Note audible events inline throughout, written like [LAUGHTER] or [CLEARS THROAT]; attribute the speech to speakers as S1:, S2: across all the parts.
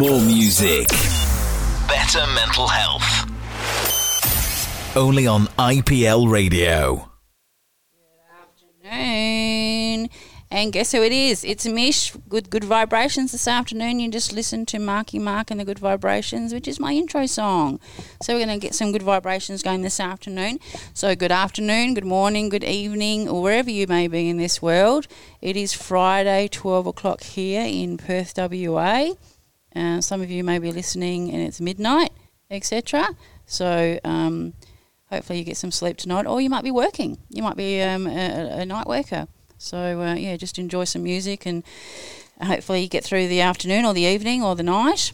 S1: More music. Better mental health. Only on IPL Radio.
S2: afternoon. And guess who it is? It's Mish. Good good vibrations this afternoon. You just listened to Marky Mark and the Good Vibrations, which is my intro song. So we're gonna get some good vibrations going this afternoon. So good afternoon, good morning, good evening, or wherever you may be in this world. It is Friday, twelve o'clock here in Perth, WA. Uh, some of you may be listening and it's midnight, etc. So um, hopefully you get some sleep tonight, or you might be working. You might be um, a, a night worker. So uh, yeah, just enjoy some music and hopefully you get through the afternoon or the evening or the night,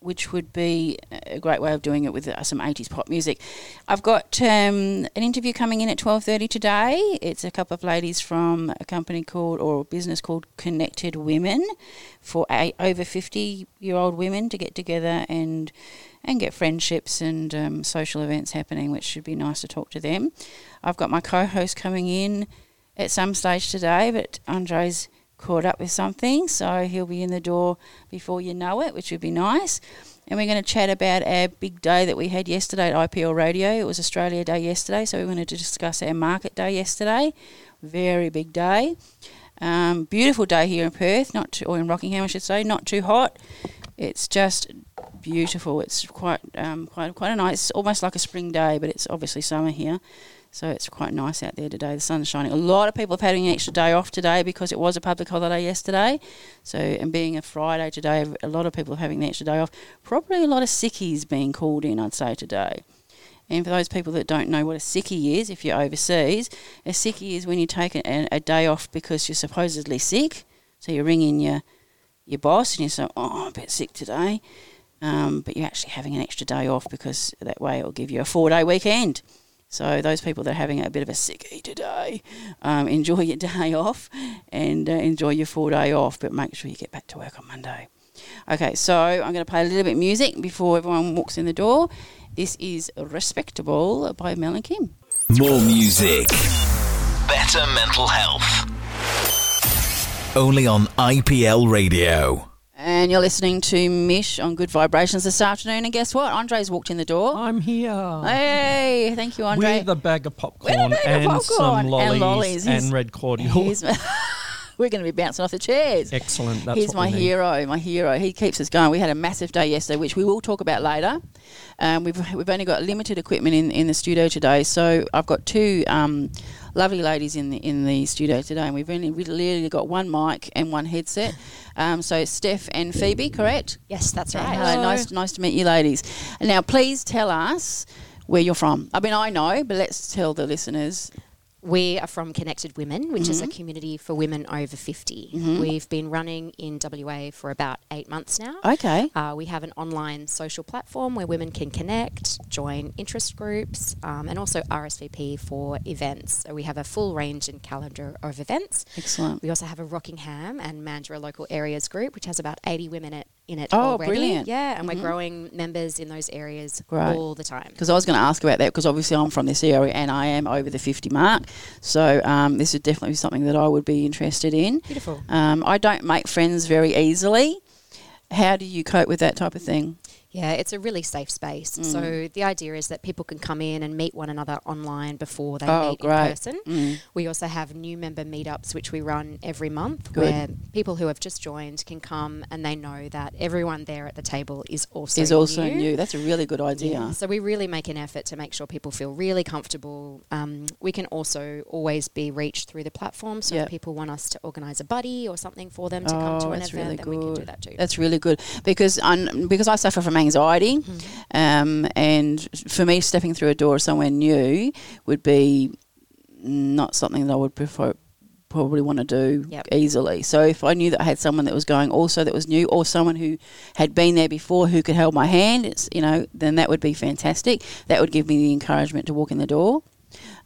S2: which would be a great way of doing it with uh, some 80s pop music. I've got um, an interview coming in at 12:30 today. It's a couple of ladies from a company called or a business called Connected Women for a, over 50 year old women to get together and and get friendships and um, social events happening, which should be nice to talk to them. I've got my co-host coming in at some stage today, but Andre's caught up with something, so he'll be in the door before you know it, which would be nice. And we're going to chat about our big day that we had yesterday at IPL Radio. It was Australia Day yesterday, so we're going to discuss our market day yesterday. Very big day. Um, beautiful day here in Perth, not too, or in Rockingham, I should say. Not too hot. It's just beautiful. It's quite um, quite quite a nice. It's almost like a spring day, but it's obviously summer here. So it's quite nice out there today. The sun's shining. A lot of people have had an extra day off today because it was a public holiday yesterday. So, and being a Friday today, a lot of people are having the extra day off. Probably a lot of sickies being called in, I'd say, today. And for those people that don't know what a sickie is, if you're overseas, a sickie is when you take a, a day off because you're supposedly sick. So you ring in your, your boss and you say, oh, I'm a bit sick today. Um, but you're actually having an extra day off because that way it'll give you a four day weekend. So those people that are having a bit of a sickie today, um, [LAUGHS] enjoy your day off and uh, enjoy your full day off, but make sure you get back to work on Monday. Okay, so I'm going to play a little bit of music before everyone walks in the door. This is Respectable by Mel and Kim.
S1: More music. Better mental health. Only on IPL Radio.
S2: And you're listening to Mish on Good Vibrations this afternoon. And guess what? Andre's walked in the door.
S3: I'm here.
S2: Hey, thank you, Andre.
S3: With a bag of popcorn
S2: With a bag of
S3: and
S2: popcorn
S3: some
S2: and
S3: lollies and,
S2: lollies. He's-
S3: red
S2: [LAUGHS]
S3: cordial.
S2: He's- we're going to be bouncing off the chairs.
S3: Excellent. That's
S2: He's
S3: what
S2: my
S3: we need.
S2: hero, my hero. He keeps us going. We had a massive day yesterday, which we will talk about later. Um, we've, we've only got limited equipment in, in the studio today, so I've got two um, lovely ladies in the in the studio today, and we've only we've literally got one mic and one headset. Um, so Steph and Phoebe, correct?
S4: Yes, that's
S2: Hello.
S4: right.
S2: nice nice to meet you, ladies. Now, please tell us where you're from. I mean, I know, but let's tell the listeners.
S4: We are from Connected Women, which is a
S2: Mm-hmm.
S4: community for women over 50. We've been running in WA for about eight months now.
S2: Okay.
S4: Uh, we have an online social platform where women can connect, join interest groups, um, and also RSVP for events. So we have a full range and calendar of events.
S2: Excellent.
S4: We also have a Rockingham and Mandurah local areas group, which has about 80 women in it, in it
S2: Oh,
S4: already.
S2: brilliant.
S4: Yeah, and we're growing members in those areas
S2: Great.
S4: all the time.
S2: because I was going to ask about that because obviously I'm from this area and I am over the 50 mark. So um, this would definitely be something that I would be interested in.
S4: Beautiful.
S2: Um, I don't make friends very easily. How do you cope with that type of thing?
S4: Yeah, it's a really safe space.
S2: Mm.
S4: So the idea is that people can come in and meet one another online before they
S2: Oh,
S4: meet
S2: great. Mm.
S4: in person. We also have new member meetups, which we run every month,
S2: Good.
S4: where people who have just joined can come and they know that everyone there at the table is also
S2: is also
S4: new.
S2: new. That's a really good idea.
S4: So we really make an effort to make sure people feel really comfortable. Um, we can also always be reached through the platform. So
S2: Yep.
S4: if people want us to organise a buddy or something for them to
S2: Oh,
S4: come to an event, then we can do that too.
S2: That's really good because i because I suffer from anxiety,
S4: Hmm.
S2: um, and for me, stepping through a door somewhere new would be not something that I would prefer. Probably want to do
S4: Yep.
S2: easily. So if I knew that I had someone that was going also that was new, or someone who had been there before who could hold my hand, it's you know, then that would be fantastic. That would give me the encouragement to walk in the door.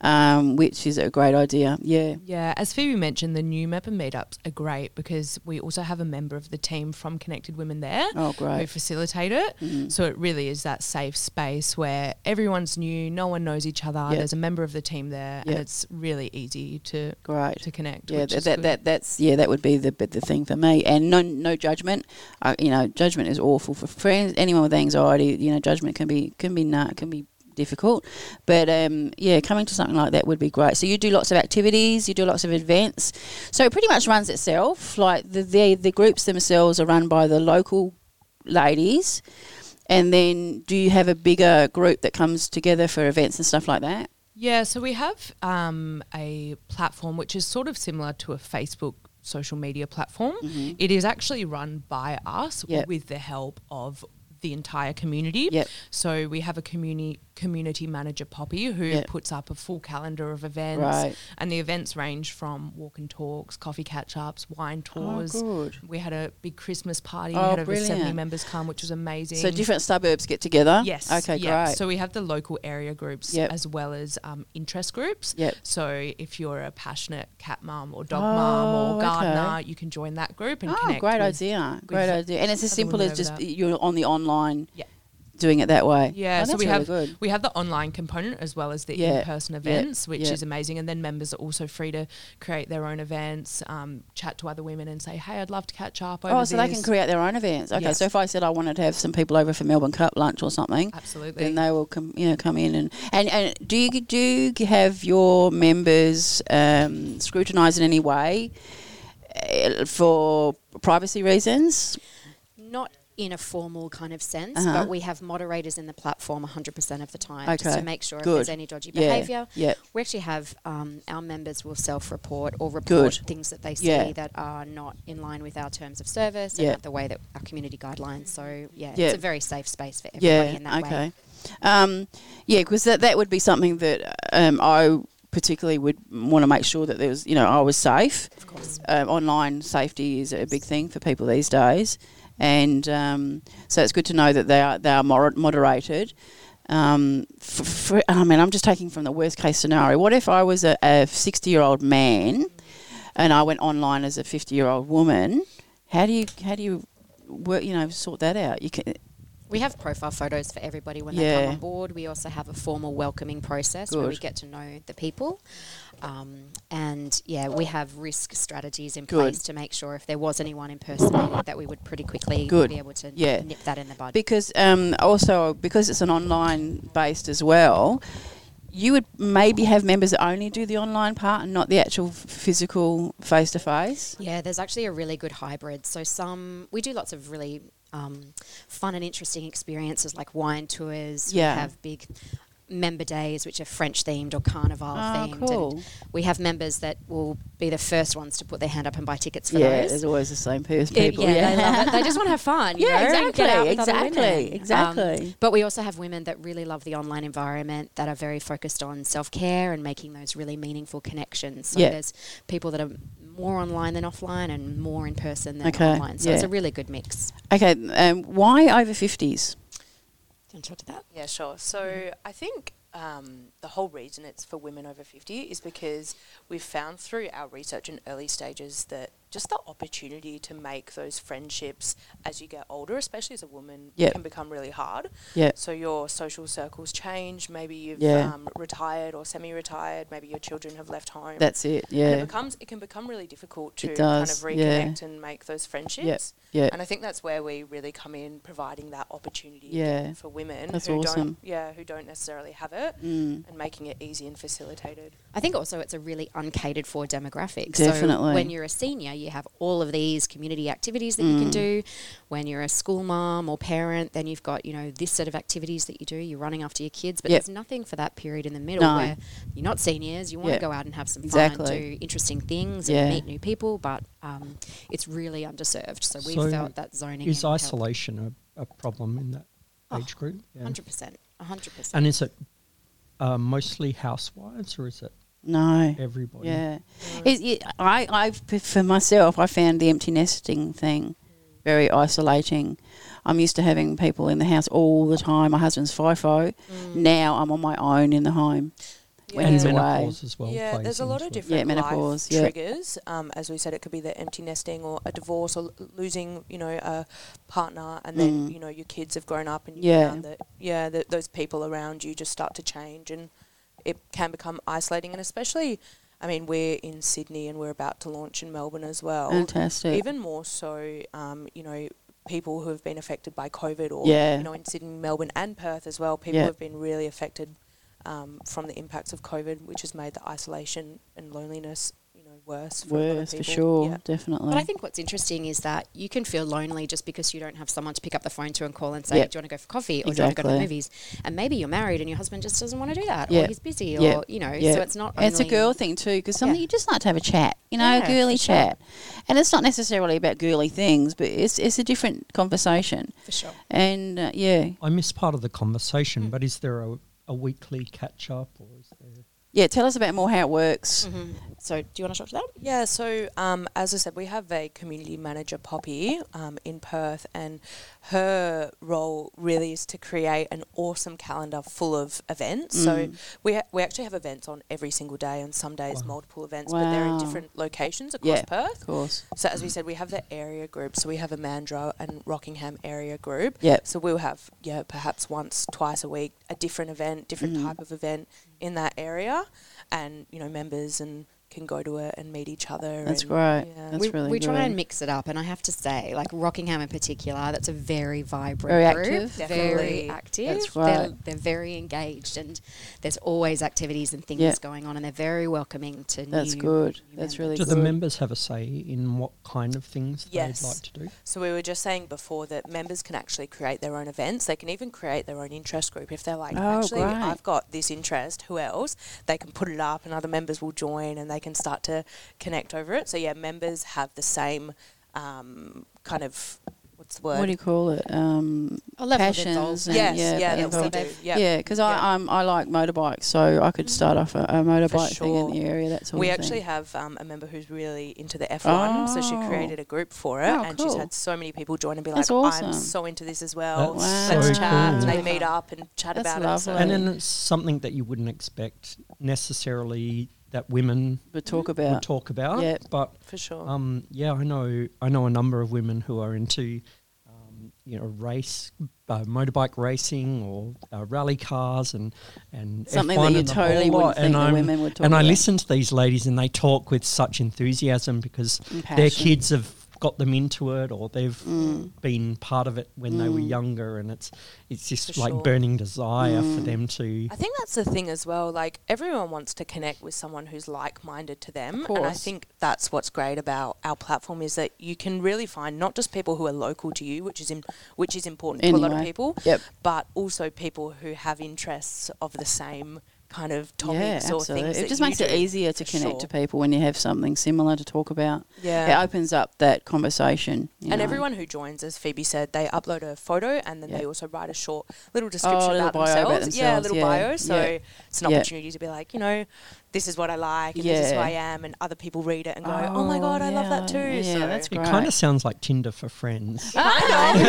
S2: um, which is a great idea. Yeah.
S3: Yeah, as Phoebe mentioned, the new member meetups are great because we also have a member of the team from Connected Women there
S2: Oh, great. Mm.
S3: who facilitate it. So it really is that safe space where everyone's new, no one knows each other.
S2: Yeah.
S3: There's a member of the team there, and
S2: Yeah.
S3: it's really easy to
S2: Great.
S3: to connect.
S2: Yeah,
S3: which
S2: that,
S3: is
S2: that,
S3: good.
S2: that that's yeah, that would be the the thing for me. And no no judgment. Uh, you know, judgment is awful for friends. Anyone with anxiety, you know, judgment can be can be nut can be difficult. But um, yeah, coming to something like that would be great. So you do lots of activities, you do lots of events. So it pretty much runs itself. Like the the, the groups themselves are run by the local ladies. And then, do you have a bigger group that comes together for events and stuff like that?
S3: Yeah, so we have um, a platform which is sort of similar to a Facebook social media platform. It is actually run by us
S2: Mm-hmm. Yep.
S3: with the help of the entire community.
S2: Yep.
S3: So we have a community community manager Poppy who
S2: Yep.
S3: puts up a full calendar of events
S2: Right.
S3: and the events range from walk and talks, coffee catch-ups, wine tours.
S2: Oh, good.
S3: We had a big Christmas party,
S2: Oh,
S3: we had over 70
S2: brilliant.
S3: members come, which was amazing.
S2: So different suburbs get together.
S3: Yes.
S2: Okay,
S3: yeah.
S2: great.
S3: So we have the local area groups
S2: Yep.
S3: as well as um, interest groups.
S2: Yep.
S3: So if you're a passionate cat mum or dog mum
S2: Oh,
S3: or gardener, you can join that group and connect.
S2: Ah, great
S3: with-
S2: idea, great
S3: with
S2: idea, and it's as
S3: other
S2: simple
S3: women
S2: as
S3: over
S2: just
S3: that.
S2: you're on the online,
S3: Yeah.
S2: doing it that way.
S3: Yeah,
S2: Oh,
S3: so
S2: that's
S3: we
S2: really
S3: have
S2: good.
S3: we have the online component as well as the
S2: Yeah,
S3: in-person
S2: yeah,
S3: events, which
S2: yeah.
S3: is amazing. And then members are also free to create their own events, um, chat to other women, and say, "Hey, I'd love to catch up." Over
S2: Oh, so they can
S3: this."
S2: create their own events. Okay,
S3: Yes.
S2: so if I said I wanted to have some people over for Melbourne Cup lunch or something,
S3: Absolutely.
S2: then they will come, you know, come in and and, and do you do you have your members um, scrutinised in any way uh, for privacy reasons?
S4: Not in a formal kind of sense,
S2: Uh-huh.
S4: but we have moderators in the platform 100% of the time just
S2: Okay,
S4: to make sure
S2: good.
S4: if there's any dodgy
S2: Yeah,
S4: behaviour.
S2: yeah.
S4: We actually have um, our members will self report or report
S2: Good.
S4: things that they see
S2: Yeah.
S4: that are not in line with our terms of service
S2: Yeah.
S4: and the way that our community guidelines. So, yeah,
S2: Yeah.
S4: it's a very safe space for everybody in that
S2: okay.
S4: way.
S2: Um, yeah, because that, that would be something that um, I particularly would want to make sure that there was, you know, I was safe. Of course. Um, online safety is a big thing for people these days. And um, so it's good to know that they are, they are moder- moderated. Um, f for, I mean, I'm just taking from the worst case scenario. What if I was a, a 60 year old man and I went online as a 50 year old woman? How do you, how do you, work, you know, sort that out? You can,
S4: We have profile photos for everybody when they
S2: Yeah.
S4: come on board. We also have a formal welcoming process where we
S2: Good.
S4: get to know the people. Um, and yeah, we have risk strategies in
S2: Good.
S4: place to make sure if there was anyone impersonating that we would pretty quickly
S2: Good.
S4: be able to
S2: Yeah.
S4: nip that in the bud.
S2: because um, also because it's an online based as well you would maybe have members that only do the online part and not the actual f- physical face to face
S4: Yeah, there's actually a really good hybrid. So some we do lots of really um, fun and interesting experiences like wine tours.
S2: Yeah.
S4: We have big member days which are French themed or carnival
S2: Oh,
S4: themed.
S2: cool.
S4: And we have members that will be the first ones to put their hand up and buy tickets for
S2: yeah
S4: those.
S2: there's always the same person
S4: It-
S2: people
S4: yeah, they love it. They just want to have fun.
S2: [LAUGHS]
S4: you
S2: Yeah,
S4: know, and
S2: exactly,
S4: get out with other
S2: exactly,
S4: women. Um,
S2: exactly.
S4: but we also have women that really love the online environment that are very focused on self care and making those really meaningful connections. So
S2: Yeah.
S4: there's people that are more online than offline and more in person than
S2: Okay,
S4: online. So it's
S2: yeah.
S4: a really good mix.
S2: [LAUGHS] okay um, why over 50s
S4: Do you want to talk to that?
S5: Yeah, sure.
S2: Mm-hmm.
S5: So I think um, the whole reason it's for women over 50 is because we've found through our research in early stages that just the opportunity to make those friendships as you get older, especially as a woman,
S2: Yep.
S5: can become really hard.
S2: yeah
S5: So your social circles change. Maybe you've
S2: Yeah.
S5: um, retired or semi-retired. Maybe your children have left home.
S2: that's it
S5: and
S2: yeah
S5: it becomes it can become really difficult to
S2: It
S5: kind of
S2: does, yeah.
S5: reconnect and make those friendships.
S2: yeah
S5: And I think that's where we really come in, providing that opportunity
S2: Yeah.
S5: for women
S2: That's
S5: who
S2: awesome.
S5: don't, yeah, who don't necessarily have it,
S2: Mm.
S5: and making it easy and facilitated.
S4: I think also it's a really uncatered for demographic.
S2: Definitely.
S4: So when you're a senior, you have all of these community activities that
S2: Mm.
S4: you can do. When you're a school mom or parent, then you've got, you know, this set of activities that you do. You're running after your kids, but
S2: Yep.
S4: there's nothing for that period in the middle
S2: No.
S4: where you're not seniors. You want to
S2: Yep.
S4: go out and have some fun,
S2: Exactly.
S4: do interesting things
S2: Yeah.
S4: and meet new people, but um, it's really underserved. So we
S6: So
S4: felt that zoning
S6: Is
S4: in would help.
S6: isolation a, a problem in that
S4: Oh,
S6: age group? Yeah.
S4: 100%. 100%.
S6: And is it uh, mostly housewives or is it
S2: no
S6: everybody?
S2: Yeah, It, it, I, I, for myself, I found the empty nesting thing very isolating. I'm used to having
S4: Mm.
S2: people in the house all the time. My husband's FIFO. Now I'm on my own in the home.
S5: Yeah.
S2: when he's
S6: and
S2: away.
S6: menopause as well.
S5: yeah,
S6: plays
S5: there's a lot of
S6: into it.
S2: Yeah,
S5: different
S2: menopause,
S5: life
S2: yeah.
S5: triggers. Um, as we said, it could be the empty nesting or a divorce or l- losing, you know, a partner, and then
S2: Mm.
S5: you know your kids have grown up, and
S2: Yeah.
S5: yeah, that, yeah, that those people around you just start to change, and it can become isolating, and especially, I mean, we're in Sydney and we're about to launch in Melbourne as well.
S2: Fantastic.
S5: Even more so, um, you know, people who have been affected by COVID or,
S2: Yeah.
S5: you know, in Sydney, Melbourne, and Perth as well, people
S2: Yeah.
S5: have been really affected um, from the impacts of COVID, which has made the isolation and loneliness, you know, worse. For a lot of
S2: Worse for
S5: people.
S2: sure,
S5: Yeah.
S2: definitely.
S4: But I think what's interesting is that you can feel lonely just because you don't have someone to pick up the phone to and call and say,
S2: Yep.
S4: Do you want to go for coffee or do you want to go
S2: Exactly.
S4: to the movies? And maybe you're married and your husband just doesn't want to do that
S2: Yep.
S4: or he's busy
S2: Yep.
S4: or, you know,
S2: Yeah.
S4: so it's not.
S2: And it's a
S4: only-
S2: girl thing too, because something
S4: Yeah.
S2: you just like to have a chat, you know,
S4: Yeah,
S2: girly
S4: for sure.
S2: chat, and it's not necessarily about girly things, but it's it's a different conversation,
S4: For sure.
S2: and uh, yeah,
S6: I missed part of the conversation,
S4: Hmm.
S6: but is there a, a weekly catch up or is there?
S2: yeah. Tell us about more how it works.
S4: Mm-hmm. So do you want to talk to that?
S5: Yeah, so um, as I said, we have a community manager, Poppy, um, in Perth, and her role really is to create an awesome calendar full of events.
S2: Mm.
S5: So we ha- we actually have events on every single day, and some days multiple events, but they're in
S2: Wow.
S5: different locations across
S2: Yeah,
S5: Perth.
S2: of course.
S5: So as we said, we have the area group. So we have a Mandurah and Rockingham area group.
S2: Yep.
S5: So we'll have yeah perhaps once twice a week a different event, different
S2: Mm.
S5: type of event in that area, and you know members and can go to it and meet each other.
S2: That's
S5: and,
S2: great.
S5: Yeah.
S2: That's
S4: we,
S2: really
S4: we try
S2: good.
S4: and mix it up, and I have to say, like Rockingham in particular, that's a very vibrant,
S2: Very
S4: group,
S2: active.
S5: Definitely.
S4: very active.
S2: That's
S4: They're,
S2: right.
S4: they're very engaged, and there's always activities and things
S2: Yeah.
S4: going on, and they're very welcoming to
S2: That's
S4: new-
S2: good.
S4: new
S2: That's
S4: members.
S2: really
S6: Do
S2: good.
S6: the members have a say in what kind of things
S5: Yes.
S6: they'd like to do?
S5: So we were just saying before that members can actually create their own events. They can even create their own interest group if they're like,
S2: Oh,
S5: actually,
S2: great.
S5: I've got this interest. Who else? They can put it up, and other members will join, and they can start to connect over it. So yeah, members have the same um, kind of what's the word?
S2: what do you call it? Um,
S4: A level of
S2: passions.
S4: involvement.
S2: And,
S5: yes,
S2: yeah,
S5: yeah,
S2: but
S5: that's what
S2: involved.
S5: they do. Yeah.
S2: Yeah, because
S5: Yeah. Mm.
S2: I I'm, I like motorbikes, so I could start off a, a motorbike thing in
S5: sure.
S2: the area. That's all.
S5: We actually have um, a member who's really into the F1, so she
S2: Oh.
S5: created a group for it,
S2: Oh,
S5: and
S2: cool.
S5: she's had so many people join and be like,
S2: That's awesome.
S5: "I'm so into this as well."
S6: That's
S2: Wow.
S5: Let's
S6: so
S5: chat.
S6: cool.
S5: And they meet up and chat
S2: That's
S5: about it. So
S2: lovely.
S6: And then it's something that you wouldn't expect necessarily that women
S2: we talk
S6: would
S2: about.
S6: talk about.
S2: Yeah.
S6: But
S5: for sure.
S6: um, yeah, I know I know a number of women who are into um, you know race, uh, motorbike racing or uh, rally cars and and
S2: Something
S6: F1
S2: that you
S6: and a
S2: totally
S6: whole
S2: wouldn't
S6: lot.
S2: think
S6: and
S2: that
S6: I'm-
S2: women would talk
S6: And I
S2: about.
S6: listen to these ladies and they talk with such enthusiasm because
S2: And
S6: their
S2: passion. Mm.
S6: kids have got them into it or they've been part of it when they were younger and it's it's just
S5: For
S6: like
S5: sure.
S6: burning desire
S2: Mm.
S6: for them to
S5: I think that's the thing as well. Like everyone wants to connect with someone who's like-minded to them, and I
S2: course.
S5: think that's what's great about our platform is that you can really find not just people who are local to you, which is in, which is important to a lot of
S2: Anyway,
S5: people,
S2: yep.
S5: but also people who have interests of the same kind of topics or things.
S2: It
S5: that
S2: just
S5: you
S2: makes it
S5: do,
S2: easier to
S5: for
S2: connect
S5: sure.
S2: to people when you have something similar to talk about.
S5: Yeah.
S2: It opens up that conversation. you
S5: And
S2: know.
S5: everyone who joins, as Phoebe said, they upload a photo and then
S2: Yeah. Oh,
S5: they also write a short little description
S2: little
S5: about,
S2: bio about
S5: themselves. Yeah, a
S2: themselves,
S5: little
S2: yeah,
S5: bio. So
S2: yeah.
S5: it's an
S2: Yeah.
S5: opportunity to be like, you know, this is what I like and this is who
S2: Yeah.
S5: I am. And other people read it and go, oh, my God, I love
S2: yeah,
S5: that too.
S2: yeah,
S5: so
S2: that's
S6: it
S2: Right.
S6: kind of sounds like Tinder for
S2: [LAUGHS]
S6: friends.
S4: you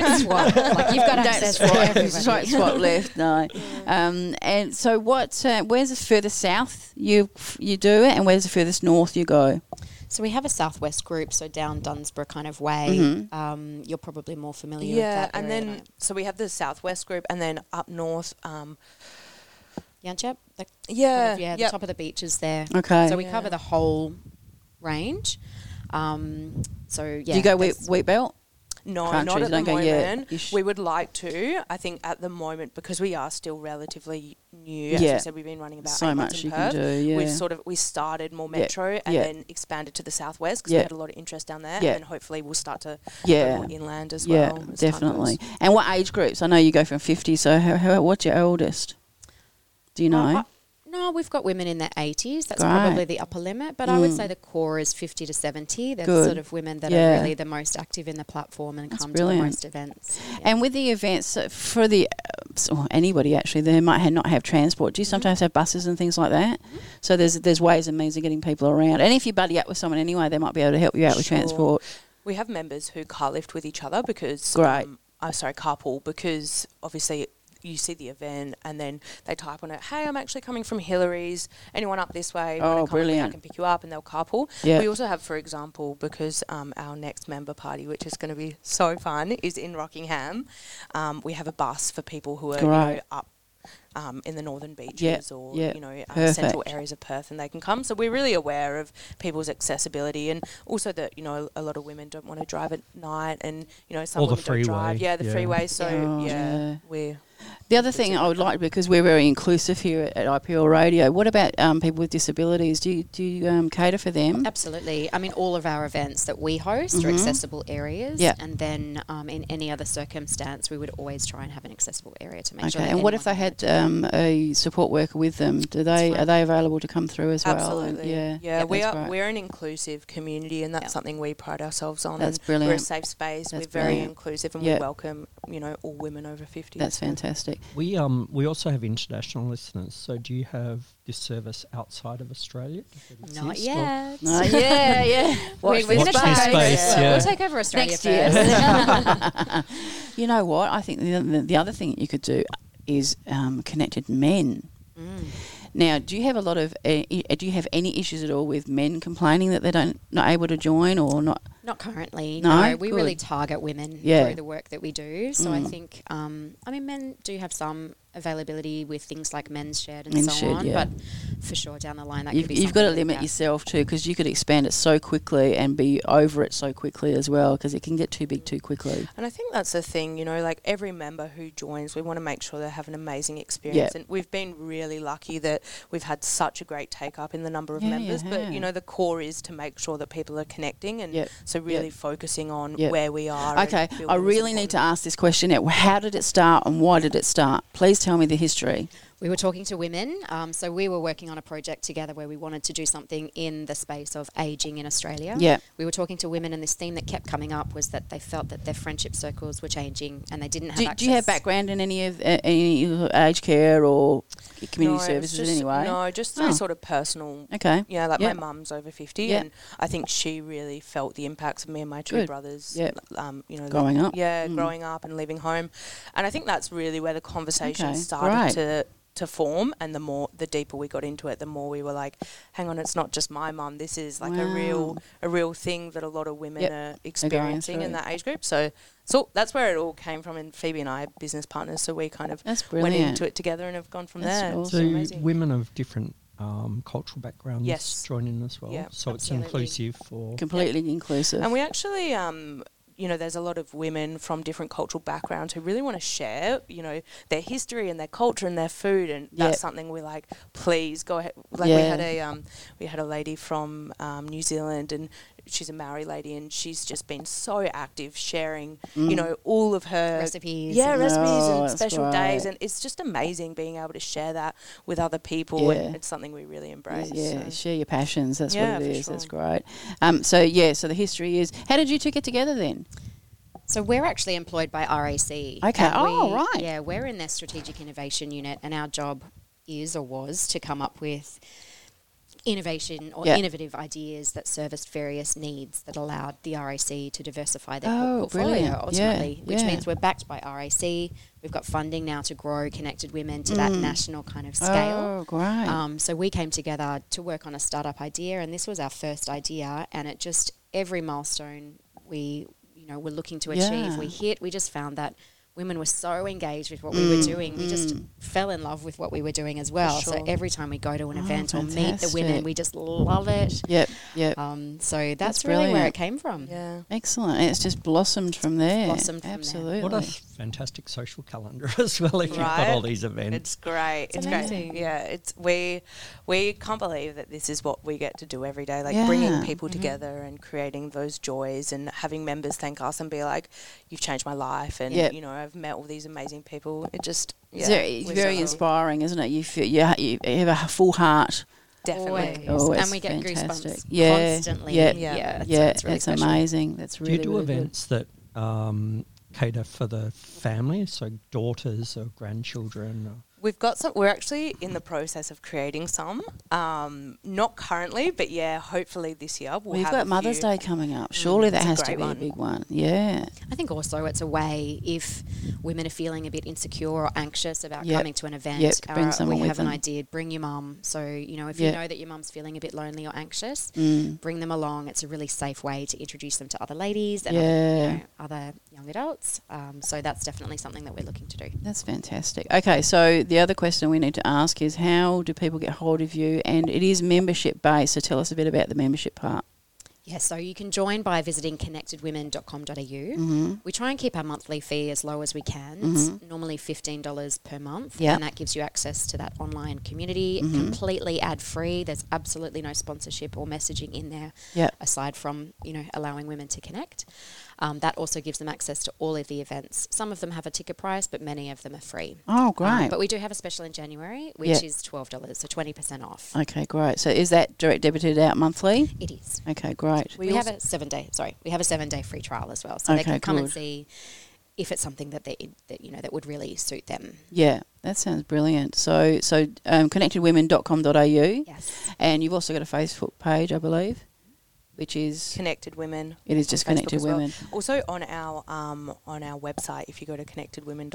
S4: don't swap. Like you've got access for
S2: Just right,
S4: everybody.
S2: swap left, no. Um, and so, what? Uh, where's the furthest south you you do it, and where's the furthest north you go?
S4: So we have a southwest group, so down Dunsborough kind of way.
S2: Mm-hmm.
S4: Um, you're probably more familiar
S5: yeah,
S4: with that.
S5: and
S4: area
S5: then so we have the Southwest group, and then up north, um,
S4: than I am. Yanchep, the
S5: yeah,
S4: kind of- yeah, the
S5: yep.
S4: top of the beach is there.
S2: Okay.
S4: So we
S5: Yeah.
S4: cover the whole range. Um, so yeah.
S2: do you go wheat,
S4: that's-
S2: wheat belt?
S5: No,
S2: countries.
S5: not at the
S2: Don't go,
S5: moment.
S2: "Yeah, you sh-
S5: we would like to. I think at the moment because we are still relatively new. As
S2: Yeah.
S5: we said, we've been running about
S2: So
S5: eight months
S2: much
S5: in
S2: you can
S5: Perth.
S2: do, yeah.
S5: We've sort of we started more
S2: Yeah,
S5: metro and
S2: yeah.
S5: then expanded to the southwest because
S2: Yeah.
S5: we had a lot of interest down there.
S2: Yeah.
S5: And then hopefully we'll start to
S2: Yeah.
S5: go more inland as
S2: yeah,
S5: well. as time
S2: definitely.
S5: goes.
S2: And what age groups? I know you go from fifty. So, how, how, what's your oldest? Do you know?
S4: Uh, uh, no, we've got women in their 80s. That's
S2: Great.
S4: probably the upper limit. But I would say the core is 50 to 70. They're
S2: Mm. Good.
S4: the sort of women that
S2: Yeah.
S4: are really the most active in the platform and come
S2: brilliant.
S4: to the most events.
S2: And with the events uh, for the uh, or anybody actually, they might ha- not have transport. Do
S4: Mm-hmm.
S2: you sometimes have buses and things like that? So there's there's ways and means of getting people around. And if you buddy up with someone anyway, they might be able to help you out with
S5: Sure.
S2: transport.
S5: We have members who car lift with each other because
S2: Great.
S5: Um, I'm sorry, carpool because obviously you see the event, and then they type on it, "Hey, I'm actually coming from Hillary's. Anyone up this way? Wanna
S2: Oh,
S5: come with me? I
S2: brilliant.
S5: can pick you up, and they'll carpool."
S2: Yeah.
S5: We also have, for example, because um, our next member party, which is going to be so fun, is in Rockingham. Um, we have a bus for people who are you know,
S2: Great.
S5: up um, in the northern beaches or
S2: yeah,
S5: you know uh, central
S2: perfect.
S5: areas of Perth, and they can come. So we're really aware of people's accessibility, and also that you know a lot of women don't want to drive at night, and you know some
S6: Or the
S5: women don't drive.
S6: freeway,
S5: Yeah, the
S6: yeah.
S5: freeway. So
S2: Oh,
S5: yeah,
S2: yeah.
S5: we're
S2: The other thing I would like, because we're very inclusive here at, at IPL Radio, what about um, people with disabilities? Do you, do you um, cater for them?
S4: Absolutely. I mean, all of our events that we host are accessible areas.
S2: Mm-hmm. Yeah.
S4: And then um, in any other circumstance, we would always try and have an accessible area to make sure.
S2: Okay,
S4: that
S2: and what if they
S4: anyone-
S2: had um, a support worker with them? Do they
S4: fine.
S2: are they available to come through as well? And
S5: Absolutely.
S2: yeah,
S5: Yeah,
S2: Yep,
S5: we
S2: that's
S5: are
S2: great.
S5: we're an inclusive community and that's
S4: Yeah.
S5: something we pride ourselves on.
S2: That's
S5: and We're a
S2: brilliant.
S5: safe space.
S2: That's
S5: we're very
S2: brilliant.
S5: inclusive and
S2: Yeah.
S5: we welcome, you know, all women over fifty.
S2: That's fantastic.
S6: We um we also have international listeners. So do you have this service outside of Australia? Does
S4: [LAUGHS]
S6: it
S4: Not
S6: exist, or-
S4: yet. [LAUGHS]
S2: No, yeah, yeah.
S4: We're, we're
S6: Watch
S4: going to
S6: this
S4: take,
S6: space, yeah.
S4: we'll take over Australia
S2: Next year.
S4: first.
S2: [LAUGHS] You know what? I think the, the, the other thing that you could do is um, connected men. Now, do you have a lot of? Uh, i- do you have any issues at all with men complaining that they don't not able to join or not?
S4: Not currently.
S2: No?
S4: No, we really
S2: Good.
S4: target women
S2: Yeah. Mm.
S4: through the work that we do. So I think, um, I mean, men do have some availability with things like men's shed and
S2: Men's
S4: so
S2: shed,
S4: on.
S2: yeah.
S4: But for sure, down the line, that
S2: You've,
S4: could be.
S2: you've got to
S4: something
S2: limit
S4: that-
S2: yourself too, because you could expand it so quickly and be over it so quickly as well, because it can get too big too quickly.
S5: And I think that's the thing, you know, like every member who joins, we want to make sure they have an amazing experience.
S2: Yeah.
S5: And we've been really lucky that we've had such a great take up in the number of
S2: Yeah, you
S5: members. But, you
S2: have.
S5: know, the core is to make sure that people are connecting and
S2: Yep.
S5: so really focusing on
S2: Yep.
S5: where we are. and
S2: Okay, I
S5: building
S2: really
S5: support.
S2: need to ask this question now. How did it start and why did it start? Please tell me the history.
S4: We were talking to women. Um, so we were working on a project together where we wanted to do something in the space of aging in Australia.
S2: Yeah.
S4: We were talking to women, and this theme that kept coming up was that they felt that their friendship circles were changing and they didn't have
S2: Do,
S4: access.
S2: do you have background in any of uh, any aged care or community
S5: No, it was
S2: services
S5: just-
S2: anyway?
S5: No, just through
S2: Oh.
S5: sort of personal
S2: Okay.
S5: Yeah, like
S2: Yeah.
S5: my mum's over 50,
S2: Yeah.
S5: and I think she really felt the impacts of me and my two
S2: Good.
S5: brothers,
S2: Yeah.
S5: l- um, you know, the-
S2: Growing up.
S5: Yeah,
S2: Mm.
S5: growing up and leaving home. And I think that's really where the conversation
S2: Okay,
S5: started
S2: great.
S5: to to form and the more the deeper we got into it the more we were like hang on it's not just my mum this is like a real
S2: Wow.
S5: a real thing that a lot of women
S2: Yep,
S5: are experiencing in
S2: through.
S5: that age group so so that's where it all came from and Phoebe and I are business partners so we kind of
S2: That's
S5: went
S2: brilliant.
S5: into it together and have gone from
S2: That's
S5: there
S2: awesome.
S5: it's
S6: So
S5: amazing.
S6: women of different um, cultural backgrounds
S5: Yes.
S6: join in as well.
S5: Yeah,
S6: so
S4: absolutely.
S6: it's inclusive for
S2: Completely inclusive.
S5: And we actually, um, you know, there's a lot of women from different cultural backgrounds who really want to share, you know, their history and their culture and their food, and
S2: Yeah.
S5: that's something we're like, please go ahead. Like we
S2: Yeah.
S5: had a um, we had a lady from um, New Zealand, and she's a Maori lady, and she's just been so active sharing, you know, all of her
S4: Recipes
S5: yeah,
S4: and-
S5: recipes
S2: Mm. Oh,
S5: and
S2: that's
S5: special days,
S2: great.
S5: and it's just amazing being able to share that with other people,
S2: Yeah.
S5: and it's something we really embrace.
S2: Uh, yeah,
S5: so.
S2: share your passions. That's
S5: Yeah,
S2: what it
S5: for
S2: is. That's
S5: sure.
S2: great. Um, so yeah, so the history is. How did you two get together then?
S4: So we're actually employed by RAC. Okay.
S2: Oh, right.
S4: Yeah, we're in their strategic innovation unit, and our job is or was to come up with innovation or
S2: Yeah.
S4: innovative ideas that serviced various needs that allowed the RAC to diversify their
S2: Oh,
S4: por- portfolio
S2: brilliant. Yeah,
S4: ultimately, which
S2: yeah.
S4: means we're backed by RAC. We've got funding now to grow Connected Women to that national kind of scale.
S2: Mm. Oh, great.
S4: Um, so we came together to work on a startup idea, and this was our first idea. And it just every milestone we, you know, were looking to achieve,
S2: Yeah.
S4: we hit. We just found that women were so engaged with what
S2: Mm,
S4: we were doing. We just fell in love with what we were doing as well. So
S5: sure.
S4: every time we go to an
S2: Oh,
S4: event or meet the women,
S2: fantastic.
S4: we just love it.
S2: yep. Yep.
S4: Um, so that's, really where
S2: brilliant.
S4: it came from.
S5: yeah.
S2: Excellent. And it's just blossomed from there.
S4: blossomed from there.
S2: Absolutely.
S6: what a fantastic social calendar [LAUGHS] as well. If you've got
S5: Right.
S6: all these events,
S5: It's great. It's,
S4: amazing.
S5: great. Yeah, it's we we can't believe that this is what we get to do every day. Like
S2: Yeah. Mm-hmm.
S5: bringing people together and creating those joys and having members thank us and be like, "You've changed my life," and
S2: Yep.
S5: you know, I've met all these amazing people. It just yeah,
S2: It's very, it's
S5: we
S2: very
S5: love it.
S2: inspiring, isn't it? You feel you, ha- you have a full heart.
S5: Definitely.
S4: Always.
S2: Oh,
S4: and
S2: it's
S4: we get
S2: fantastic.
S4: goosebumps
S2: Yeah,
S4: constantly.
S2: yeah,
S4: yeah, it's-
S2: yeah,
S4: it's really
S2: that's
S4: special.
S2: amazing. That's
S6: do
S2: really
S6: you do
S2: really good.
S6: events that um, cater for the family, so daughters or grandchildren? Or
S5: We've got some. We're actually in the process of creating some. Um, not currently, but yeah, hopefully this year we'll
S2: We've
S5: have
S2: got
S5: a
S2: Mother's
S5: few.
S2: Day coming up. Surely that
S5: it's a
S2: has to
S5: great
S2: be a
S5: one.
S2: big one. Yeah.
S4: I think also it's a way if women are feeling a bit insecure or anxious about
S2: Yep.
S4: coming to an event,
S2: Yep, bring
S4: or
S2: someone
S4: we
S2: with
S4: have an
S2: them.
S4: idea, bring your mum. So, you know, if
S2: Yep.
S4: you know that your mum's feeling a bit lonely or anxious,
S2: Mm.
S4: bring them along. It's a really safe way to introduce them to other ladies and
S2: Yeah.
S4: other, you know, other young adults. Um, so that's definitely something that we're looking to do.
S2: That's fantastic. Okay, so the other question we need to ask is how do people get hold of you? And it is membership based, so tell us a bit about the membership part.
S4: Yeah, so you can join by visiting connectedwomen.com.au.
S2: Mm-hmm.
S4: We try and keep our monthly fee as low as we can. It's normally $15 per month.
S2: Yeah. Mm-hmm.
S4: And that gives you access to that online community completely ad free. There's absolutely no sponsorship or messaging in there
S2: Yeah.
S5: Um,
S4: aside from, you know, allowing women to connect. Um, that also gives them access to all of the events. Some of them have a ticket price, but many of them are free.
S2: Oh,
S4: Um,
S2: great.
S4: but we do have a special in January, which
S2: Yeah. Uh,
S4: is $12, so 20% off.
S2: okay, great. So is that direct debited out monthly?
S4: It is.
S2: Okay, great.
S4: We, have a seven day. Sorry, we have a seven day free trial as well, so they
S2: Okay,
S4: can come and
S2: good.
S4: see if it's something that they that you know that would really suit them.
S2: Yeah, that sounds brilliant. So so um, connectedwomen.com.au
S4: Yes,
S2: and you've also got a Facebook page, I believe, which is
S5: Connected women.
S2: it is
S5: on
S2: just
S5: Facebook
S2: connected
S5: as well.
S2: women.
S5: Also on our um, on our website, if you go to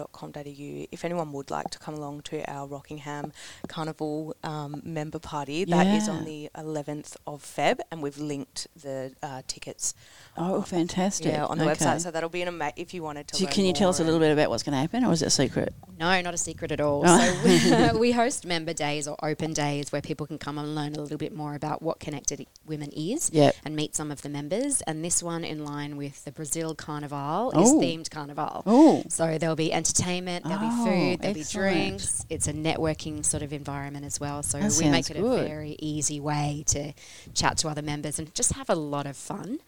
S5: connectedwomen.com.au, if anyone would like to come along to our Rockingham Carnival um, member party, that is
S2: Yeah.
S5: on the 11th of Feb, and we've linked the uh, tickets.
S2: Oh, fantastic.
S5: Yeah, on the
S2: okay.
S5: website. So that'll be an ama- if you wanted to.
S2: So
S5: learn
S2: can you tell
S5: more
S2: us a
S5: and-
S2: little bit about what's going to happen, or is it a secret?
S4: no, not a secret at all.
S2: [LAUGHS]
S4: So we, we host member days or open days where people can come and learn a little bit more about what connected women is.
S2: Yep.
S4: And meet some of the members, and this one in line with the Brazil Carnival is
S2: Oh.
S4: themed Carnival.
S2: Oh,
S4: So there'll be entertainment, there'll
S2: Oh,
S4: be food, there'll
S2: excellent.
S4: be drinks. It's a networking sort of environment as well. So
S2: That
S4: we make
S2: sounds
S4: it
S2: good.
S4: a very easy way to chat to other members and just have a lot of fun.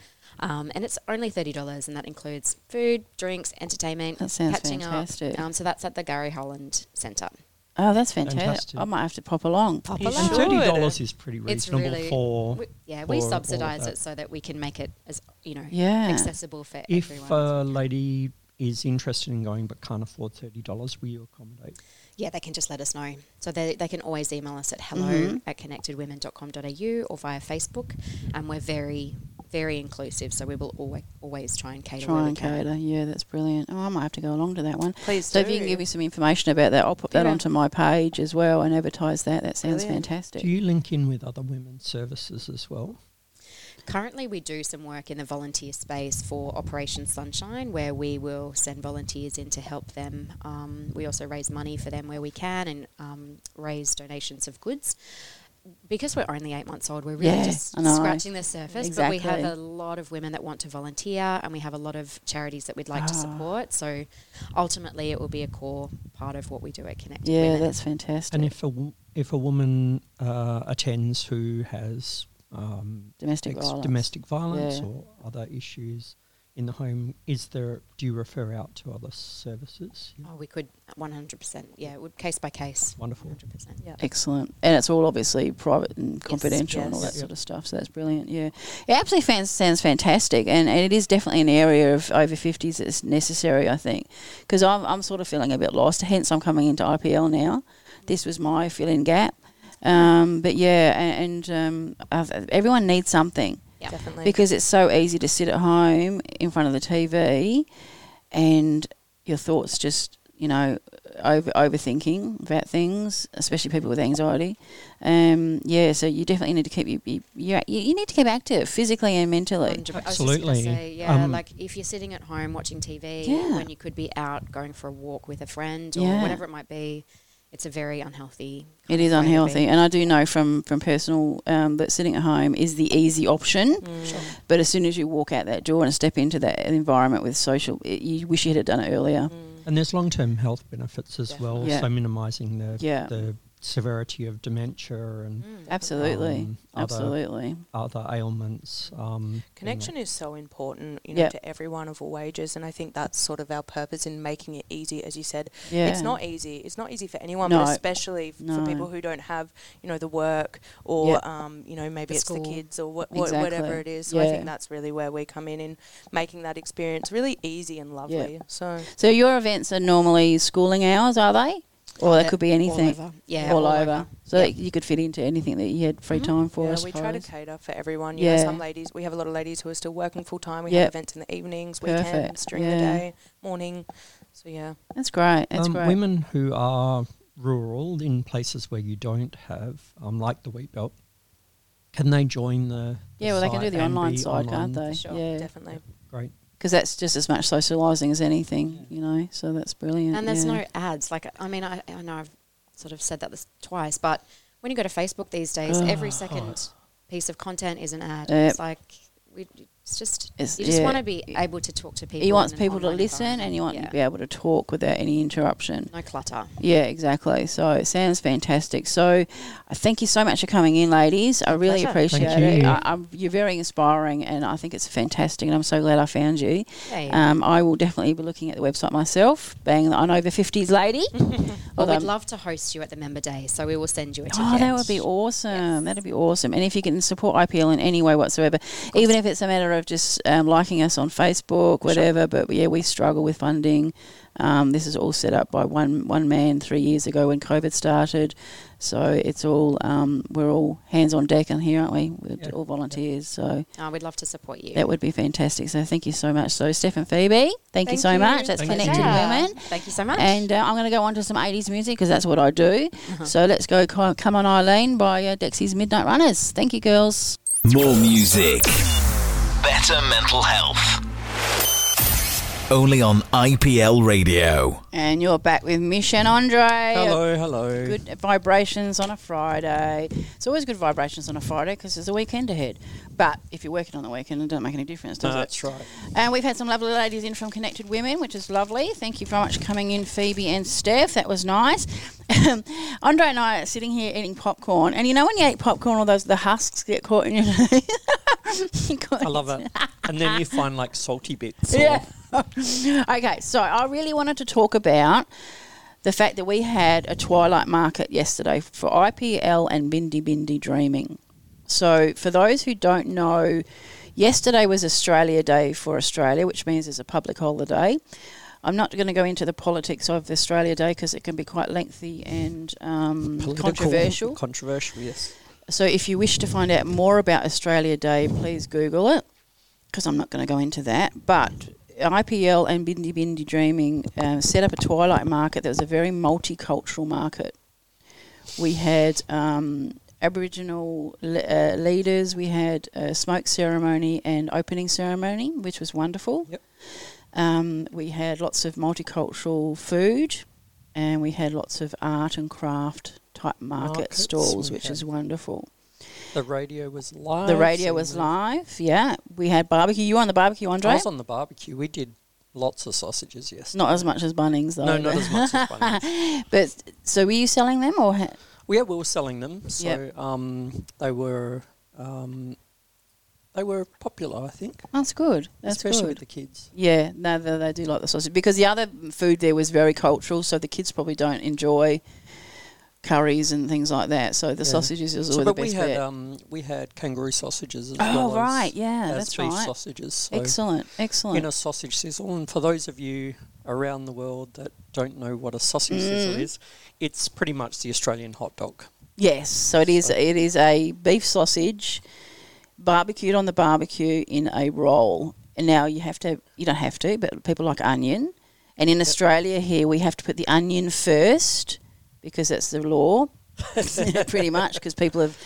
S4: Um, and it's only thirty dollars, and that includes food, drinks, entertainment,
S2: That sounds
S4: catching
S2: fantastic.
S4: up. Um, so that's at the Gary Holland Centre.
S2: oh, that's fantastic.
S6: Fantastic.
S2: I might have to pop along.
S4: Pop
S5: You
S6: And
S5: should.
S6: thirty dollars is pretty
S4: It's
S6: reasonable
S4: really-
S6: for
S4: We, yeah, we
S6: for all of
S4: subsidise
S6: that.
S4: it so that we can make it as you know
S2: Yeah.
S4: accessible for
S6: if uh,
S4: everyone.
S6: a lady is interested in going but can't afford thirty dollars. Will you accommodate?
S4: Yeah, they can just let us know. So they, they can always email us at hello
S2: Mhm.
S4: at connectedwomen.com.au or via Facebook. And we're very, very inclusive. So we will always, always try and cater. where
S2: Try
S4: we
S2: and
S4: can.
S2: cater. Yeah, that's brilliant. Oh, I might have to go along to that one.
S5: Please
S2: So
S5: do.
S2: if you can give me some information about that, I'll put that
S4: Yeah.
S2: onto my page as well and advertise that. That sounds
S5: Brilliant.
S2: fantastic.
S6: Do you link in with other women's services as well?
S4: Currently, we do some work in the volunteer space for Operation Sunshine, where we will send volunteers in to help them. Um, we also raise money for them where we can and um, raise donations of goods. Because we're only eight months old, we're really
S2: Yeah,
S4: just
S2: I know.
S4: scratching the surface. But we have
S2: Exactly.
S4: a lot of women that want to volunteer, and we have a lot of charities that we'd like to
S2: Ah.
S4: support. So ultimately, it will be a core part of what we do at Connected
S2: yeah,
S4: Women.
S2: that's fantastic.
S6: And if a w- if a woman uh, attends who has um,
S2: domestic
S6: ex-
S2: violence.
S6: domestic violence
S2: Yeah.
S6: or other issues in the home, is there? Do you refer out to other services? Yeah,
S4: Oh, we could 100%. Yeah, it would case by case.
S6: Wonderful.
S4: 100%.
S5: Yeah.
S2: Excellent. And it's all obviously private and confidential and all
S5: yes.
S2: that sort
S6: Yep.
S2: of stuff. So that's brilliant. Yeah. It absolutely fan- sounds fantastic. And, and it is definitely an area of over 50s that's necessary, I think. Because I'm, I'm sort of feeling a bit lost. Hence, I'm coming into IPL now. This was my fill in gap. Um, but yeah, a- and, and um, I- everyone needs something
S4: Yeah.
S5: Definitely.
S2: because it's so easy to sit at home in front of the TV and your thoughts just you know over overthinking about things, especially people with anxiety. Um, yeah, so you definitely need to keep you you, you you need to keep active physically and mentally.
S4: Hundred per- I was just gonna
S6: Absolutely.
S4: say, yeah,
S6: Um,
S4: like if you're sitting at home watching TV,
S2: Yeah.
S4: when you could be out going for a walk with a friend or
S2: Yeah.
S4: whatever it might be, it's a very unhealthy.
S2: It
S4: kind
S2: is
S4: of way to be.
S2: unhealthy, and I do know from from personal um, that sitting at home is the easy option.
S5: Mm.
S2: But as soon as you walk out that door and step into that environment with social, it, you wish you had done it earlier.
S5: Mm.
S6: And there's long term health benefits as well,
S2: Yeah.
S6: so minimising the
S2: Yeah.
S6: the severity of dementia and
S5: Mm.
S2: Absolutely,
S6: Um, other-
S2: absolutely.
S6: other ailments. Um,
S5: Connection is so important, you know,
S2: Yep.
S5: to everyone of all ages, and I think that's sort of our purpose in making it easy. As you said,
S2: Yeah,
S5: it's not easy. It's not easy for anyone,
S2: No.
S5: but especially f-
S2: No.
S5: for people who don't have, you know, the work or,
S2: Yep.
S5: um, you know, maybe
S4: The
S5: it's the
S4: school.
S5: kids or wha- wha- whatever
S2: Exactly.
S5: it is. So I
S2: Yeah.
S5: think that's really where we come in in making that experience really easy and lovely. So
S2: So your events are normally schooling hours, are they? Or that
S4: Uh,
S2: could be
S4: all
S2: anything.
S4: over. Yeah,
S2: all,
S4: all
S2: over.
S4: over. Mm-hmm.
S2: So
S4: Yeah.
S2: that you could fit into anything that you had free time for.
S5: yeah,
S2: I
S5: we try to
S2: suppose.
S5: cater for everyone. You know,
S2: Yeah.
S5: some ladies, we have a lot of ladies who are still working full time. We
S2: Yep.
S5: have events in the evenings,
S2: Perfect.
S5: weekends, during the
S2: Yeah.
S5: day, morning. So yeah,
S2: That's great. That's
S6: um,
S2: great.
S6: Women who are rural in places where you don't have, um, like the wheat belt, can they join the? the
S2: yeah, well, they can do
S6: site
S2: the
S6: and
S2: online
S6: be
S2: side, can't
S6: online?
S2: they?
S4: sure,
S2: Yeah,
S5: definitely.
S6: Great.
S2: because that's just as much socialising as anything, you know. So that's brilliant.
S4: And there's
S2: yeah.
S4: no ads. Like I mean, I, I know I've sort of said that this twice, but when you go to Facebook these days, every second piece of content is an ad.
S2: Yep.
S4: It's like we, it's just
S2: It's-
S4: you just
S2: yeah.
S4: want to be able to talk to people.
S2: He wants
S4: in an
S2: people to
S4: online
S2: listen, and he wants to
S4: environment.
S2: be able to talk without any interruption.
S4: Yeah. no clutter.
S2: Yeah, exactly. So it sounds fantastic. So uh, thank you so much for coming in, ladies. I really
S4: pleasure.
S2: appreciate
S6: Thank
S2: it.
S6: you.
S2: I, I'm, you're very inspiring, and I think it's fantastic. And I'm so glad I found you.
S4: Hey.
S2: Um, I will definitely be looking at the website myself, being an over 50s lady.
S4: [LAUGHS] well,
S2: although
S4: we'd
S2: I'm-
S4: love to host you at the member day, so we will send you a ticket.
S2: Oh, that would be awesome. That'd be awesome. And if you can support IPL in any way whatsoever, even if it's a matter of just um, liking us on Facebook, whatever. But yeah, we struggle with funding. Um, this is all set up by one one man three years ago when COVID started. So it's all um, we're all hands on deck in here, aren't we? We're
S6: Yeah.
S2: all volunteers. So
S4: Oh, we'd love to support you.
S2: that would be fantastic. So thank you so much. So Steph and Phoebe, thank, you
S5: Thank
S2: so
S5: you.
S2: much. That's
S6: Thank you.
S2: connected
S4: Yeah.
S2: women.
S4: Thank you so much.
S2: And uh, I'm going to go on to some 80s music because that's what I do. So let's go co- Come On Eileen by uh, Dexy's Midnight Runners. Thank you, girls.
S1: More music. Better mental health. Only on IPL Radio.
S2: And you're back with Mish and Andre.
S6: Hello, hello.
S2: uh, Good vibrations on a Friday. It's always good vibrations on a Friday because there's a weekend ahead. But if you're working on the weekend, it doesn't make any difference, does it?
S6: That's right.
S2: And we've had some lovely ladies in from Connected Women, which is lovely. Thank you very much for coming in, Phoebe and Steph. That was nice. [LAUGHS] Andre and I are sitting here eating popcorn, and you know when you eat popcorn, all those the husks get caught in your. [LAUGHS] You got-
S6: I love it. and then you find like salty bits. or-
S2: Yeah. okay, so I really wanted to talk about the fact that we had a twilight market yesterday for IPL and Bindi Bindi Dreaming. So, for those who don't know, yesterday was Australia Day for Australia, which means it's a public holiday. I'm not going to go into the politics of Australia Day because it can be quite lengthy and um,
S6: Political-
S2: controversial.
S6: Controversial, yes.
S2: So if you wish to find out more about Australia Day, please Google it because I'm not going to go into that. But IPL and Bindi Bindi Dreaming um, set up a twilight market that was a very multicultural market. We had um, Aboriginal le- uh, leaders, we had a smoke ceremony and opening ceremony, which was wonderful.
S6: Yep.
S2: Um, we had lots of multicultural food and we had lots of art and craft type market
S6: Markets,
S2: stalls, which
S6: okay.
S2: is wonderful.
S6: The radio was live.
S2: The radio
S6: so
S2: was
S6: we-
S2: live. Yeah, we had barbecue. You were on the barbecue, Andre?
S6: I was on the barbecue. We did lots of sausages, yes.
S2: Not as much as Bunnings though.
S6: no, not as much as one.
S2: [LAUGHS] But so were you selling them or? Ha-
S6: Yeah, we were selling them, so
S2: Yep.
S6: um, they were um, they were popular, I think,
S2: that's good. That's
S6: especially
S2: good.
S6: with the kids.
S2: yeah, no, they, they do like the sausage because the other food there was very cultural, so the kids probably don't enjoy curries and things like that. So the
S6: Yeah.
S2: sausages is
S6: So,
S2: always
S6: but
S2: the
S6: we
S2: best
S6: had
S2: bet.
S6: um, we had kangaroo sausages as
S2: Oh,
S6: well. as-
S2: right, yeah,
S6: as
S2: that's
S6: beef
S2: right.
S6: sausages. So
S2: excellent, excellent.
S6: in a sausage sizzle, and for those of you around the world that don't know what a sausage sizzle
S2: Mm.
S6: is, it's pretty much the Australian hot dog.
S2: Yes, so it is.
S6: So-
S2: It is a beef sausage, barbecued on the barbecue in a roll. And now you have to. You don't have to, but people like onion. And in Australia here, we have to put the onion first because that's the law, [LAUGHS] pretty much. Because people have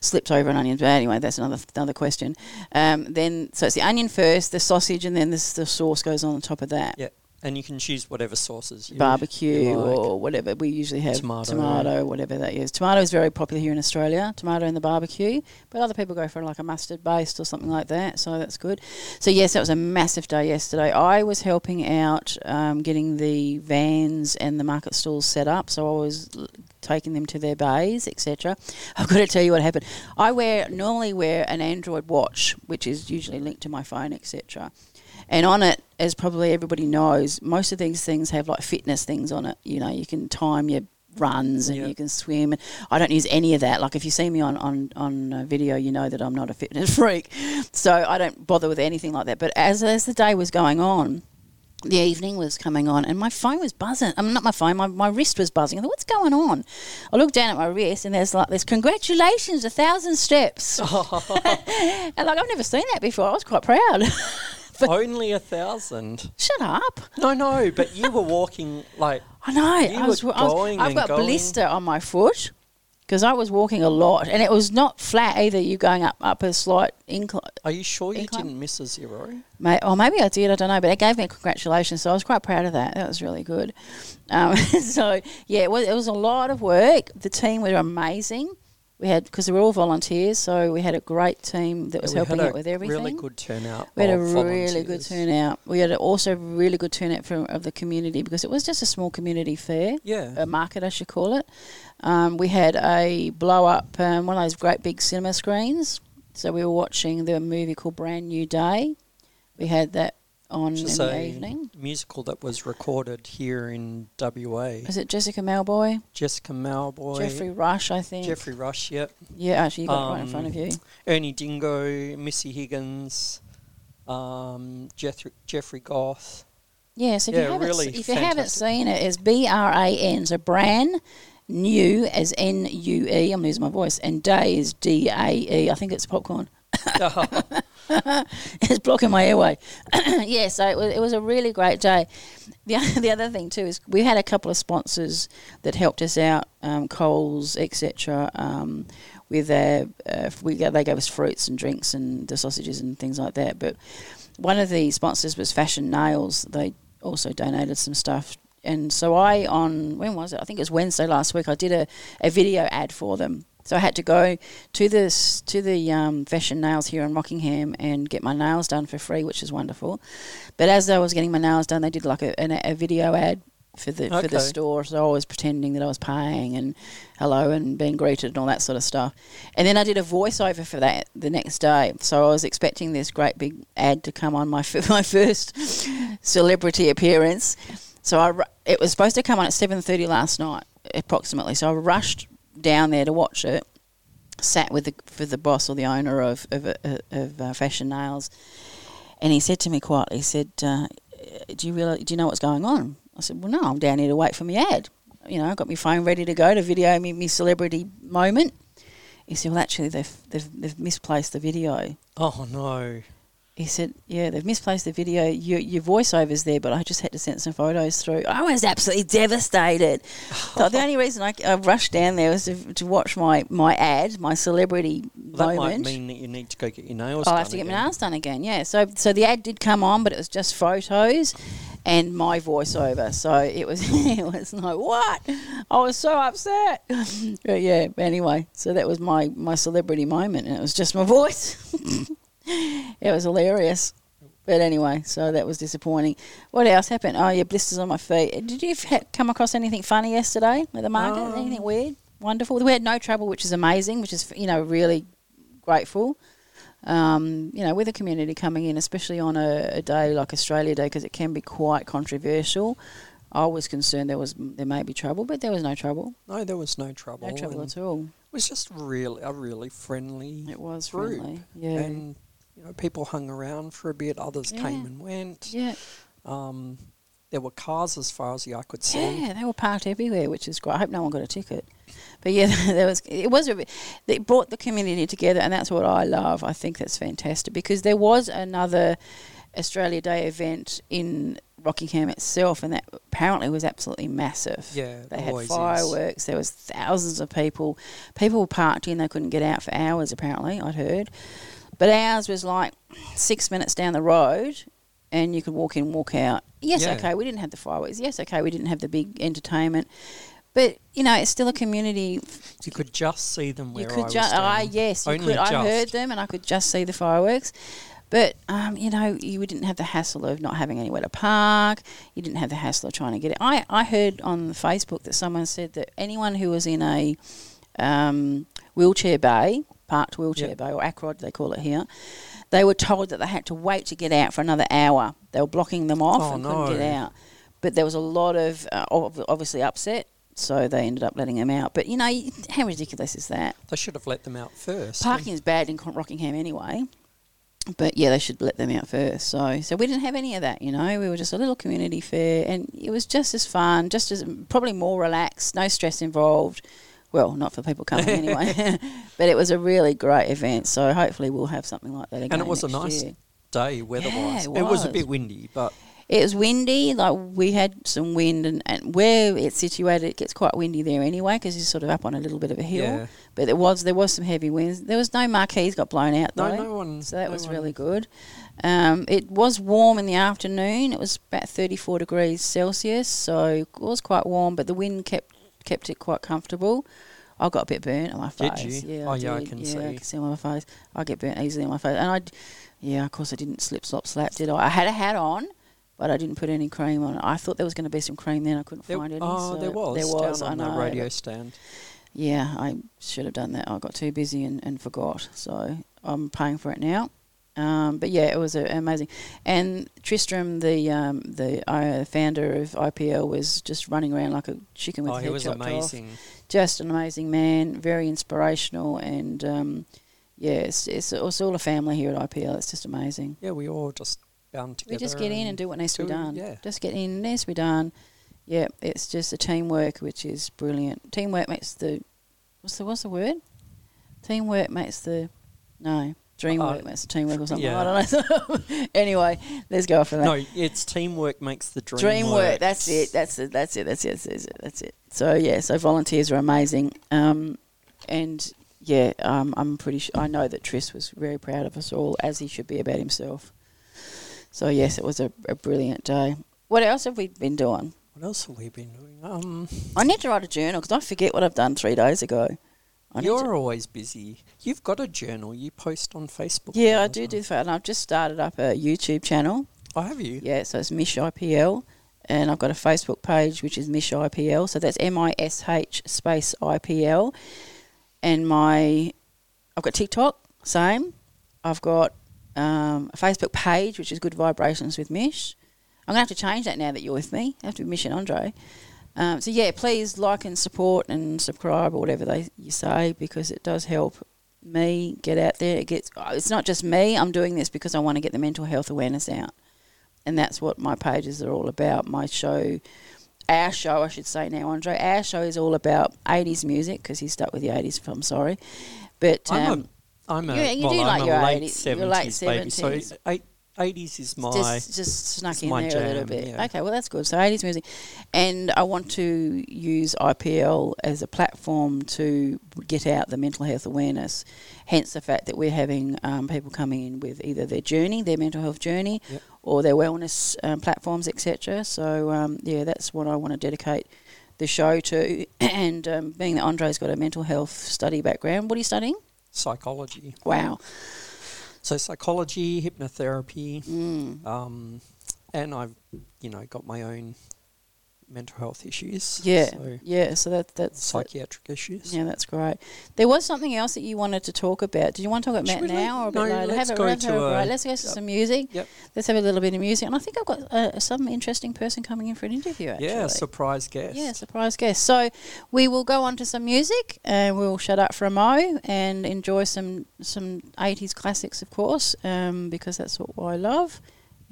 S2: slipped over an onion. But anyway, that's another another question. Um, then so it's the onion first, the sausage, and then this, the sauce goes on the top of that.
S6: Yeah, and you can choose whatever sauces you
S2: Barbecue
S6: you like.
S2: or [LAUGHS] whatever. We usually have tomato,
S6: Tomato.
S2: whatever that is. Tomato is very popular here in Australia, tomato in the barbecue, but other people go for like a mustard based or something like that, so that's good. So, yes, that was a massive day yesterday. I was helping out um, getting the vans and the market stalls set up, so I was l- taking them to their bays, etc. I've got to tell you what happened. I wear normally wear an Android watch, which is usually linked to my phone, etc. And on it, as probably everybody knows, most of these things have like fitness things on it. You know, you can time your runs and
S6: Yeah.
S2: you can swim. And I don't use any of that. Like if you see me on on on uh, video, you know that I'm not a [LAUGHS] fitness freak, so I don't bother with anything like that. But as as the day was going on, the evening was coming on and my phone was buzzing. I'm mean, not my phone, my, my wrist was buzzing. I thought, what's going on? I looked down at my wrist and there's like this, congratulations, a thousand steps. [LAUGHS]
S6: Oh.
S2: and like, I've never seen that before. I was quite proud. [LAUGHS]
S6: Only a thousand.
S2: Shut up.
S6: No, no, but you were walking like
S2: I know.
S6: You
S2: I was,
S6: were
S2: I was-
S6: going
S2: I've
S6: and
S2: got
S6: going.
S2: blister on my foot because I was walking a lot and it was not flat either. You going up, up a slight incline.
S6: Are you sure you
S2: Incline.
S6: didn't miss a zero?
S2: May, or maybe I did, I don't know, but it gave me a congratulations, so I was quite proud of that. That was really good. Um, [LAUGHS] so, yeah, it was, it was a lot of work. The team were amazing. We had, because we were all volunteers, so we had a great team that was
S6: Yeah, we had
S2: helping
S6: a
S2: out with everything.
S6: Really good turnout.
S2: We had a
S6: of
S2: really good
S6: volunteers.
S2: turnout. um, We had a- also a really good turnout from of the community because it was just a small community fair,
S6: Yeah.
S2: a market I should call it. Um, we had a blow up um, one of those great big cinema screens, so we were watching the movie called Brand New Day. We had that on
S6: Which
S2: in
S6: is
S2: the
S6: a
S2: evening.
S6: musical that was recorded here in WA.
S2: Was it Jessica Malboy,
S6: Jessica Malboy,
S2: Jeffrey Rush? I think
S6: Jeffrey Rush, yep.
S2: Yeah, actually, you got it right in
S6: Um,
S2: front of you.
S6: Ernie Dingo, Missy Higgins, um, Jethro-
S2: [LAUGHS]
S6: Jeffrey Goth. [LAUGHS]
S2: Yeah, so if
S6: Yeah,
S2: you haven't
S6: really
S2: if you haven't
S6: fantastic.
S2: seen it, it's B R A N, so Bran New as N U E. I'm losing my voice, and Day is D A E. I think it's popcorn. [LAUGHS] it's blocking my airway. [CLEARS THROAT] yeah, so it was, it was a really great day. The, [LAUGHS] o- the other thing too is we had a couple of sponsors that helped us out, um, Coles, etc. Um, with their, uh, f- we got, they gave us fruits and drinks and the sausages and things like that. But one of the sponsors was Fashion Nails. They also donated some stuff. And so I on when was it? I think it was Wednesday last week. I did a, a video ad for them. So I had to go to this to the um, fashion nails here in Rockingham and get my nails done for free, which is wonderful. But as I was getting my nails done, they did like a, an, a video ad for the for
S6: Okay.
S2: the store. So I was pretending that I was paying and hello and being greeted and all that sort of stuff. And then I did a voiceover for that the next day. So I was expecting this great big ad to come on my [LAUGHS] f- my first celebrity appearance. So I ru- it was supposed to come on at seven thirty last night approximately. So I rushed down there to watch it sat with the with the boss or the owner of of, of, of uh, Fashion Nails, and he said to me quietly, he said, uh, "Do you realize, Do you know what's going on?" I said, "Well, no, I'm down here to wait for my ad. You know, I got my phone ready to go to video me my celebrity moment." He said, "Well, actually, they've they've, they've misplaced the video."
S6: Oh no!
S2: He said, "Yeah, they've misplaced the video. Your, your voiceover's there, but I just had to send some photos through. I was absolutely
S6: [LAUGHS]
S2: devastated. so the only reason I, I rushed down there was to, to watch my, my ad, my celebrity
S6: That
S2: moment.
S6: might mean that you need to go get your nails.
S2: I'll
S6: done
S2: Oh, have to get my
S6: again.
S2: nails done again. Yeah. So so the ad did come on, but it was just photos and my voiceover. So it was [LAUGHS] it was like what? I was so upset. [LAUGHS] but yeah. Anyway, so that was my my celebrity moment, and it was just my [LAUGHS] voice. it was hilarious. But anyway, so that was disappointing. What else happened? Oh, yeah, blisters on my feet. Did you ha- come across anything funny yesterday at the market?
S6: Um,
S2: anything weird? Wonderful. We had no trouble, which is amazing, which is, you know, really grateful um, you know, with the community coming in, especially on a, a day like Australia Day, because it can be quite controversial. I was concerned there was there may be trouble, but there was no trouble,
S6: No, there was no trouble.
S2: no trouble
S6: and
S2: at all.
S6: It was just really a really friendly.
S2: It was
S6: group.
S2: friendly, yeah,
S6: And you know, people hung around for a bit. Others
S2: Yeah.
S6: came and went.
S2: yeah,
S6: Um, there were cars as far as the eye could see.
S2: yeah. They were parked everywhere, which is great. I hope no one got a ticket, but yeah, [LAUGHS] there was it was a bit, it brought the community together, and that's what I love. I think that's fantastic because there was another Australia Day event in Rockingham itself, and that apparently was absolutely massive.
S6: Yeah,
S2: They had
S6: always Is.
S2: fireworks. There was thousands of people. People were parked in. They couldn't get out for hours. Apparently, I'd heard. But ours was like six minutes down the road, and you could walk in, walk out. Yes,
S6: Yeah.
S2: okay, we didn't have the fireworks. Yes, okay, we didn't have the big entertainment. But you know, it's still a community.
S6: You could just see them where
S2: you could
S6: I was
S2: just, I
S6: standing.
S2: yes, you
S6: Only
S2: could. I
S6: just.
S2: heard them, and I could just see the fireworks. But um, you know, you we didn't have the hassle of not having anywhere to park. You didn't have the hassle of trying to get it. I, I heard on Facebook that someone said that anyone who was in a um, wheelchair bay, parked wheelchair
S6: Yep.
S2: bay or acrod they call it here, they were told that they had to wait to get out for another hour. They were blocking them off
S6: Oh,
S2: and couldn't
S6: no.
S2: get out. But there was a lot of uh, ob- obviously upset, so they ended up letting them out. But you know, you- how ridiculous is that?
S6: They should have let them out first.
S2: Parking is bad in Con- Rockingham anyway. but yeah, they should let them out first. So, so we didn't have any of that, you know. We were just a little community fair, and it was just as fun, just as probably more relaxed, no stress involved. Well, not for people
S6: [LAUGHS]
S2: coming anyway, [LAUGHS] but it was a really great event. So hopefully we'll have something like that again.
S6: And it was a
S2: next
S6: nice
S2: year.
S6: day weather-wise.
S2: Yeah, it
S6: it was a
S2: was.
S6: bit windy, but
S2: It was windy, like we had some wind, and, and where it's situated, it gets quite windy there anyway because it's sort of up on a little bit of a hill.
S6: Yeah.
S2: But there was there was some heavy winds. There was no marquees got blown out
S6: No,
S2: though,
S6: no one-
S2: so that
S6: no
S2: was
S6: one-
S2: really good. Um, it was warm in the afternoon. It was about thirty four degrees Celsius, so it was quite warm, but the wind kept kept it quite comfortable. I got a bit burnt on my
S6: Did
S2: face.
S6: you?
S2: Yeah,
S6: Oh,
S2: I
S6: yeah, I
S2: did.
S6: can
S2: yeah, I
S6: see.
S2: can see on my face. I get burnt easily on my face, and I, d- yeah, of course I didn't slip, slop, slap, did I? I had a hat on, but I didn't put any cream on it. I thought there was going to be some cream then. I couldn't
S6: there,
S2: find any.
S6: oh,
S2: so
S6: there was
S2: There was.
S6: down
S2: I
S6: on
S2: know.
S6: the radio
S2: but
S6: stand.
S2: Yeah, I should have done that. I got too busy and, and forgot. So I'm paying for it now. Um, but yeah, it was uh, amazing. And Tristram, the um, the uh, founder of IPL, was just running around like a chicken with
S6: Oh,
S2: his
S6: he
S2: head
S6: was
S2: chopped off
S6: amazing.
S2: just an amazing man, very inspirational, and um, yeah, it's, it's, it's all a family here at IPL. It's just amazing.
S6: Yeah, we all just bound together.
S2: We just get in and do what needs to be
S6: do-
S2: done.
S6: yeah.
S2: Just get in, needs to be done. Yeah, it's just the teamwork, which is brilliant. Teamwork makes the what's the what's the word? Teamwork makes the no. Dreamwork
S6: Uh,
S2: makes the teamwork or something.
S6: yeah.
S2: I don't know. [LAUGHS] anyway, let's go off of that.
S6: No, it's teamwork makes the dream,
S2: Dream work.
S6: work.
S2: That's it. That's it. That's it. That's it. That's it. That's it. So yeah. So volunteers are amazing. Um, and yeah, um, I'm pretty. Su- I know that Tris was very proud of us all, as he should be about himself. So yes, it was a, a brilliant day. What else have we been doing?
S6: What else have we been doing? Um,
S2: I need to write a journal because I forget what I've done three days ago. I need to-
S6: you're always busy. You've got a journal. You post on Facebook.
S2: yeah,
S6: all
S2: I
S6: the
S2: do
S6: time.
S2: do that, and I've just started up a YouTube channel.
S6: Oh, have you?
S2: Yeah, so it's Mish IPL, and I've got a Facebook page which is Mish IPL. So that's M I S H space IPL, and my I've got TikTok, same. I've got um, a Facebook page which is Good Vibrations with Mish. I'm gonna have to change that now that you're with me. I have to be Mish and Andre. Um, so yeah, please like and support and subscribe or whatever they you say because it does help me get out there. It gets oh, it's not just me. I'm doing this because I want to get the mental health awareness out and that's what my pages are all about. My show, our show, I should say now, Andre, our show is all about '80s music because he's stuck with the '80s. I'm sorry, but
S6: I'm
S2: um,
S6: a, I'm a,
S2: you- you
S6: well,
S2: do
S6: I'm
S2: like
S6: a
S2: your
S6: late
S2: 80s
S6: 70s
S2: your late
S6: baby.
S2: 70s.
S6: So eight, 80s is my.
S2: just just snuck
S6: it's
S2: in
S6: my
S2: there a little
S6: jam,
S2: bit.
S6: yeah.
S2: Okay, well that's good. So '80s music, and I want to use IPL as a platform to get out the mental health awareness. Hence the fact that we're having um, people coming in with either their journey, their mental health journey,
S6: Yep.
S2: or their wellness um, platforms, etc. So um, yeah, that's what I want to dedicate the show to. [CLEARS THROAT] and um, being that Andre's got a mental health study background, what are you studying?
S6: psychology.
S2: Wow.
S6: So psychology, hypnotherapy,
S2: Mm.
S6: um, and I've you know got my own mental health issues.
S2: Yeah.
S6: so
S2: yeah. So that that's that-
S6: psychiatric issues.
S2: Yeah, that's great. There was something else that you wanted to talk about. Did you want to talk about
S6: Should
S2: Matt
S6: we let-
S2: now or a bit
S6: no,
S2: later?
S6: let's
S2: have
S6: go
S2: a, have
S6: to
S2: a,
S6: a-
S2: break. Let's go to some music.
S6: Yep.
S2: Let's have a little bit of music. And I think I've got uh, some interesting person coming in for an interview, actually.
S6: Yeah, surprise guest.
S2: Yeah, surprise guest. So we will go on to some music and we'll shut up for a mo and enjoy some some 80s classics, of course, um, because that's what I love.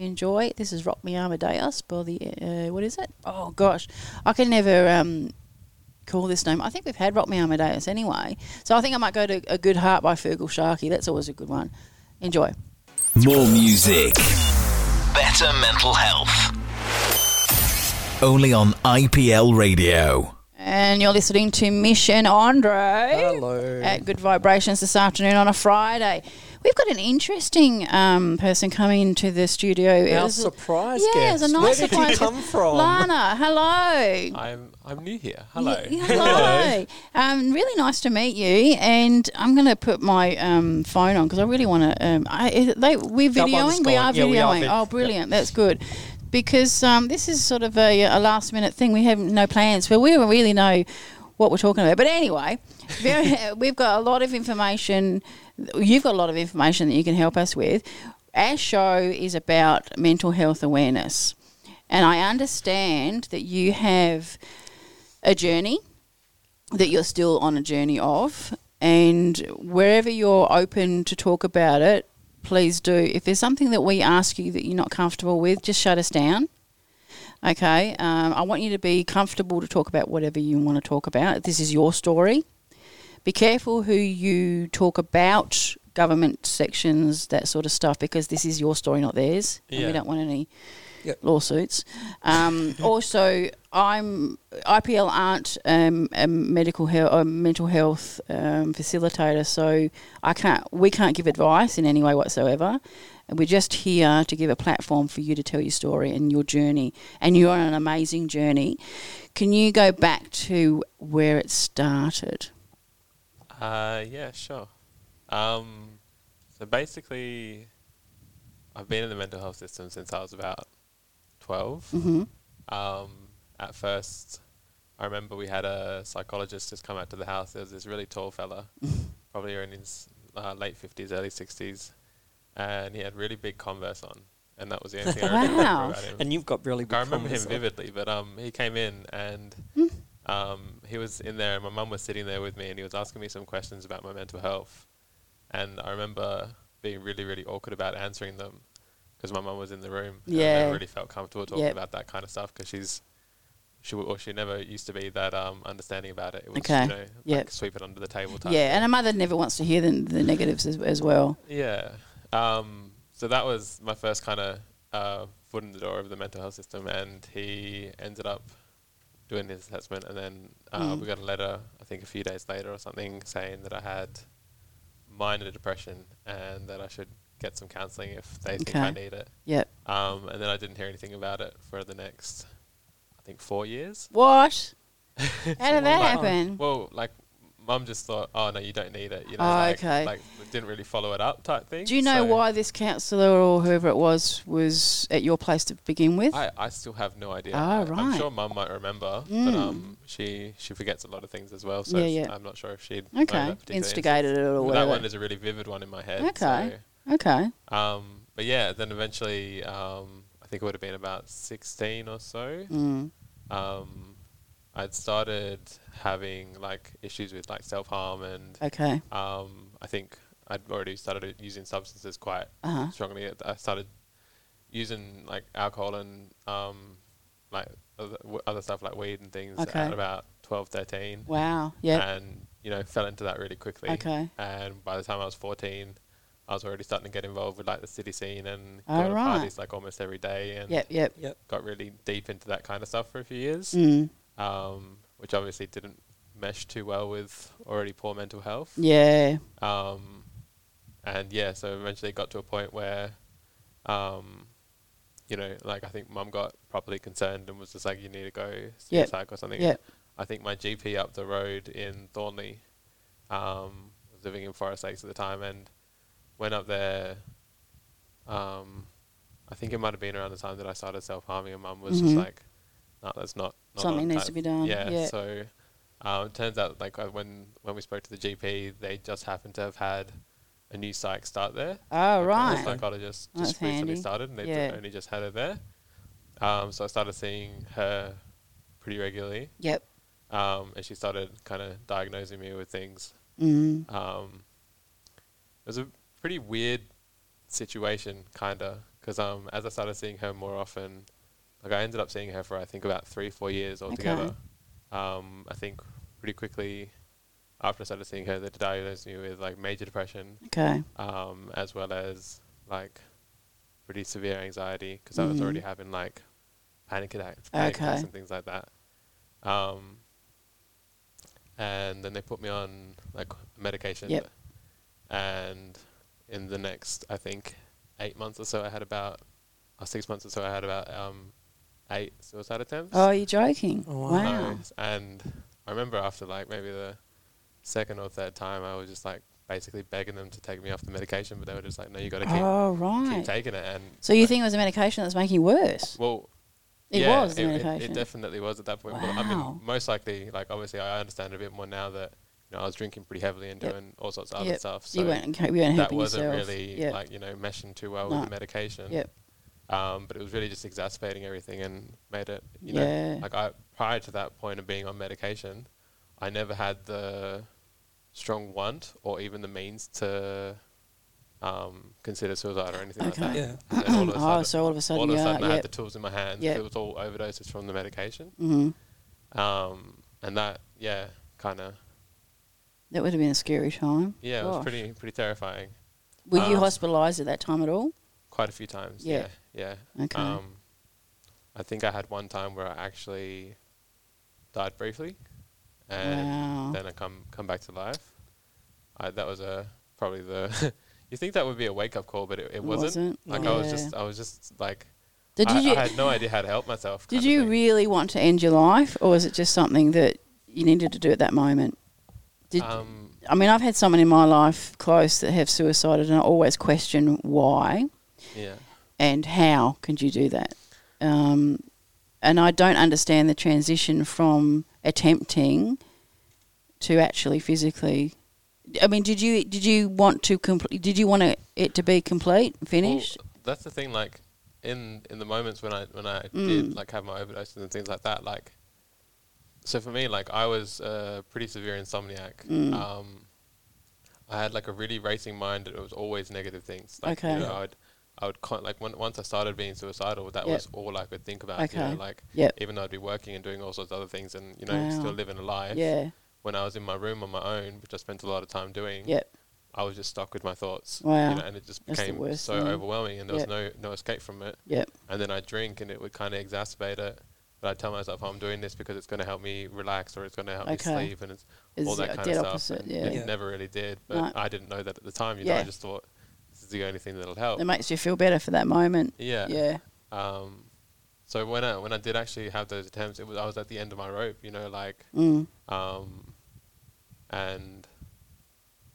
S2: Enjoy. This is Rock Me Amadeus by the, uh, what is it? Oh, gosh. I can never um, call this name. I think we've had Rock Me Amadeus anyway. So I think I might go to A Good Heart by Fergal Sharkey. That's always a good one. Enjoy.
S1: More music. Better mental health. Only on IPL Radio.
S2: And you're listening to Mish and Andre.
S6: Hello.
S2: at Good Vibrations this afternoon on a Friday. We've got an interesting um, person coming into the studio. It
S6: Our
S2: was-
S6: surprise
S2: yeah, it was
S6: guest.
S2: a nice
S6: Where did
S2: surprise.
S6: you
S2: guest.
S6: come from?
S2: Lana, hello.
S7: I'm I'm new here. Hello.
S2: Yeah, hello. um, really nice to meet you. And I'm going to put my um, phone on because I really want to. Um, I is it- they we're
S6: That one's
S2: videoing. We
S6: gone.
S2: are videoing.
S6: Yeah, we are vid-
S2: oh, brilliant. That's good. Because um, this is sort of a, a last minute thing. We have no plans, but we don't really know what we're talking about. But anyway, [LAUGHS] very, we've got a lot of information. You've got a lot of information that you can help us with. Our show is about mental health awareness. And I understand that you have a journey that you're still on a journey of, and wherever you're open to talk about it, please do. If there's something that we ask you that you're not comfortable with, just shut us down. Okay, um, I want you to be comfortable to talk about whatever you want to talk about. This is your story. Be careful who you talk about, government sections, that sort of stuff, because this is your story, not theirs. And
S7: Yeah.
S2: we don't want any
S7: Yep.
S2: lawsuits. Um, also, I'm IPL aren't um, a medical health, a mental health um, facilitator, so I can't. We can't give advice in any way whatsoever. We're just here to give a platform for you to tell your story and your journey. And you're on an amazing journey. Can you go back to where it started?
S7: Uh, yeah, sure. Um, so basically, I've been in the mental health system since I was about 12.
S2: hmm
S7: Um, at first, I remember we had a psychologist just come out to the house. There was this really tall fella, probably in his uh, late 50s, early 60s, and he had really big Converse on. And that was the only thing I remember
S2: Wow.
S7: about him.
S8: And you've got really good
S7: I remember him
S8: comments.
S7: vividly, but um, he came in and um, he was in there, and my mum was sitting there with me, and he was asking me some questions about my mental health, and I remember being really, really awkward about answering them because my mum was in the room. and I
S2: Yeah.
S7: never really felt comfortable talking
S2: Yep.
S7: about that kind of stuff because she's she w- or she never used to be that um, understanding about it. It was
S2: Okay.
S7: you know
S2: Yep.
S7: like sweep it under the table type.
S2: Yeah, and
S7: thing.
S2: a mother never wants to hear the, the negatives as, as well.
S7: Yeah. Um, so that was my first kind of uh, foot in the door of the mental health system, and he ended up doing his assessment, and then uh,
S2: Mm-hmm.
S7: we got a letter, I think a few days later or something, saying that I had minor depression and that I should get some counselling if they think I
S2: Okay.
S7: need it.
S2: Yep.
S7: Um, and then I didn't hear anything about it for the next, I think, four years.
S2: What? How did that
S7: Like-
S2: happen?
S7: Well, like, mum just thought, oh no, you don't need it. You know,
S2: Mm-hmm. Oh,
S7: like,
S2: okay.
S7: like didn't really follow it up type thing.
S2: Do you know
S7: So-
S2: why this counsellor or whoever it was was at your place to begin with?
S7: I, I still have no idea.
S2: Oh,
S7: I- I'm
S2: right.
S7: sure Mum might remember,
S2: Mm.
S7: but um, she she forgets a lot of things as well. So
S2: Yeah,
S7: it's-
S2: yeah.
S7: I'm not sure if she'd known that
S2: okay,
S7: particular
S2: instigated it or
S7: instance. But That one
S2: whatever.
S7: is a really vivid one in my head.
S2: Okay. Okay.
S7: So, um, but yeah, then eventually, um, I think it would have been about 16 or so.
S2: Mm.
S7: Um, I'd started having like issues with like self harm, and
S2: Okay.
S7: um, I think I'd already started using substances quite
S2: Uh huh.
S7: strongly. at- I started using like alcohol and um, like other, w- other stuff like weed and things
S2: Okay.
S7: at about 12, 13.
S2: Wow. Yeah.
S7: And, you know, fell into that really quickly.
S2: Okay.
S7: And by the time I was 14, I was already starting to get involved with like the city scene and
S2: All
S7: going to
S2: Oh, right.
S7: parties like almost every day and
S2: Yep. Yep.
S8: Yep.
S7: got really deep into that kind of stuff for a few years,
S2: Mm.
S7: um, which obviously didn't mesh too well with already poor mental health.
S2: Yeah.
S7: Um, and yeah, so eventually it got to a point where, um, you know, like I think mum got properly concerned and was just like, you need to go see
S2: Yep.
S7: a psych or something.
S2: Yep.
S7: I think my GP up the road in Thornley, um, was living in Forest Lakes at the time and went up there. Um, I think it might have been around the time that I started self harming, and mum was just
S2: Mhm.
S7: like, no, that's not. not
S2: Something
S7: on
S2: needs
S7: type."
S2: to be done.
S7: Yeah.
S2: Yeah.
S7: So um, it turns out, like, uh, when when we spoke to the GP, they just happened to have had a new psych start there.
S2: Oh
S7: Like, a
S2: right.
S7: psychologist
S2: That's
S7: just recently
S2: handy.
S7: started, and they
S2: Yeah.
S7: only just had her there. Um, so I started seeing her pretty regularly,
S2: Yep.
S7: um, and she started kind of diagnosing me with things.
S2: Mm.
S7: Um, it was a pretty weird situation, kinda, because um, as I started seeing her more often, like I ended up seeing her for I think about three, four years altogether. Um, I think pretty quickly after I started seeing her, they diagnosed me with like major depression,
S2: Okay.
S7: um, as well as like pretty severe anxiety because I was
S2: Mhm.
S7: already having like panic attacks, panic
S2: Okay.
S7: attacks and things like that. Um, and then they put me on like medication.
S2: Yep.
S7: And in the next, I think, eight months or so, I had about, or six months or so, I had about um, eight suicide attempts.
S2: Oh, you're joking.
S8: Oh,
S2: wow.
S8: wow.
S7: Nice. And I remember after like maybe the second or third time, I was just like basically begging them to take me off the medication, but they were just like, no, you got to keep,
S2: Oh
S7: keep
S2: right.
S7: taking it. And
S2: So you
S7: like,
S2: think it was a medication that's making you worse?
S7: well,
S2: It
S7: yeah,
S2: was the
S7: it,
S2: medication.
S7: It, it definitely was at that point. But I mean,
S2: Wow.
S7: most likely, like obviously, I understand a bit more now that you know I was drinking pretty heavily and
S2: Yep.
S7: doing all sorts of other
S2: Yep.
S7: stuff. So
S2: you weren't. You weren't
S7: that
S2: helping
S7: wasn't
S2: yourself.
S7: really
S2: Yep.
S7: like you know meshing too well
S2: No.
S7: with the medication.
S2: Yep.
S7: Um, but it was really just exacerbating everything and made it you
S2: Yeah.
S7: know like I prior to that point of being on medication, I never had the strong want or even the means to um, consider suicide or anything like
S2: Okay.
S7: that. And then all of a
S2: Oh,
S7: sudden-
S2: so all of a sudden,
S7: all of a
S2: yeah,
S7: sudden I
S2: yep.
S7: had the tools in my hand.
S2: Yep.
S7: It was all overdoses from the medication.
S2: Mm-hmm.
S7: Um, and that, yeah, kind of,
S2: That would have been a scary time.
S7: yeah, it was
S2: Gosh.
S7: pretty, pretty terrifying.
S2: Were you
S7: um,
S2: hospitalised at that time at all?
S7: Quite a few times.
S2: Yeah.
S7: Yeah. Yeah.
S2: Okay.
S7: Um, I think I had one time where I actually died briefly, and
S2: Wow.
S7: then I come come back to life. I, that was a probably the. [LAUGHS] you think that would be a wake up call, but it, it wasn't.
S2: wasn't?
S7: Like I was
S2: Yeah.
S7: just I was just like
S2: Did
S7: I,
S2: you
S7: I had no idea how to help myself.
S2: did
S7: kind of
S2: you
S7: thing.
S2: really want to end your life, or was it just something that you needed to do at that moment? Did
S7: Um,
S2: I mean I've had someone in my life close that have suicided, and I always question why.
S7: yeah.
S2: and how could you do that? Um, and I don't understand the transition from attempting to actually physically. I mean, did you did you want to complete? Did you want it, it to be complete,
S7: Well,
S2: finished?
S7: that's the thing. Like in in the moments when I when I
S2: Mm.
S7: did like have my overdoses and things like that. Like so for me, like I was a pretty severe insomniac.
S2: Mm.
S7: Um, I had like a really racing mind. and It was always negative things. Like,
S2: Okay.
S7: You know, I would I would con- like when, once I started being suicidal, that
S2: Yep.
S7: was all I could think about. You
S2: Okay.
S7: know, like
S2: Yep.
S7: even though I'd be working and doing all sorts of other things, and you know,
S2: Wow.
S7: still living a life.
S2: yeah.
S7: When I was in my room on my own, which I spent a lot of time doing.
S2: Yep.
S7: I was just stuck with my thoughts.
S2: Wow.
S7: You know, and it just
S2: That's the
S7: became
S2: worst
S7: so
S2: thing.
S7: overwhelming and there
S2: Yep.
S7: was no, no escape from it.
S2: Yep.
S7: And then I drink and it would kind of exacerbate it. But I tell myself I'm doing this because it's going to help me relax or it's going to help
S2: Okay.
S7: me sleep and it's
S2: It's
S7: all
S2: the
S7: that kind
S2: dead
S7: of stuff.
S2: opposite,
S7: and
S2: yeah.
S7: It
S6: Yeah.
S7: never really did. But
S2: No.
S7: I didn't know that at the time. You know,
S2: Yeah.
S7: I just thought this is the only thing that'll help.
S2: It makes you feel better for that moment.
S7: Oh. Yeah.
S2: Yeah.
S7: Um, so when I when I did actually have those attempts, it was I was at the end of my rope. You know, like
S2: Mm.
S7: um, and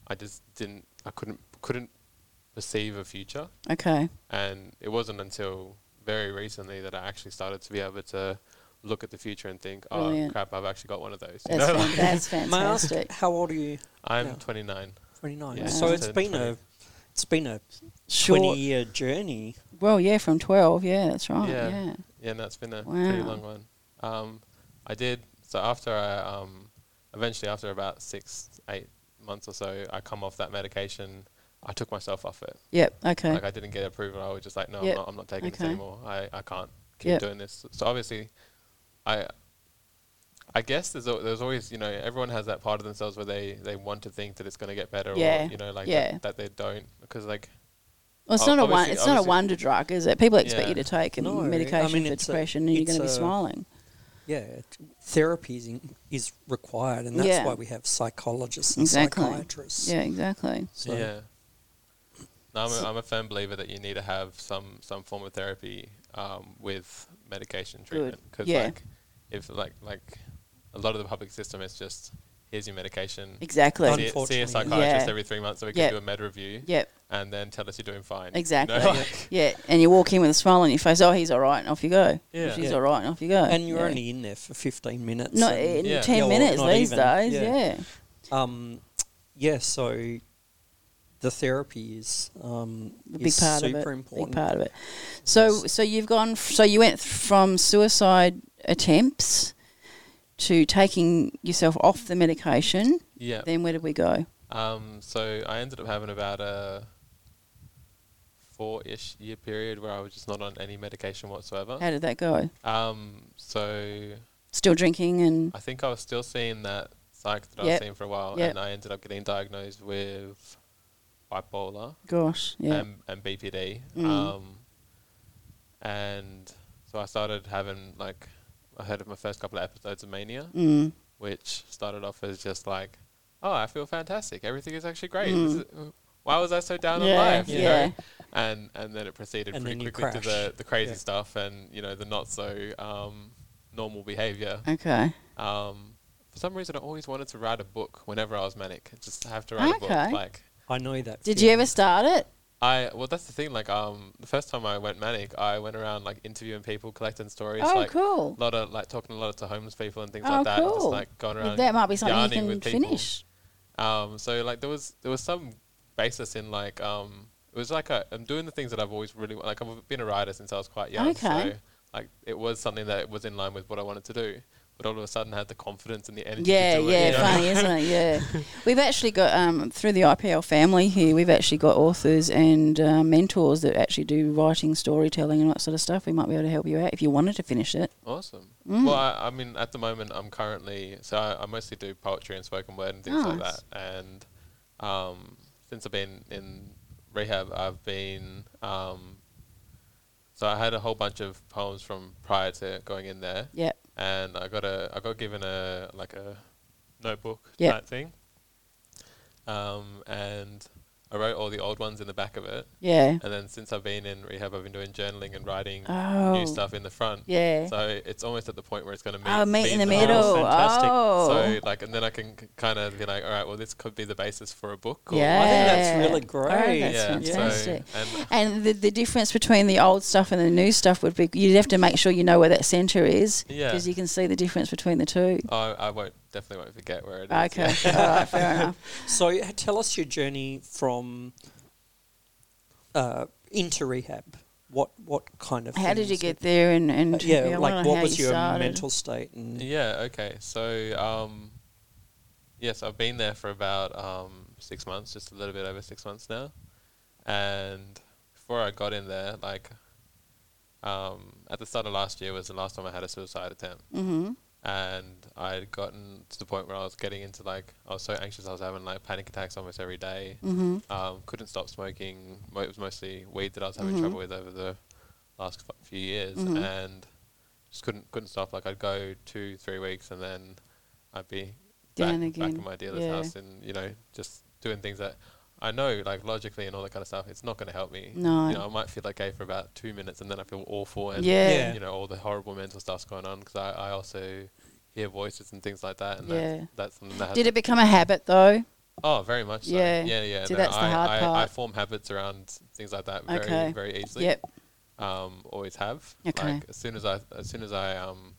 S7: I just didn't I couldn't couldn't perceive a future
S2: Okay.
S7: and it wasn't until very recently that I actually started to be able to look at the future and think oh
S2: Brilliant.
S7: crap I've actually got one of those you
S2: That's, fan-
S7: know, like,
S2: that's
S6: May I ask,
S2: fantastic.
S6: how old are you?
S7: [LAUGHS] I'm
S6: Yeah.
S7: 29
S6: Twenty nine.
S7: Yeah.
S6: So
S2: Wow.
S6: it's been a, it's been a
S2: Short-
S6: twenty year journey.
S2: Well, yeah, from 12. Yeah, that's right. Yeah.
S7: Yeah. yeah and that's been a pretty
S2: Wow.
S7: long one um, I did so after I um, eventually after about six eight months or so I come off that medication I took myself off it
S2: Yep. Okay.
S7: Like I didn't get approval. I was just like, no,
S2: Yep.
S7: I'm, not, I'm not taking
S2: Okay.
S7: this anymore. I, I can't keep
S2: Yep.
S7: doing this. So obviously, I I guess there's al- there's always you know everyone has that part of themselves where they, they want to think that it's going to get better
S2: Yeah.
S7: or you know like
S2: Yeah.
S7: that, that they don't because like
S2: Well, it's
S7: Oh,
S2: not a one.
S7: obviously-
S2: It's not a
S7: obviously-
S2: wonder drug, is it? People expect
S7: Yeah.
S2: you to take
S6: No, I
S2: medication
S6: mean,
S2: for
S6: it's a-
S2: depression, and you're
S6: it's
S2: going to be
S6: a-
S2: smiling.
S6: Yeah, it- therapy is, in, is required, and that's
S2: Yeah.
S6: why we have psychologists and
S2: Exactly.
S6: psychiatrists.
S2: Yeah, exactly.
S6: So
S7: yeah. No, I'm, a, I'm a firm believer that you need to have some some form of therapy um, with medication treatment because
S2: Yeah.
S7: like if like like a lot of the public system is just here's your medication
S2: Exactly.
S6: Done.
S7: see, a- see
S6: Unfortunately, yeah.
S7: a psychiatrist
S2: Yeah.
S7: every three months so we
S2: Yep.
S7: can do a med review
S2: Yep.
S7: and then tell us you're doing fine. you know,
S2: Exactly.
S6: [LAUGHS]
S7: like-
S2: Yeah, and you walk in with a smile on your face. Oh, he's all right, and off you go.
S7: Yeah.
S2: She's
S6: Yeah.
S2: all right, and off you go.
S6: And you're
S2: Yeah.
S6: only in there for 15 minutes.
S2: not
S6: and-
S2: in
S7: Yeah.
S2: ten
S6: Yeah, or
S2: minutes
S6: not
S2: these
S6: even.
S2: days.
S6: Yeah.
S2: Yeah.
S6: Um, yeah, so the therapy is, um,
S2: A big
S6: is
S2: part
S6: super
S2: of it.
S6: important.
S2: Big part of it. So,
S6: Yes.
S2: so you've gone. f- So you went from suicide attempts to taking yourself off the medication.
S7: [LAUGHS] Yeah.
S2: Then where did we go?
S7: Um, so I ended up having about a four-ish year period where I was just not on any medication
S2: How
S7: whatsoever.
S2: did that go?
S7: Um, so
S2: Still drinking and
S7: I think I was still seeing that psych that I
S2: Yep.
S7: was seeing for a while,
S2: Yep.
S7: and I ended up getting diagnosed with bipolar.
S2: gosh, yeah.
S7: and, and BPD.
S2: Mm.
S7: Um, and so I started having like I heard of my first couple of episodes of mania,
S2: mm.
S7: which started off as just like, oh, I feel fantastic. Everything is actually great. This is- why was I so down
S2: Mm-hmm. Yeah,
S7: on life? You
S2: yeah.
S7: know? And and then it proceeded
S6: And
S7: pretty
S6: then you
S7: quickly to the
S6: crash.
S7: the crazy
S6: Yeah.
S7: stuff and you know the not so um, normal behavior.
S2: Okay.
S7: Um, for some reason, I always wanted to write a book whenever I was manic. Just have to write a
S2: Okay.
S7: book like.
S6: I know that.
S2: Did you
S6: feeling.
S2: ever start it?
S7: I well, that's the thing. Like, um, the first time I went manic, I went around like interviewing people, collecting stories.
S2: oh,
S7: like,
S2: cool.
S7: A lot of like talking a lot to homeless people and things
S2: Oh,
S7: like that. and Just
S2: cool.
S7: like going
S2: Well,
S7: around.
S2: that might be something
S7: yarning
S2: you can
S7: with people.
S2: finish.
S7: Um, so like there was there was some basis in like um, it was like i I'm doing the things that I've always really like I've been a writer since I was quite young.
S2: Okay.
S7: So like it was something that was in line with what I wanted to do. But but all of a sudden had the confidence and the energy.
S2: Yeah,
S7: to do
S2: yeah,
S7: it, you know? [LAUGHS]
S2: funny, isn't it? Yeah, we've actually got um, through the IPL family here. We've actually got authors and uh, mentors that actually do writing, storytelling, and that sort of stuff. We might be able to help you out if you wanted to finish it.
S7: Awesome.
S2: Mm.
S7: Well, I, I mean, at the moment, I'm currently so I, I mostly do poetry and spoken word and things like
S2: Nice.
S7: that. And um, since I've been in rehab, I've been um, so I had a whole bunch of poems from prior to going in there,
S2: Yep.
S7: and I got a I got given a like a notebook
S2: Yeah.
S7: type thing, um, and I wrote all the old ones in the back of it.
S2: Yeah.
S7: And then since I've been in rehab, I've been doing journaling and writing
S2: Oh.
S7: new stuff in the front.
S2: Yeah.
S7: So it's almost at the point where it's going to Uh, meet.
S2: Oh, meet
S7: be
S2: in the
S7: middle.
S2: middle.
S7: Fantastic.
S2: Oh.
S7: So like, and then I can kind of be like, all right, well, this could be the basis for a book. Or
S2: Yeah.
S6: I think
S2: Yeah.
S6: that's really
S2: Oh,
S6: great.
S2: that's
S7: yeah.
S2: fantastic.
S7: So, and
S2: And the, the difference between the old stuff and the new stuff would be you'd have to make sure you know where that centre is
S7: Yeah.
S2: because you can see the difference between the two.
S7: I, I won't definitely won't forget where it is.
S2: Okay,
S7: yeah.
S2: all right, fair
S6: [LAUGHS]
S2: enough.
S6: So h- tell us your journey from uh, into rehab. What what kind of
S2: How did you
S6: things
S2: get there? And, and
S6: that- Yeah,
S2: I
S6: like
S2: wanna
S6: what
S2: how
S6: was
S2: you
S6: your
S2: started.
S6: mental state? And
S7: Yeah. Okay. So um, yes, I've been there for about um six months, just a little bit over six months now, and before I got in there, like. Um, at the start of last year was the last time I had a suicide attempt.
S2: Mm-hmm.
S7: and I had gotten to the point where I was getting into like I was so anxious I was having like panic attacks almost every day.
S2: Mm-hmm.
S7: Um, couldn't stop smoking. Mo- It was mostly weed that I was having
S2: Mhm.
S7: trouble with over the last f- few years,
S2: Mhm.
S7: and just couldn't couldn't stop. Like I'd go two three weeks and then I'd be
S2: Down
S7: back,
S2: again.
S7: back in my dealer's
S2: Yeah.
S7: house and you know just doing things that. I know, like logically and all that kind of stuff, it's not going to help me.
S2: No.
S7: you know, I might feel okay for about two minutes, and then I feel awful, and
S2: Yeah.
S6: Yeah.
S7: you know all the horrible mental stuff's going on because I, I also hear voices and things like that and
S2: Yeah.
S7: that's, that's something that
S2: Did
S7: has-
S2: it become a habit though?
S7: oh very much so.
S2: Yeah.
S7: yeah yeah yeah
S2: See, that's the
S7: I,
S2: hard
S7: I, I
S2: part.
S7: form habits around things like that
S2: Okay.
S7: very very easily
S2: Yep.
S7: um always have
S2: Okay.
S7: like as soon as I as soon as I um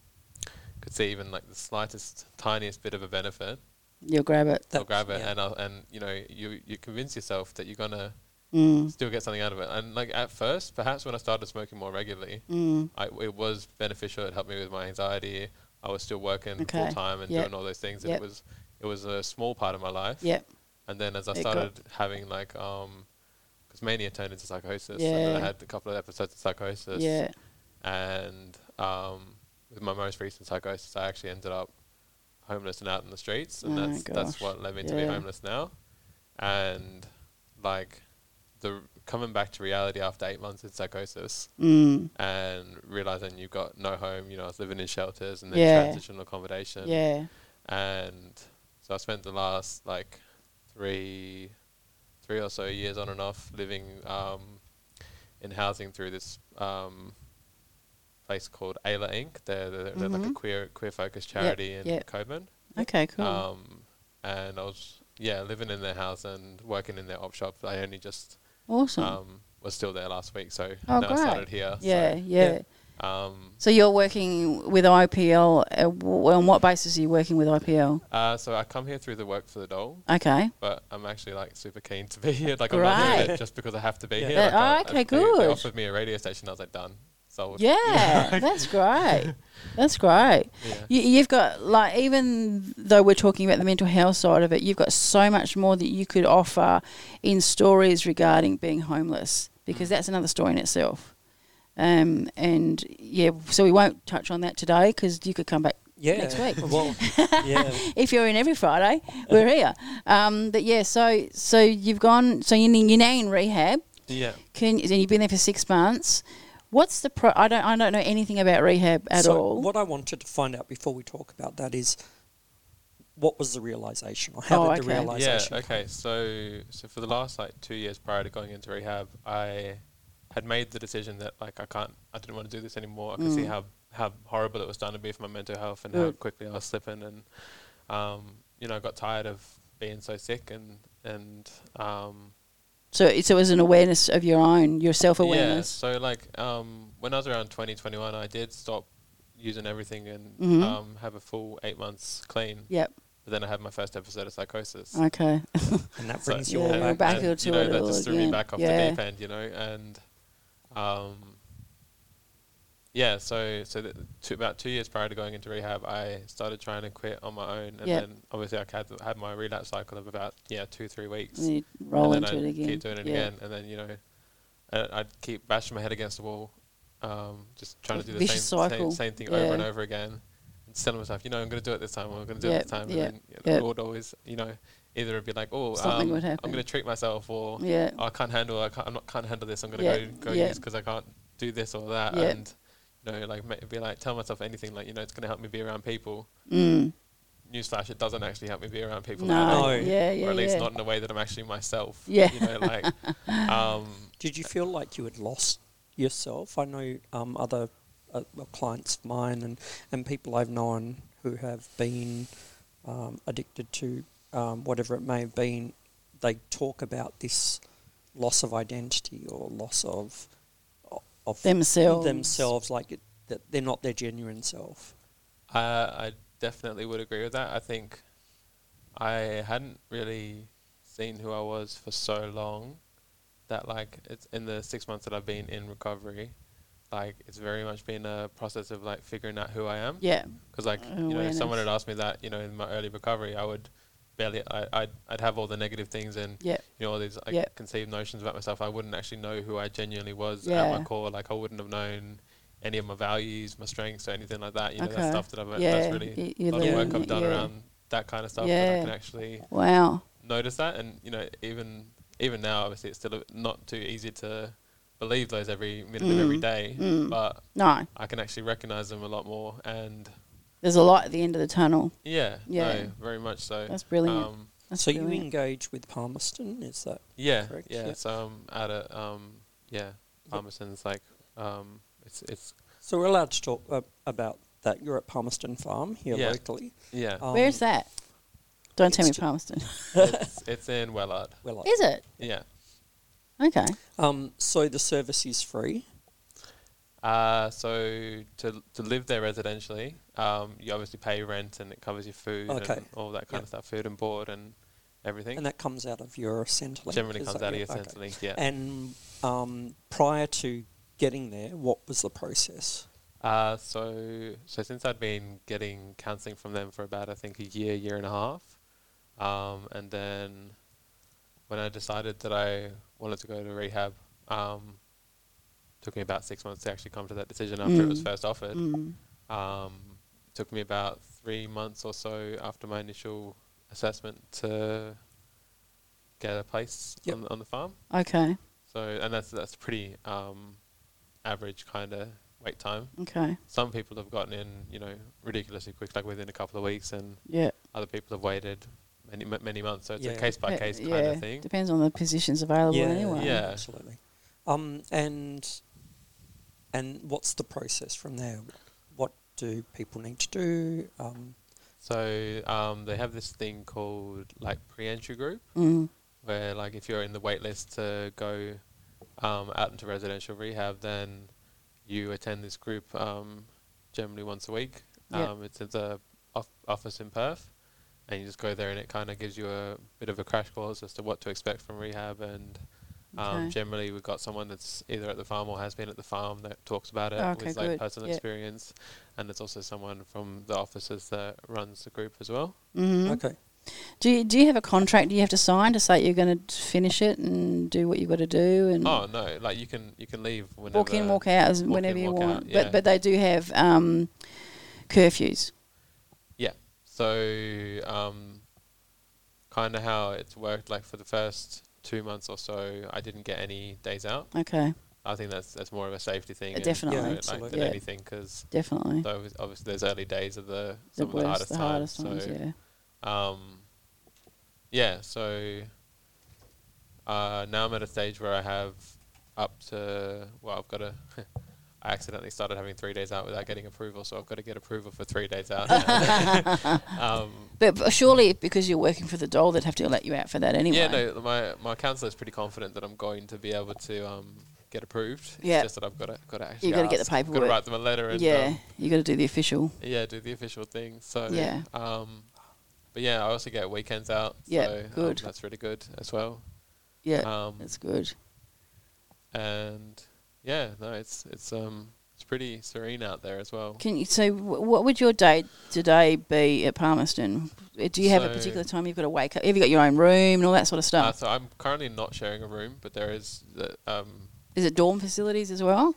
S7: could see even like the slightest tiniest bit of a benefit
S2: You'll grab it.
S6: That's-
S7: I'll grab it
S6: yeah.
S7: and I'll, and you know you you convince yourself that you're gonna
S2: Mm.
S7: still get something out of it and like at first perhaps when I started smoking more regularly
S2: Mm.
S7: I, it was beneficial. It helped me with my anxiety. I was still working
S2: Okay.
S7: full time and
S2: Yep.
S7: doing all those things. And
S2: Yep.
S7: It was it was a small part of my life.
S2: Yep.
S7: And then as I
S2: It got-
S7: started having like um, because mania turned into psychosis. And
S2: Yeah.
S7: then I had a couple of episodes of psychosis.
S2: Yeah.
S7: And um, with my most recent psychosis, I actually ended up homeless and out in the streets, and
S2: Oh my
S7: that's that's
S2: gosh.
S7: what led me to be
S2: Yeah.
S7: homeless now. And like the coming back to reality after eight months in psychosis
S2: Mm.
S7: and realizing you've got no home. You know, I was living in shelters and then
S2: Yeah.
S7: transitional accommodation.
S2: Yeah.
S7: And so I spent the last like three, three or so years on and off living um, in housing through this um, place called Ayla Inc. They're, they're, they're like a
S2: Mhm.
S7: queer queer focused charity in
S2: yep.
S7: Coburn.
S2: Okay. Cool.
S7: Um, and I was yeah living in their house and working in their op shop. I only just
S2: awesome.
S7: um, was still there last week, so
S2: Hmm. Oh,
S7: now
S2: great.
S7: I started here.
S2: yeah,
S7: so,
S2: yeah.
S6: yeah.
S7: um,
S2: So you're working with IPL. Uh, w- on what basis are you working with IPL?
S7: Uh, so I come here through the work for the doll,
S2: Okay.
S7: but I'm actually like super keen to be [LAUGHS] here. Like I'm not doing
S2: Great.
S7: it just because I have to be
S6: Yeah.
S7: here.
S2: That-
S7: Like, I-
S2: oh, okay,
S7: I- they- They
S2: good.
S7: offered me a radio station. I was like, done, sold. [LAUGHS]
S2: Yeah, that's great. That's great.
S7: Yeah.
S2: You, you've got like even though we're talking about the mental health side of it, you've got so much more that you could offer in stories regarding being homeless because that's another story in itself. Um, and yeah, so we won't touch on that today because you could come back
S6: yeah.
S2: next week. [LAUGHS]
S6: [LAUGHS] Well, yeah.
S2: if you're in every Friday, we're here. Um, but yeah, so so you've gone, so you're, in- you're now in rehab.
S7: Yeah.
S2: Can and you've been there for six months. What's the pro? I don't I don't know anything about rehab at
S6: so
S2: all.
S6: What I wanted to find out before we talk about that is what was the realization, or how
S2: Oh,
S6: did the
S2: okay.
S7: Yeah.
S6: realization?
S7: Okay. So, so for the last like two years prior to going into rehab, I had made the decision that like I can't, I didn't want to do this anymore. I could
S2: Mm.
S7: see how how horrible it was done to be for my mental health and how
S2: Good.
S7: quickly I was slipping, and um, you know, I got tired of being so sick and and um,
S2: so it- so it was an awareness of your own, your self awareness.
S7: Yeah, so like um, when I was around 20, 21, I did stop using everything and
S2: Mhm.
S7: um, have a full eight months clean.
S2: Yep.
S7: But then I had my first episode of psychosis.
S2: Okay. [LAUGHS]
S6: And that
S7: So-
S6: brings you
S2: Yeah,
S6: all
S2: we're
S6: back.
S2: back
S7: and,
S2: into
S7: you know,
S2: it
S7: that
S2: all
S7: just threw
S2: again.
S7: me back off
S2: Yeah.
S7: the deep end, you know, and um, yeah, so so th- two, about two years prior to going into rehab, I started trying to quit on my own, and
S2: Yep.
S7: then obviously I had, had my relapse cycle of about yeah two three weeks,
S2: And you roll
S7: and then
S2: into
S7: I'd
S2: it again.
S7: keep doing it
S2: Yeah.
S7: again, and then you know, I, I'd keep bashing my head against the wall, um, just trying to do the same,
S2: Vicious
S7: same
S2: cycle.
S7: same thing
S2: Yeah.
S7: over and over again, and telling myself, you know, I'm going to do it this time, I'm going to do
S2: Yep,
S7: it this
S2: yep,
S7: time, and then
S2: yep.
S7: it would always, you know, either it'd be like, oh,
S2: Something
S7: um,
S2: would
S7: I'm
S2: happen.
S7: going to treat myself, or "Oh,
S2: Yeah.
S7: I can't handle, I can't, I'm not can't handle this, I'm going to
S2: Yeah,
S7: go go
S2: yeah.
S7: use because I can't do this or that,
S2: Yeah.
S7: and you know, like ma- be like tell myself anything, like you know, it's going to help me be around people.
S2: Mm.
S7: Newsflash, it doesn't actually help me be around people. at all
S2: No. Yeah, yeah,
S7: or at least
S2: yeah.
S7: not in a way that I'm actually myself.
S2: Yeah.
S7: You know,
S2: [LAUGHS]
S7: like, um,
S6: Did you feel like you had lost yourself? I know um, other uh, well, clients of mine and, and people I've known who have been um, addicted to um, whatever it may have been, they talk about this loss of identity or loss of of
S2: Themselves.
S6: themselves like it, that they're not their genuine self.
S7: I, I definitely would agree with that. I think I hadn't really seen who I was for so long that, like, it's in the six months that I've been in recovery, like, it's very much been a process of like figuring out who I am.
S2: Yeah.
S7: because like you know if someone
S2: Uh, Awareness.
S7: had asked me that you know in my early recovery i would barely I, I'd, I'd have all the negative things and
S2: Yeah.
S7: you know all these like,
S2: Yeah.
S7: conceived notions about myself i wouldn't actually know who i genuinely was at
S2: Yeah.
S7: my core like i wouldn't have known any of my values my strengths or anything like that you know
S2: Okay.
S7: that stuff that i've
S2: Yeah,
S7: that's really
S2: y- you
S7: a lot of
S2: learn
S7: work i've
S2: it,
S7: done
S2: yeah.
S7: around that kind of stuff that
S2: Yeah.
S7: i can actually
S2: Wow.
S7: notice that and you know even even now obviously it's still a- not too easy to believe those every minute of
S2: Mm.
S7: every day but
S2: No,
S7: i can actually recognize them a lot more and
S2: there's a light at the end of the tunnel.
S7: yeah,
S2: Yeah.
S7: no, very much so.
S2: That's brilliant.
S7: Um,
S2: That's
S6: so you
S2: brilliant.
S6: engage with Palmerston, is that?
S7: yeah,
S6: Correct,
S7: yeah.
S6: yep.
S7: So I'm at a um, yeah, Palmerston's like um, it's it's
S6: So we're allowed to talk uh, about that. You're at Palmerston Farm here
S7: Yeah.
S6: locally.
S7: yeah,
S6: Um,
S2: Where's that? Don't tell me
S6: it's ju-
S2: Palmerston.
S7: it's, it's in Wellard.
S6: Well,
S2: [LAUGHS] Is it?
S7: Yeah,
S2: Okay.
S6: Um, so the service is free.
S7: uh, so to to live there residentially, um, you obviously pay rent and it covers your food
S6: Okay.
S7: and all that kind
S6: Yep.
S7: of stuff, food and board and everything.
S6: And that comes out of your Centrelink.
S7: generally
S6: is
S7: comes
S6: that
S7: out of your
S6: right? Okay.
S7: Centrelink. Yeah.
S6: And um, prior to getting there, what was the process?
S7: Uh, so, so since I'd been getting counselling from them for about I think a year, year and a half, um, and then when I decided that I wanted to go to rehab, um, took me about six months to actually come to that decision after it was
S2: Mm.
S7: first offered.
S2: Mm.
S7: Um, took me about three months or so after my initial assessment to get a place
S6: Yep.
S7: on, the- on the farm.
S2: Okay.
S7: So, and that's that's pretty um, average kind of wait time
S2: Okay.
S7: some people have gotten in, you know, ridiculously quick, like within a couple of weeks, and
S2: Yeah.
S7: other people have waited many m- many months. So it's
S6: Yeah.
S7: a case by
S2: Yeah,
S7: case
S2: yeah.
S7: kind of thing.
S2: Depends on the positions available Uh, anyway.
S7: Yeah.
S6: absolutely. Um, and and what's the process from there? What do people need to do? Um,
S7: So um, they have this thing called like pre-entry group,
S2: Mm.
S7: where like if you're in the wait list to go um, out into residential rehab, then you attend this group um, generally once a week.
S2: Yeah.
S7: Um, it's at the off- office in Perth, and you just go there, and it kind of gives you a bit of a crash course as to what to expect from rehab. And um,
S2: Okay.
S7: generally, we've got someone that's either at the farm or has been at the farm that talks about it
S2: Okay,
S7: with like
S2: good.
S7: personal
S2: Yeah.
S7: experience, and there's also someone from the offices that runs the group as well.
S2: Mhm.
S6: Okay.
S2: Do you, do you have a contract you have to sign to say you're going to finish it and do what you've got to do and
S7: Oh no, like you can you can leave whenever
S2: Mm. walk in, walk out as
S7: walk in,
S2: whenever you
S7: walk
S2: want?
S7: out, yeah.
S2: But but they do have um, curfews.
S7: Yeah. So, um, kind of how it's worked. Like for the first two months or so, I didn't get any days out.
S2: Okay,
S7: I think that's that's more of a safety thing.
S2: Uh,
S7: and,
S2: definitely.
S6: Yeah,
S7: you know,
S6: absolutely.
S7: like, than
S2: Yeah.
S7: anything, because
S2: definitely.
S7: obviously there's early days of the
S2: the
S7: some of the
S2: worst,
S7: hardest,
S2: the hardest
S7: times.
S2: ones.
S7: so,
S2: Yeah.
S7: um, yeah. So uh, now I'm at a stage where I have up to well, I've got to. [LAUGHS] I accidentally started having three days out without getting approval, so I've got to get approval for three
S2: [LAUGHS]
S7: days out. [LAUGHS] um,
S2: But, but surely because you're working for the doll, they'd have to let you out for that anyway.
S7: Yeah, no, my my counsellor is pretty confident that I'm going to be able to um, get approved.
S2: Yeah.
S7: It's just that I've got to got to actually.
S2: you got to get the
S7: ask. I've got to
S2: paperwork.
S7: write them a letter and
S2: yeah,
S7: um,
S2: you got to do the official.
S7: yeah, do the official thing. So
S2: Yeah.
S7: Um, but yeah, I also get weekends out.
S2: Yeah,
S7: so, um,
S2: good.
S7: that's really good as well.
S2: Yeah,
S7: Um,
S2: that's good.
S7: and yeah, no, it's it's um it's pretty serene out there as well.
S2: Can you? So, wh- what would your day today be at Palmerston? Uh, Do you have a
S7: So-
S2: particular time you've got to wake up? Have you got your own room and all that sort of
S7: Uh,
S2: stuff?
S7: so I'm currently not sharing a room, but there is the, um,
S2: Is it dorm facilities as well?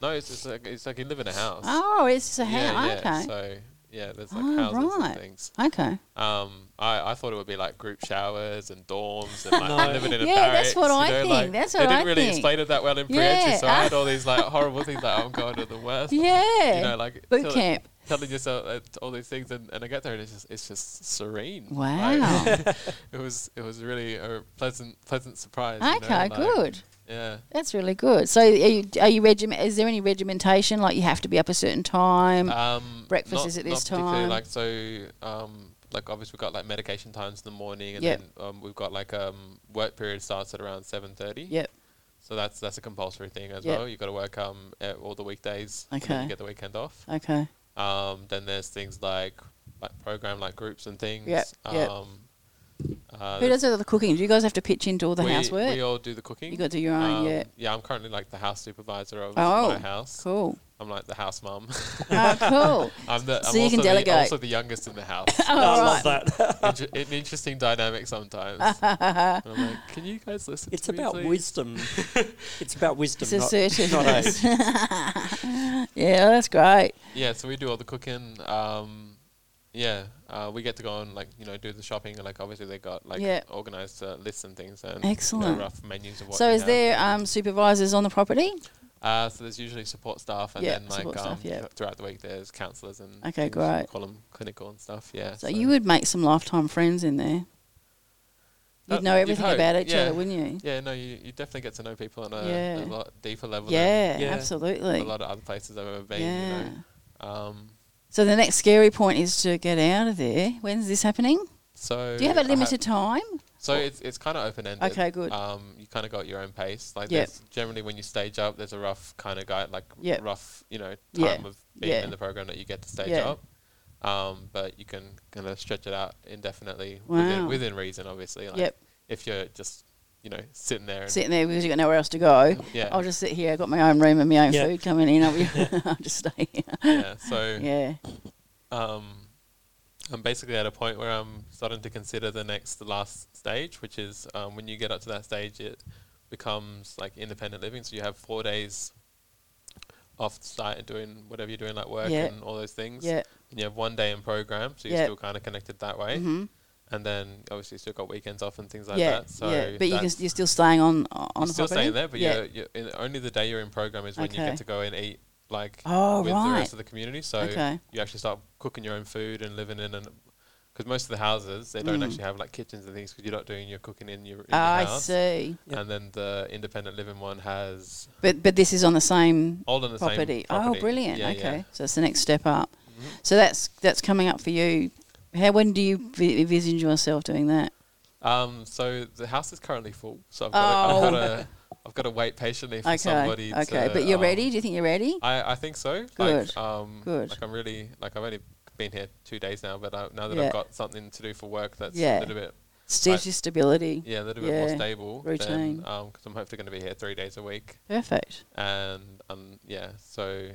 S7: no. It's, it's like it's like you live in a house.
S2: Oh, it's just a house.
S7: Yeah, yeah.
S2: okay.
S7: So yeah, there's like
S2: Oh,
S7: houses
S2: right.
S7: and things.
S2: Okay.
S7: Um, I, I thought it would be like group showers and dorms and like living in a
S2: Yeah, that's
S7: barracks,
S2: what
S7: you
S2: I
S7: know,
S2: think.
S7: like,
S2: That's
S7: They
S2: what
S7: didn't
S2: I
S7: really
S2: think.
S7: explain it that well in
S2: Yeah.
S7: pre-entry, so I had all these like horrible things like I'm going to the
S2: [LAUGHS]
S7: worst.
S2: Yeah.
S7: You know, like
S2: Boot
S7: tell-
S2: camp.
S7: Telling yourself uh, all these things, and, and I get there, and it's just it's just serene.
S2: Wow.
S7: Like, [LAUGHS] it was it was really a pleasant pleasant surprise. you know,
S2: okay.
S7: like,
S2: good.
S7: Yeah.
S2: That's really good. So, are you, are you regiment? Is there any regimentation? Like you have to be up a certain time.
S7: Um,
S2: [LAUGHS] breakfast
S7: not-
S2: is at this
S7: not particularly,
S2: time.
S7: Like so, um, like obviously we've got like medication times in the morning, and
S2: Yep.
S7: then um, we've got like um, work period starts at around seven thirty.
S2: yep.
S7: So that's that's a compulsory thing as
S2: Yep.
S7: well. You've got to work um at all the weekdays. and then
S2: Okay.
S7: you get the weekend off.
S2: Okay.
S7: Um, then there's things like like program like groups and things.
S2: Yep, yep.
S7: Um, uh,
S2: Who does all the cooking? Do you guys have to pitch into all the
S7: we,
S2: housework?
S7: We all do the cooking. Um,
S2: You gotta do your own, yeah.
S7: Yeah, I'm currently like the house supervisor of
S2: Oh,
S7: my house.
S2: cool.
S7: I'm like the house mum. [LAUGHS]
S2: Oh, cool.
S7: I'm the.
S2: So
S7: I'm
S2: you
S7: also
S2: can
S7: The,
S2: delegate.
S7: also the youngest
S2: [LAUGHS]
S7: in the house.
S2: All
S6: I
S2: Oh, right.
S6: love that.
S7: Inter- [LAUGHS] an interesting
S2: [LAUGHS]
S7: dynamic sometimes. And I'm like, can you guys listen?
S6: It's
S7: to me,
S6: about
S7: please?" [LAUGHS]
S6: wisdom. it's about wisdom.
S2: It's [LAUGHS]
S6: not, not
S2: assertiveness.
S6: age.
S2: yeah, that's great.
S7: Yeah, so we do all the cooking. Um, yeah, uh, we get to go and like you know do the shopping. and, Like obviously they got like
S2: Yeah.
S7: organized uh, lists and things and you know,
S2: Excellent.
S7: rough menus of what.
S2: So,
S7: they
S2: is
S7: have.
S2: there um, supervisors on the property?
S7: Uh, so there's usually support staff and
S2: Yeah,
S7: then like um,
S2: support staff, yeah.
S7: th- throughout the week there's counselors and
S2: Okay,
S7: things,
S2: great.
S7: call 'em clinical and stuff. Yeah.
S2: So, you would make some lifetime friends in there.
S7: That-
S2: You'd know
S7: Oh, you'd
S2: everything
S7: hope,
S2: about each
S7: yeah.
S2: other, wouldn't you?
S7: Yeah, no, you, you definitely get to know people on a,
S2: Yeah.
S7: a lot deeper level.
S2: Yeah,
S6: Yeah.
S2: absolutely.
S7: Than a lot of other places I've ever been.
S2: yeah.
S7: You know? Um.
S2: So the next scary point is to get out of there. When's this happening?
S7: So
S2: Do you have a
S7: I
S2: limited time?
S7: So it's it's kind of open ended.
S2: Okay, good.
S7: Um, you kind of got your own pace. Like
S2: Yep.
S7: there's generally when you stage up, there's a rough kind of guide, like
S2: Yep.
S7: rough you know time
S2: Yeah,
S7: of being
S2: yeah.
S7: in the program that you get to stage
S2: Yeah.
S7: up. Um, but you can kind of stretch it out indefinitely
S2: Wow.
S7: within within reason, obviously. Like
S2: Yep.
S7: If you're just you know sitting there, and
S2: Sitting there because you've got nowhere else to go.
S7: Yeah.
S2: I'll just sit here. I've got my own room and my own
S6: Yeah.
S2: food coming in. I'll, be [LAUGHS] I'll just stay here.
S7: [LAUGHS] yeah, so
S2: [LAUGHS] Yeah.
S7: um, I'm basically at a point where I'm starting to consider the next, the last stage, which is um, when you get up to that stage, it becomes like independent living. So you have four days off site and doing whatever you're doing, like work
S2: Yeah.
S7: and all those things.
S2: Yeah.
S7: And you have one day in program, so you're
S2: Yeah.
S7: still kind of connected that way.
S2: Mhm.
S7: And then obviously you still got weekends off and things like
S2: yeah.
S7: that. So
S2: yeah. But you can,
S7: that's-
S2: you're still staying on on the
S7: still
S2: property?
S7: staying there, but
S2: yeah.
S7: you're, you're in, only the day you're in program is when you
S2: Okay.
S7: get to go and eat like
S2: Oh,
S7: with the
S2: right.
S7: rest of the community. So
S2: Okay.
S7: you actually start cooking your own food and living in an because most of the houses they don't
S2: Mm.
S7: actually have like kitchens and things because you're not doing your cooking in your, in your
S2: Ah, I
S7: house.
S2: see.
S6: Yep.
S7: And then the independent living one has
S2: But but this is on the same
S7: all in the
S2: property.
S7: same property.
S2: Oh, brilliant.
S7: Yeah, Mm-hmm.
S2: okay.
S7: yeah.
S2: So it's the next step up. So that's that's coming up for you. How when do you vi- envisage yourself doing that?
S7: Um, so the house is currently full, so I've got,
S2: Oh.
S7: to, I've got to I've got to wait patiently for
S2: Okay.
S7: somebody.
S2: okay.
S7: to,
S2: but you're
S7: um,
S2: ready? Do you think you're ready?
S7: I, I think so.
S2: Good.
S7: Like, um,
S2: Good.
S7: Like I'm really like I've only been here two days now, but I, now that
S2: Yeah.
S7: I've got something to do for work that's
S2: Yeah.
S7: a little bit
S2: Stage stability.
S7: yeah a little bit
S2: Yeah.
S7: more stable.
S2: Routine.
S7: Because I'm hopefully going to be here three days a week,
S2: Perfect.
S7: and um yeah so.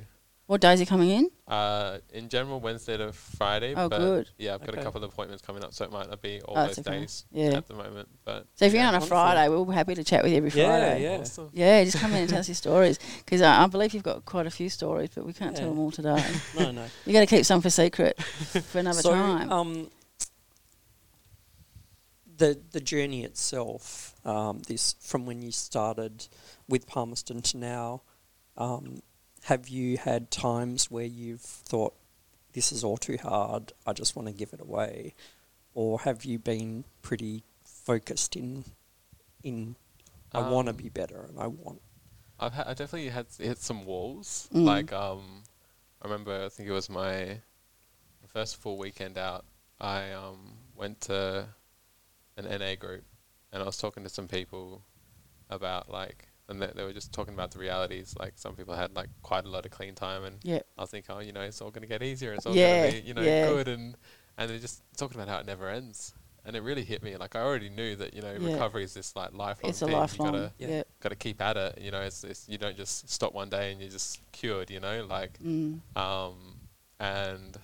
S2: What days are coming in?
S7: Uh, in general, Wednesday to Friday.
S2: Oh,
S7: but
S2: good.
S7: Yeah, I've got a
S6: Okay.
S7: couple of appointments coming up, so it might not be all
S2: Oh,
S7: those
S2: that's okay.
S7: days
S2: Yeah.
S7: at the moment. But
S2: So if you're
S7: yeah.
S2: on a
S6: wonderful.
S2: Friday, we'll be happy to chat with you every
S6: Yeah,
S2: Friday.
S6: yeah.
S7: Awesome.
S2: Yeah, just come in and tell
S7: [LAUGHS]
S2: us your stories because I, I believe you've got quite a few stories, but we can't tell
S6: Yeah.
S2: them all today.
S6: No, no.
S2: you got to keep some for secret for
S7: [LAUGHS]
S2: another
S6: so,
S2: time.
S6: Um, the the journey itself, um, this from when you started with Palmerston to now, um, have you had times where you've thought this is all too hard? I just want to give it away, or have you been pretty focused in in I want to
S7: Um,
S6: be better and I want
S7: I've ha- I definitely had s- hit some walls.
S2: Mm.
S7: Like um, I remember I think it was my first full weekend out. I um went to an NA group, and I was talking to some people about like, and they, they were just talking about the realities. Like some people had like quite a lot of clean time, and
S2: Yep.
S7: I was thinking, oh, you know, it's all gonna get easier. It's all
S2: Yeah,
S7: gonna be you know
S2: yeah.
S7: good, and and they're just talking about how it never ends. and it really hit me. Like I already knew that you know
S2: Yeah.
S7: recovery is this like lifelong
S2: It's a
S7: thing.
S2: lifelong.
S7: You gotta
S6: Yeah.
S2: Yep.
S7: gotta keep at it. You know, it's, it's you don't just stop one day and you're just cured. You know, like
S2: Mm.
S7: um, and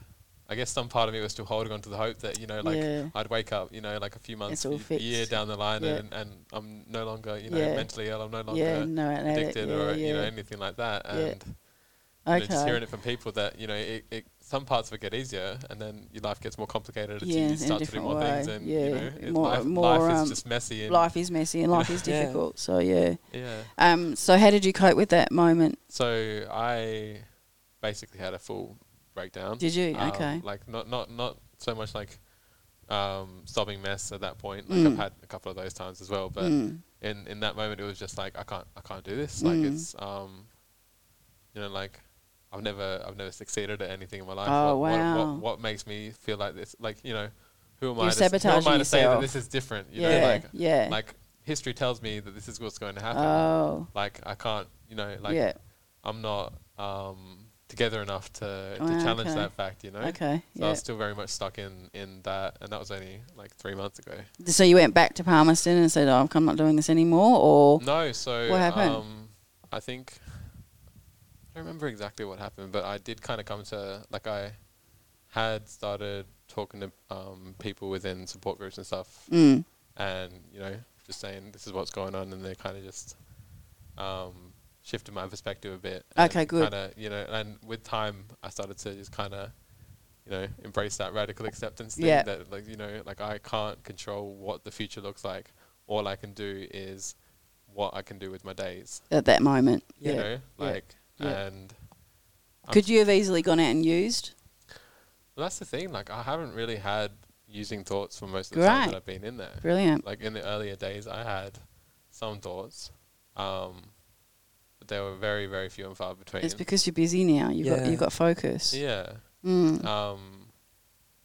S7: I guess some part of me was still holding on to the hope that you know, like
S2: Yeah.
S7: I'd wake up, you know, like a few months,
S2: all
S7: a year
S2: fixed.
S7: down the line,
S2: Yeah.
S7: and, and I'm no longer, you know,
S2: Yeah.
S7: mentally ill. I'm no longer
S2: yeah, no, an addict,
S7: addicted
S2: yeah,
S7: or
S2: yeah.
S7: you know anything like that.
S2: Yeah.
S7: And you know,
S2: okay.
S7: just hearing it from people that you know, it, it some parts of it get easier, and then your life gets more complicated as
S2: Yeah, in
S7: you
S2: a
S7: start to do
S2: different
S7: more things,
S2: way,
S7: and
S2: yeah.
S7: you know, it's
S2: More-
S7: life,
S2: more,
S7: life
S2: um,
S7: is just messy and
S2: life is messy and
S7: [LAUGHS]
S2: life is
S6: Yeah.
S2: difficult. So yeah.
S7: yeah.
S2: Um. So how did you cope with that moment?
S7: So I basically had a full breakdown.
S2: Did you?
S7: Um,
S2: Okay.
S7: Like not not not so much like um, sobbing mess at that point. Like
S2: Mm.
S7: I've had a couple of those times as well, but
S2: Mm.
S7: in in that moment it was just like I can't I can't do this. Like
S2: Mm.
S7: it's um, you know like. I've never, I've never succeeded at anything in my life.
S2: Oh,
S7: what, What,
S2: wow.
S7: what, what makes me feel like this? Like you know, who am
S2: You're
S7: I? To, s- who am I
S2: sabotaging
S7: to say that
S2: yourself.
S7: this is different? You
S2: yeah.
S7: know, like,
S2: yeah.
S7: like history tells me that this is what's going to happen.
S2: oh.
S7: Like I can't, you know, like
S2: yeah.
S7: I'm not um, together enough to, to
S2: Ah,
S7: challenge
S2: okay.
S7: that fact, you know.
S2: Okay.
S7: So I
S2: yeah.
S7: was still very much stuck in in that, and that was only like three months ago.
S2: So you went back to Palmerston and said, oh, "I'm not doing this anymore," or
S7: No, so
S2: What happened?
S7: Um, I think I don't remember exactly what happened, but I did kind of come to like I had started talking to um, people within support groups and stuff,
S2: Mm.
S7: and you know, just saying this is what's going on, and they kind of just um, shifted my perspective a bit. and
S2: Okay, good.
S7: Kinda, you know, and with time, I started to just kind of, you know, embrace that radical acceptance thing.
S2: Yeah.
S7: That like you know, like I can't control what the future looks like. All I can do is what I can do with my days.
S2: at that moment?
S7: You
S2: yeah.
S7: know, like
S2: yeah.
S7: and I'm
S2: Could you have easily gone out and used?
S7: Well, that's the thing. Like I haven't really had using thoughts for most of the time
S2: Great.
S7: that I've been in there.
S2: Brilliant.
S7: like in the earlier days I had some thoughts um but they were very very few and far between
S2: It's because you're busy now. You've got
S6: Yeah.
S2: you've got focus.
S7: yeah
S2: Mm.
S7: um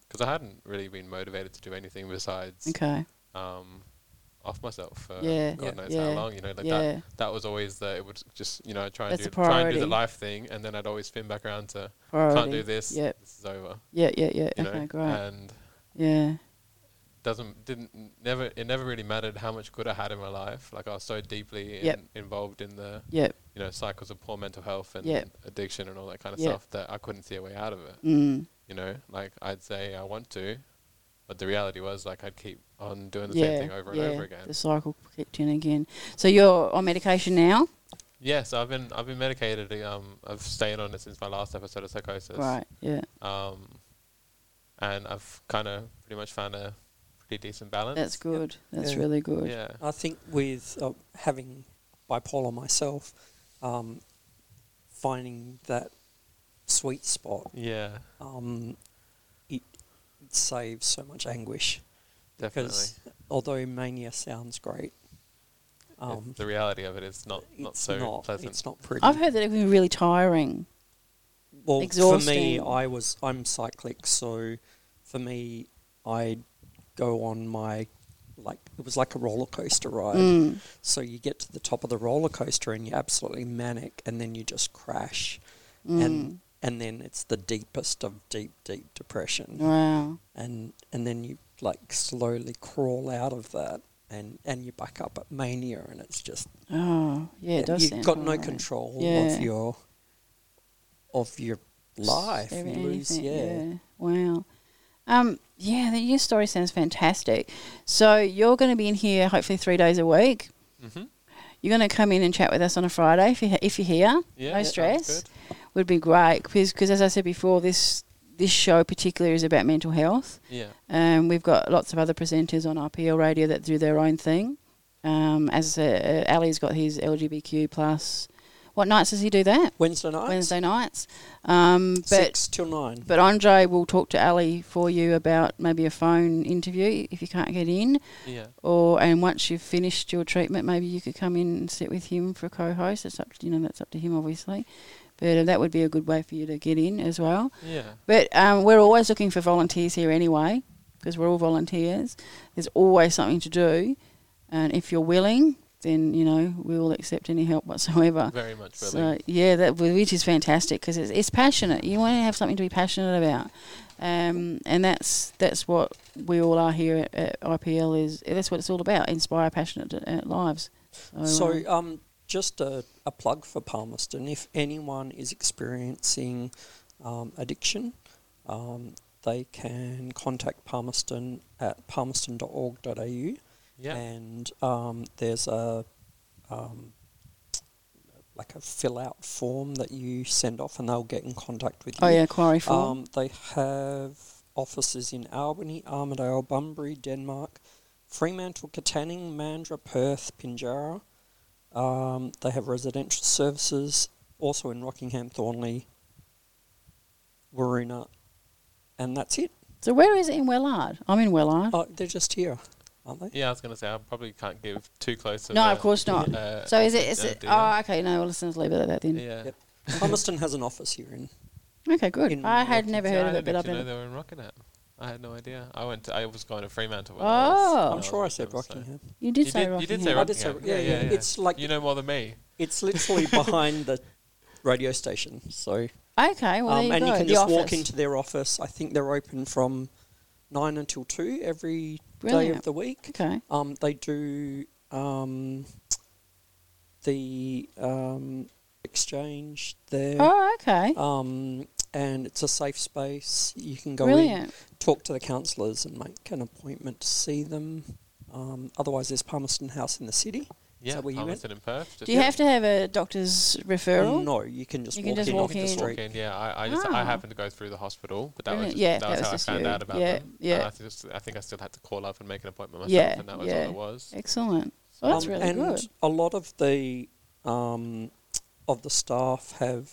S7: because I hadn't really been motivated to do anything besides
S2: Okay.
S7: um off myself for
S2: Yeah.
S7: God knows
S2: Yeah.
S7: how long you know like that
S2: yeah.
S7: that was always the it would just you know try and
S2: That's
S7: do
S2: a
S7: try and do the
S2: priority.
S7: life thing and then I'd always spin back around to
S2: Priority.
S7: can't do this
S2: Yep.
S7: this is over
S2: Yeah. Yeah. Yeah. okay.
S7: you know uh,
S2: Great.
S7: and
S2: yeah.
S7: doesn't didn't never it never really mattered how much good I had in my life like I was so deeply in,
S2: Yep.
S7: involved in the
S2: Yep.
S7: you know, cycles of poor mental health and
S2: Yep.
S7: addiction and all that kind of
S2: Yep.
S7: stuff that I couldn't see a way out of it.
S2: Mm.
S7: You know, like I'd say I want to, but the reality was like I'd keep on doing the same thing over and over again.
S2: The cycle kicked in again. So you're on medication now,
S7: Yeah, so I've been I've been medicated. Um, I've stayed on it since my last episode of psychosis.
S2: right? Yeah,
S7: Um, and I've kind of pretty much found a pretty decent balance.
S2: that's good. That's
S6: Yeah.
S2: really good.
S7: Yeah.
S6: I think with uh, having bipolar myself, um, finding that sweet spot,
S7: Yeah.
S6: um, it, it saves so much anguish.
S7: Definitely.
S6: Because although mania sounds great,
S7: It's-
S6: um,
S7: the reality of it is not not
S6: it's
S7: so
S6: not
S7: pleasant.
S6: It's not pretty.
S2: I've heard that it can be really tiring.
S6: well, for me,
S2: exhausting.
S6: I was I'm cyclic, so for me, I go on my like it was like a roller coaster ride.
S2: Mm.
S6: So you get to the top of the roller coaster and you're absolutely manic, and then you just crash,
S2: Mm.
S6: and and then it's the deepest of deep, deep depression,
S2: Mm. Wow.
S6: and and then you like slowly crawl out of that, and and you back up at mania, and it's just
S2: Oh, yeah. It does.
S6: you've
S2: sound
S6: got no
S2: tiring.
S6: control
S2: Yeah.
S6: of your of your life.
S2: Every-
S6: you lose,
S2: anything,
S6: yeah.
S2: Wow. Um. Yeah. The, your story sounds fantastic. So you're going to be in here hopefully three days a week.
S7: mm-hmm.
S2: You're going to come in and chat with us on a Friday if you if you're here.
S7: Yeah.
S2: no
S7: that sounds
S2: stress.
S7: good.
S2: Would be great because as I said before, this this show particularly is about mental health.
S7: Yeah.
S2: Um, we've got lots of other presenters on RPL Radio that do their own thing. Um, as uh, Ali's got his LGBTQ plus. What nights does he do that?
S6: Wednesday night,
S2: Wednesday nights. Um, but
S6: six till nine.
S2: but Andre will talk to Ali for you about maybe a phone interview if you can't get in,
S7: Yeah.
S2: or and once you've finished your treatment, maybe you could come in and sit with him for a co-host. It's up to, you know that's up to him obviously, but uh, that would be a good way for you to get in as well.
S7: Yeah.
S2: But um, we're always looking for volunteers here anyway, because we're all volunteers. There's always something to do, and if you're willing, then you know we will accept any help whatsoever.
S7: Very much.
S2: So
S7: relieved.
S2: yeah, that which is fantastic because it's, it's passionate. You want to have something to be passionate about, um, and that's that's what we all are here at, at IPL. Is that's what it's all about: inspire passionate uh, lives. um,
S6: So, um, just a, a plug for Palmerston. If anyone is experiencing um, addiction, um, they can contact Palmerston at palmerston.org.au.
S7: yeah.
S6: And um, there's a um, like a fill out form that you send off, and they'll get in contact with you.
S2: oh yeah, Quarry Four.
S6: Um, they have offices in Albany, Armidale, Bunbury, Denmark, Fremantle, Katanning, Mandra, Perth, Pinjarra. Um, they have residential services also in Rockingham, Thornley, Waruna, and that's it.
S2: so where is it in Wellard? I'm in Wellard.
S6: Oh, they're just here, aren't they?
S7: Yeah, I was going to say I probably can't give too close. Of
S2: no,
S7: a-
S2: of course not.
S7: uh,
S2: so is it? Is
S7: uh,
S2: it?
S7: deal.
S2: Oh, okay. No, well, let's just leave it at that then.
S7: Yeah.
S6: Yep. Palmerston has an office here in.
S2: Okay, good.
S6: In
S2: I had never
S7: See,
S2: heard
S7: I
S2: of it,
S7: didn't
S2: but I've
S7: actually know
S2: been.
S7: they were in Rockingham. I had no idea. I went. To, I was going to Fremantle. When I was,
S2: Oh,
S7: when
S6: I'm sure I
S7: was
S6: said
S7: younger, so-
S6: Rockingham.
S2: You did
S7: You
S2: say
S7: did, you did
S2: Rockingham.
S7: say
S6: I did say
S7: Rockingham.
S6: Ro- yeah, yeah, it's like-
S7: you know more than me.
S6: It's literally behind the radio station, so
S2: Okay, well, there
S6: um,
S2: you go.
S6: and you can
S2: the
S6: just
S2: office.
S6: walk into their office. I think they're open from nine until two every day
S2: Brilliant.
S6: of the week.
S2: Okay.
S6: Um, they do um, the um, exchange there,
S2: Oh, okay.
S6: um, and it's a safe space. You can go in,
S2: Brilliant.
S6: talk to the counsellors, and make an appointment to see them. Um, otherwise, there's Palmerston House in the city.
S7: Yeah,
S6: that where you went?
S7: Palmerston in Perth. Just
S2: Do you have to have a doctor's referral?
S6: No, you can just
S2: You
S6: walk
S2: can just
S6: in
S2: walk
S6: off the
S2: in.
S7: Just walk
S6: street.
S7: in, yeah. I, I just
S2: Ah.
S7: I happened to go through the hospital, but that
S2: Brilliant.
S7: was just,
S2: Yeah,
S7: that
S2: that
S7: was
S2: was
S7: how
S2: just
S7: I found
S2: you.
S7: out about
S2: Yeah,
S7: them.
S2: yeah.
S7: And I, just, I think I still had to call up and make an appointment myself,
S2: Yeah,
S7: and that was
S2: yeah.
S7: all it was.
S2: Excellent. Well, Oh, that's
S6: Um,
S2: really
S6: and
S2: good.
S6: a lot of the um, of the staff have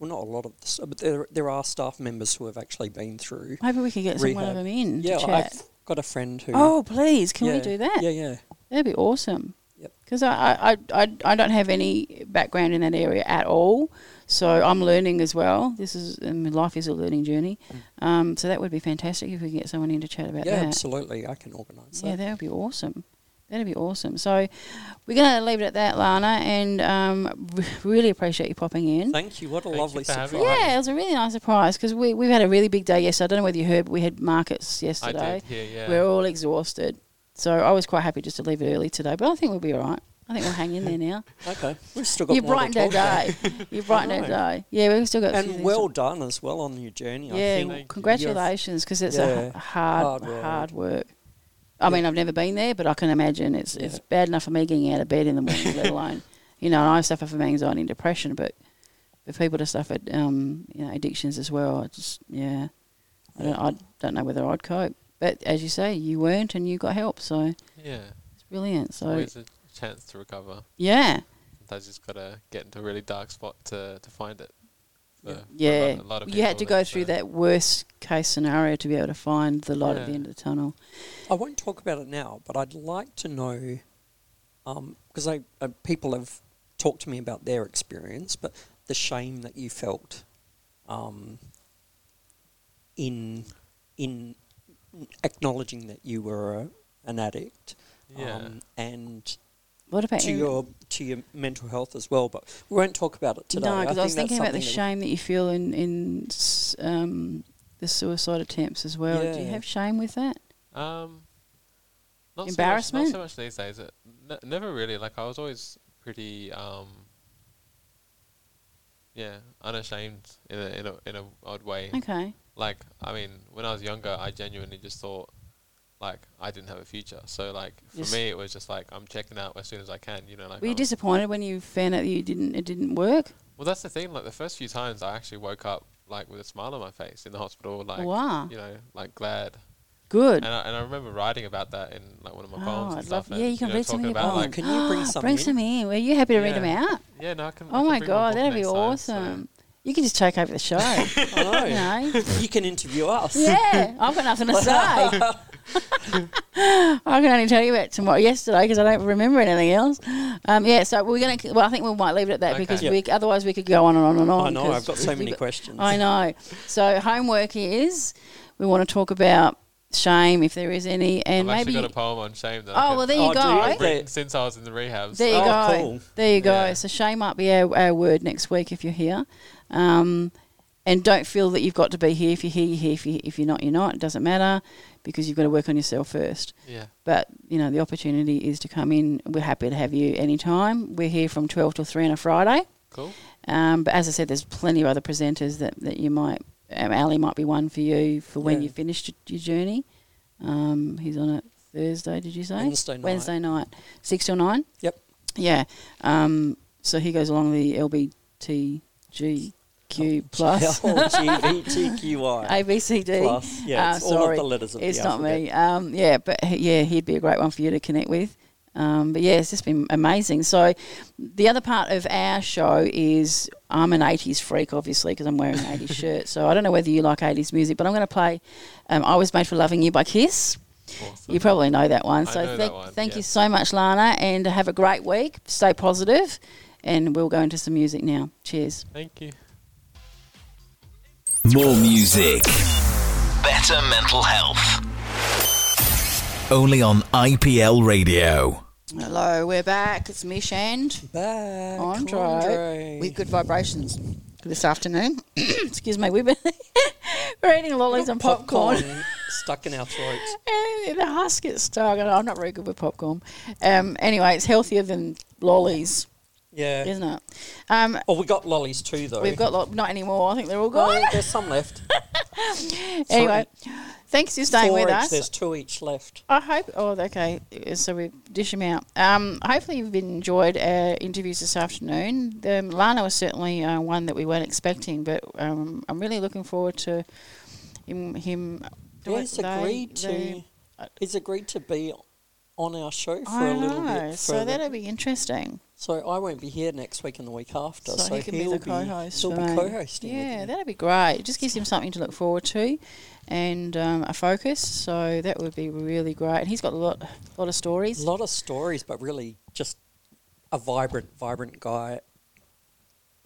S6: well, not a lot of the staff, but there there are staff members who have actually been through.
S2: Maybe we could get some one of
S6: rehab.
S2: them in
S6: yeah,
S2: to
S6: I've
S2: chat.
S6: got a friend who.
S2: Oh, please, can we
S6: yeah,
S2: do that?
S6: Yeah, yeah.
S2: That'd be awesome.
S6: Yep.
S2: Because I, I, I, I- I don't have any background in that area at all, so I'm learning as well. This is I mean, life is a learning journey, um, so that would be fantastic if we could get someone in to chat about
S6: Mm. Yeah,
S2: that.
S6: absolutely. I can organise
S2: Yeah,
S6: that.
S2: that would be awesome. That'd be awesome. So we're going to leave it at that, Lana, and um, [LAUGHS] r- really appreciate you popping in.
S6: Thank you. What a
S7: Thank you
S6: lovely
S7: for having
S6: surprise.
S7: me.
S2: yeah, it was a really nice surprise because we, we've had a really big day yesterday. I don't know whether you heard, but we had markets
S7: I
S2: yesterday.
S7: did, yeah, yeah.
S2: We're all exhausted. So I was quite happy just to leave it early today, but I think we'll be all right. I think we'll hang in there now.
S6: Okay, [LAUGHS] we've still got
S2: you
S6: more to
S2: brightened our
S6: talk about.
S2: day. you brightened
S6: [LAUGHS]
S2: our
S6: know.
S2: day. Yeah, we've still got a few
S6: And
S2: things
S6: well
S2: to-
S6: done as well on your journey. I
S2: Yeah,
S6: think
S2: well,
S6: you've-
S2: congratulations because it's a
S6: Yeah,
S2: h- hard,
S6: hard work.
S2: hard work. I mean, I've never been there, but I can imagine it's it's
S6: Yeah.
S2: bad enough for me getting out of bed in the morning,
S6: [LAUGHS]
S2: let alone you know. And I suffer from anxiety and depression, but for people to suffer um, you know addictions as well, I just yeah, I don't I don't know whether I'd cope. But as you say, you weren't, and you got help, so
S7: Yeah,
S2: it's brilliant. So
S7: always a chance to recover.
S2: yeah,
S7: Sometimes you just gotta get into a really dark spot to to find it. So, for a lot-
S2: yeah,
S7: a lot of
S2: you had
S7: people
S2: to go
S7: it's,
S2: through
S7: uh,
S2: that worst case scenario to be able to find the light at the
S7: Yeah.
S2: end of the tunnel.
S6: I won't talk about it now, but I'd like to know because I uh, people have talked to me about their experience, but the shame that you felt um, in in acknowledging that you were a, an addict,
S7: Yeah.
S6: um, and
S2: What about
S6: to
S2: you?
S6: your to your mental health as well. But we won't talk about it today.
S2: No, because I, was
S6: think
S2: thinking
S6: that's
S2: about the
S6: something
S2: shame that you feel in in s- um, the suicide attempts as well. Do you
S6: Yeah.
S2: have shame with that?
S7: Um, not
S2: Embarrassment?
S7: So much, not so much these days. It, n- never really. Like I was always pretty, um, yeah, unashamed in a in a in a odd way.
S2: Okay.
S7: Like I mean, when I was younger, I genuinely just thought like I didn't have a future. So like for
S2: Yes.
S7: me, it was just like I'm checking out as soon as I can. You know, like
S2: Were you
S7: I'm-
S2: disappointed when you found out that you didn't it didn't work?
S7: well, that's the thing. Like the first few times, I actually woke up like with a smile on my face in the hospital. Like
S2: Wow.
S7: you know, like glad.
S2: Good.
S7: And I, and I remember writing about that in like one of my poems
S2: Oh,
S7: and
S2: I'd
S7: stuff.
S2: love. Yeah,
S7: and,
S2: you can
S7: know,
S2: read
S7: talking
S2: something
S7: about
S2: about
S7: like
S6: Can you
S2: [GASPS]
S6: bring some
S2: Bring
S6: in?
S2: some in. Were you happy to read
S7: Yeah.
S2: them out?
S7: Yeah, no, I can. I
S2: Oh
S7: can
S2: my
S7: bring
S2: god,
S7: book
S2: that'd be
S7: next time, so-
S2: awesome. You can just take over the show.
S6: [LAUGHS]
S2: you
S6: that- I know.
S2: know.
S6: you can interview us.
S2: Yeah, I've got nothing to say. I can only tell you about tomorrow, yesterday, because I don't remember anything else. Um, yeah, so we're going to. Well, I think we might leave it at that
S7: Okay.
S2: because
S7: Yeah.
S2: we otherwise we could go on and on and on.
S6: I know.
S2: 'cause
S6: I've got so
S2: we've
S6: many
S2: got-
S6: questions.
S2: I know. So homework is we want to talk about shame if there is any, and
S7: I've
S2: maybe
S7: actually got a poem on shame that I
S2: oh
S7: can-
S2: well, there you
S6: Oh, do you?
S2: go.
S7: I've written
S6: There-
S7: since I was in the rehab.
S2: There you
S7: so-
S6: Oh,
S2: go.
S6: cool.
S2: There you go.
S7: Yeah.
S2: So shame might be our, our word next week if you're here. Um, and don't feel that you've got to be here. If you're here, you're here. If, you, if you're not, you're not. It doesn't matter because you've got to work on yourself first.
S7: Yeah.
S2: But, you know, the opportunity is to come in. We're happy to have you anytime. We're here from 12 till 3 on a Friday.
S7: Cool.
S2: Um, but as I said, there's plenty of other presenters that, that you might, um, Ali might be one for you for when
S6: Yeah.
S2: you finished your journey. Um, he's on a Thursday, did you say?
S6: Wednesday night.
S2: Wednesday night. 6 till 9?
S6: Yep.
S2: Yeah. Um, so he goes along the
S6: Oh,
S2: LBTGQ [LAUGHS] plus [LAUGHS]
S6: LGBTQI.
S2: ABCD.
S6: Plus, yeah,
S2: Uh,
S6: it's all
S2: sorry.
S6: of the letters of
S2: it's
S6: the
S2: not
S6: alphabet.
S2: me. Um, yeah, but he- yeah, he'd be a great one for you to connect with. Um, but yeah, it's just been amazing. So the other part of our show is I'm an 80s freak, obviously, because I'm wearing an 80s
S6: [LAUGHS]
S2: shirt. So I don't know whether you like 80s music, but I'm going to play um, I Was Made for Loving You by Kiss.
S7: Awesome.
S2: You probably know that one.
S7: I
S2: So
S7: know that
S2: thank,
S7: one,
S2: thank
S7: yeah.
S2: you so much, Lana, and have a great week. Stay positive, and we'll go into some music now. Cheers.
S7: Thank you.
S1: More music. Better mental health. Only on IPL Radio.
S2: Hello, we're back. It's Mish and
S6: Back,
S2: Andre
S6: Andre.
S2: with good vibrations this afternoon. [COUGHS] Excuse me, we've been [LAUGHS] we're eating lollies and popcorn.
S6: [LAUGHS] stuck in our throats.
S2: And the husk gets stuck, and I'm not very good with popcorn. Um, anyway, it's healthier than lollies,
S6: Yeah.
S2: isn't it? Um,
S6: Oh, we got lollies too, though.
S2: we've got lo- not anymore. I think they're all
S6: Oh,
S2: gone.
S6: there's some left.
S2: anyway, thanks for [LAUGHS] staying
S6: Four
S2: with
S6: each.
S2: us.
S6: There's two each left.
S2: I hope. Oh, okay. So we dish them out. Um, hopefully you've enjoyed our interviews this afternoon. Um, Lana was certainly uh, one that we weren't expecting, but um, I'm really looking forward to him. him
S6: He's
S2: they-
S6: agreed to.
S2: they-
S6: He's agreed to be on our show for
S2: I
S6: a little
S2: know.
S6: bit.
S2: So
S6: for the-
S2: that'll be interesting.
S6: so I won't be here next week and the week after.
S2: So,
S6: So,
S2: he can be the
S6: will
S2: co-host.
S6: He'll
S2: for
S6: be
S2: me.
S6: co-hosting. with
S2: Yeah,
S6: me.
S2: that'd be great. It just gives him something to look forward to, and um, a focus. So that would be really great. And he's got a lot, lot of stories.
S6: A lot of stories, but really just a vibrant, vibrant guy.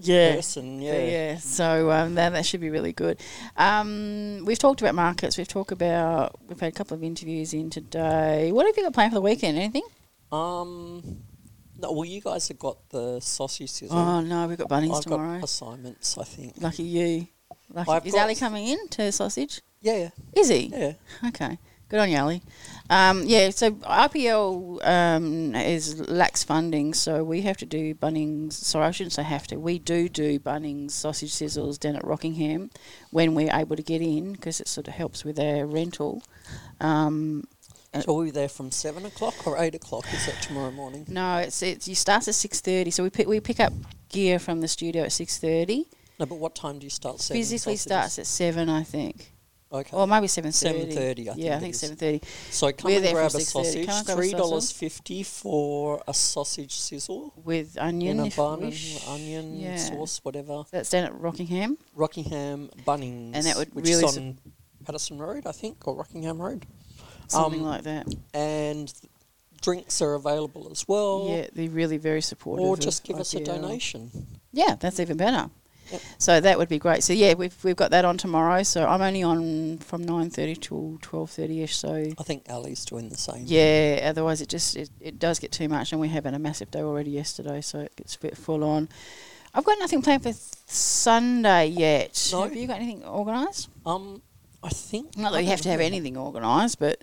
S2: yeah.
S6: Person,
S2: Yeah.
S6: yeah.
S2: So um, that, that should be really good. Um, we've talked about markets. We've talked about. We've had a couple of interviews in today. What have you got planned for the weekend? Anything?
S6: Um, no, well, you guys have got the sausage sizzle.
S2: Oh no, we've got bunnies
S6: I've
S2: tomorrow.
S6: got assignments, I think.
S2: Lucky you. Lucky.
S6: I've
S2: Is
S6: got-
S2: Ali coming in to sausage?
S6: Yeah,
S2: Is he?
S6: yeah.
S2: Okay. Good on you, Ali. Um, yeah, so RPL um, is lacks funding, so we have to do Bunnings. Sorry, I shouldn't say have to. We do do Bunnings sausage sizzles down at Rockingham when we're able to get in because it sort of helps with our rental. Um,
S6: So we'll be there from 7 o'clock or 8 o'clock, is that tomorrow morning?
S2: no, it's it's you start at six thirty, so we pick we pick up gear from the studio at six thirty.
S6: No, but what time do you start serving
S2: Physically
S6: sausages?
S2: starts at seven, I think,
S6: Okay.
S2: or maybe seven thirty.
S6: 7:30, I think
S2: yeah, I
S6: it
S2: think
S6: is.
S2: seven thirty.
S6: so come
S2: we're
S6: and
S2: there from
S6: grab a
S2: 6:30.
S6: sausage.
S2: Come and grab a
S6: Three
S2: sausage.
S6: dollars fifty for a sausage sizzle
S2: with onion,
S6: in a
S2: if you
S6: bun, and
S2: wish.
S6: onion
S2: Yeah.
S6: sauce, whatever.
S2: That's down at Rockingham.
S6: Rockingham Bunnings,
S2: And that would
S6: which
S2: really
S6: is
S2: su-
S6: on Patterson Road, I think, or Rockingham Road.
S2: something
S6: Um,
S2: like that.
S6: And th- drinks are available as well.
S2: yeah, they're really very supportive.
S6: or
S2: of
S6: just give us a
S2: IPL.
S6: donation.
S2: Yeah, that's even better.
S6: Yep.
S2: So that would be great. So yeah, we've we've got that on tomorrow. So I'm only on from nine thirty till twelve thirty ish. So
S6: I think Ali's doing the same.
S2: yeah, otherwise it just it, it does get too much, and we are having a massive day already yesterday, so it gets a bit full on. I've got nothing planned for th- Sunday yet.
S6: No?
S2: Have you got anything organised?
S6: Um, I think.
S2: Not
S6: I
S2: that you have
S6: don't
S2: to have
S6: know.
S2: anything organised, but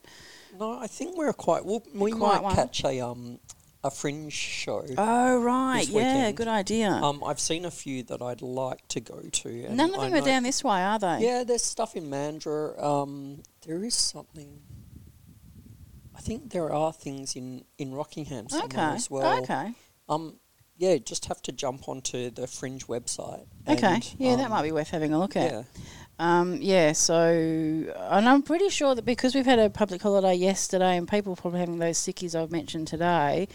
S6: No, I think we're quite. We'll, we
S2: Quiet
S6: might
S2: one.
S6: catch a um a fringe show.
S2: oh right,
S6: This
S2: yeah,
S6: weekend.
S2: good idea.
S6: Um, I've seen a few that I'd like to go to. and
S2: None of
S6: I
S2: them are
S6: know-
S2: down this way, are they?
S6: Yeah, there's stuff in Mandra. Um, there is something. I think there are things in in Rockingham somewhere
S2: Okay.
S6: as well.
S2: Okay.
S6: Um, yeah, just have to jump onto the Fringe website.
S2: Okay.
S6: and,
S2: Yeah, that
S6: um,
S2: might be worth having a look at.
S6: Yeah.
S2: Um, yeah, so, and I'm pretty sure that because we've had a public holiday yesterday and people probably having those sickies I've mentioned today,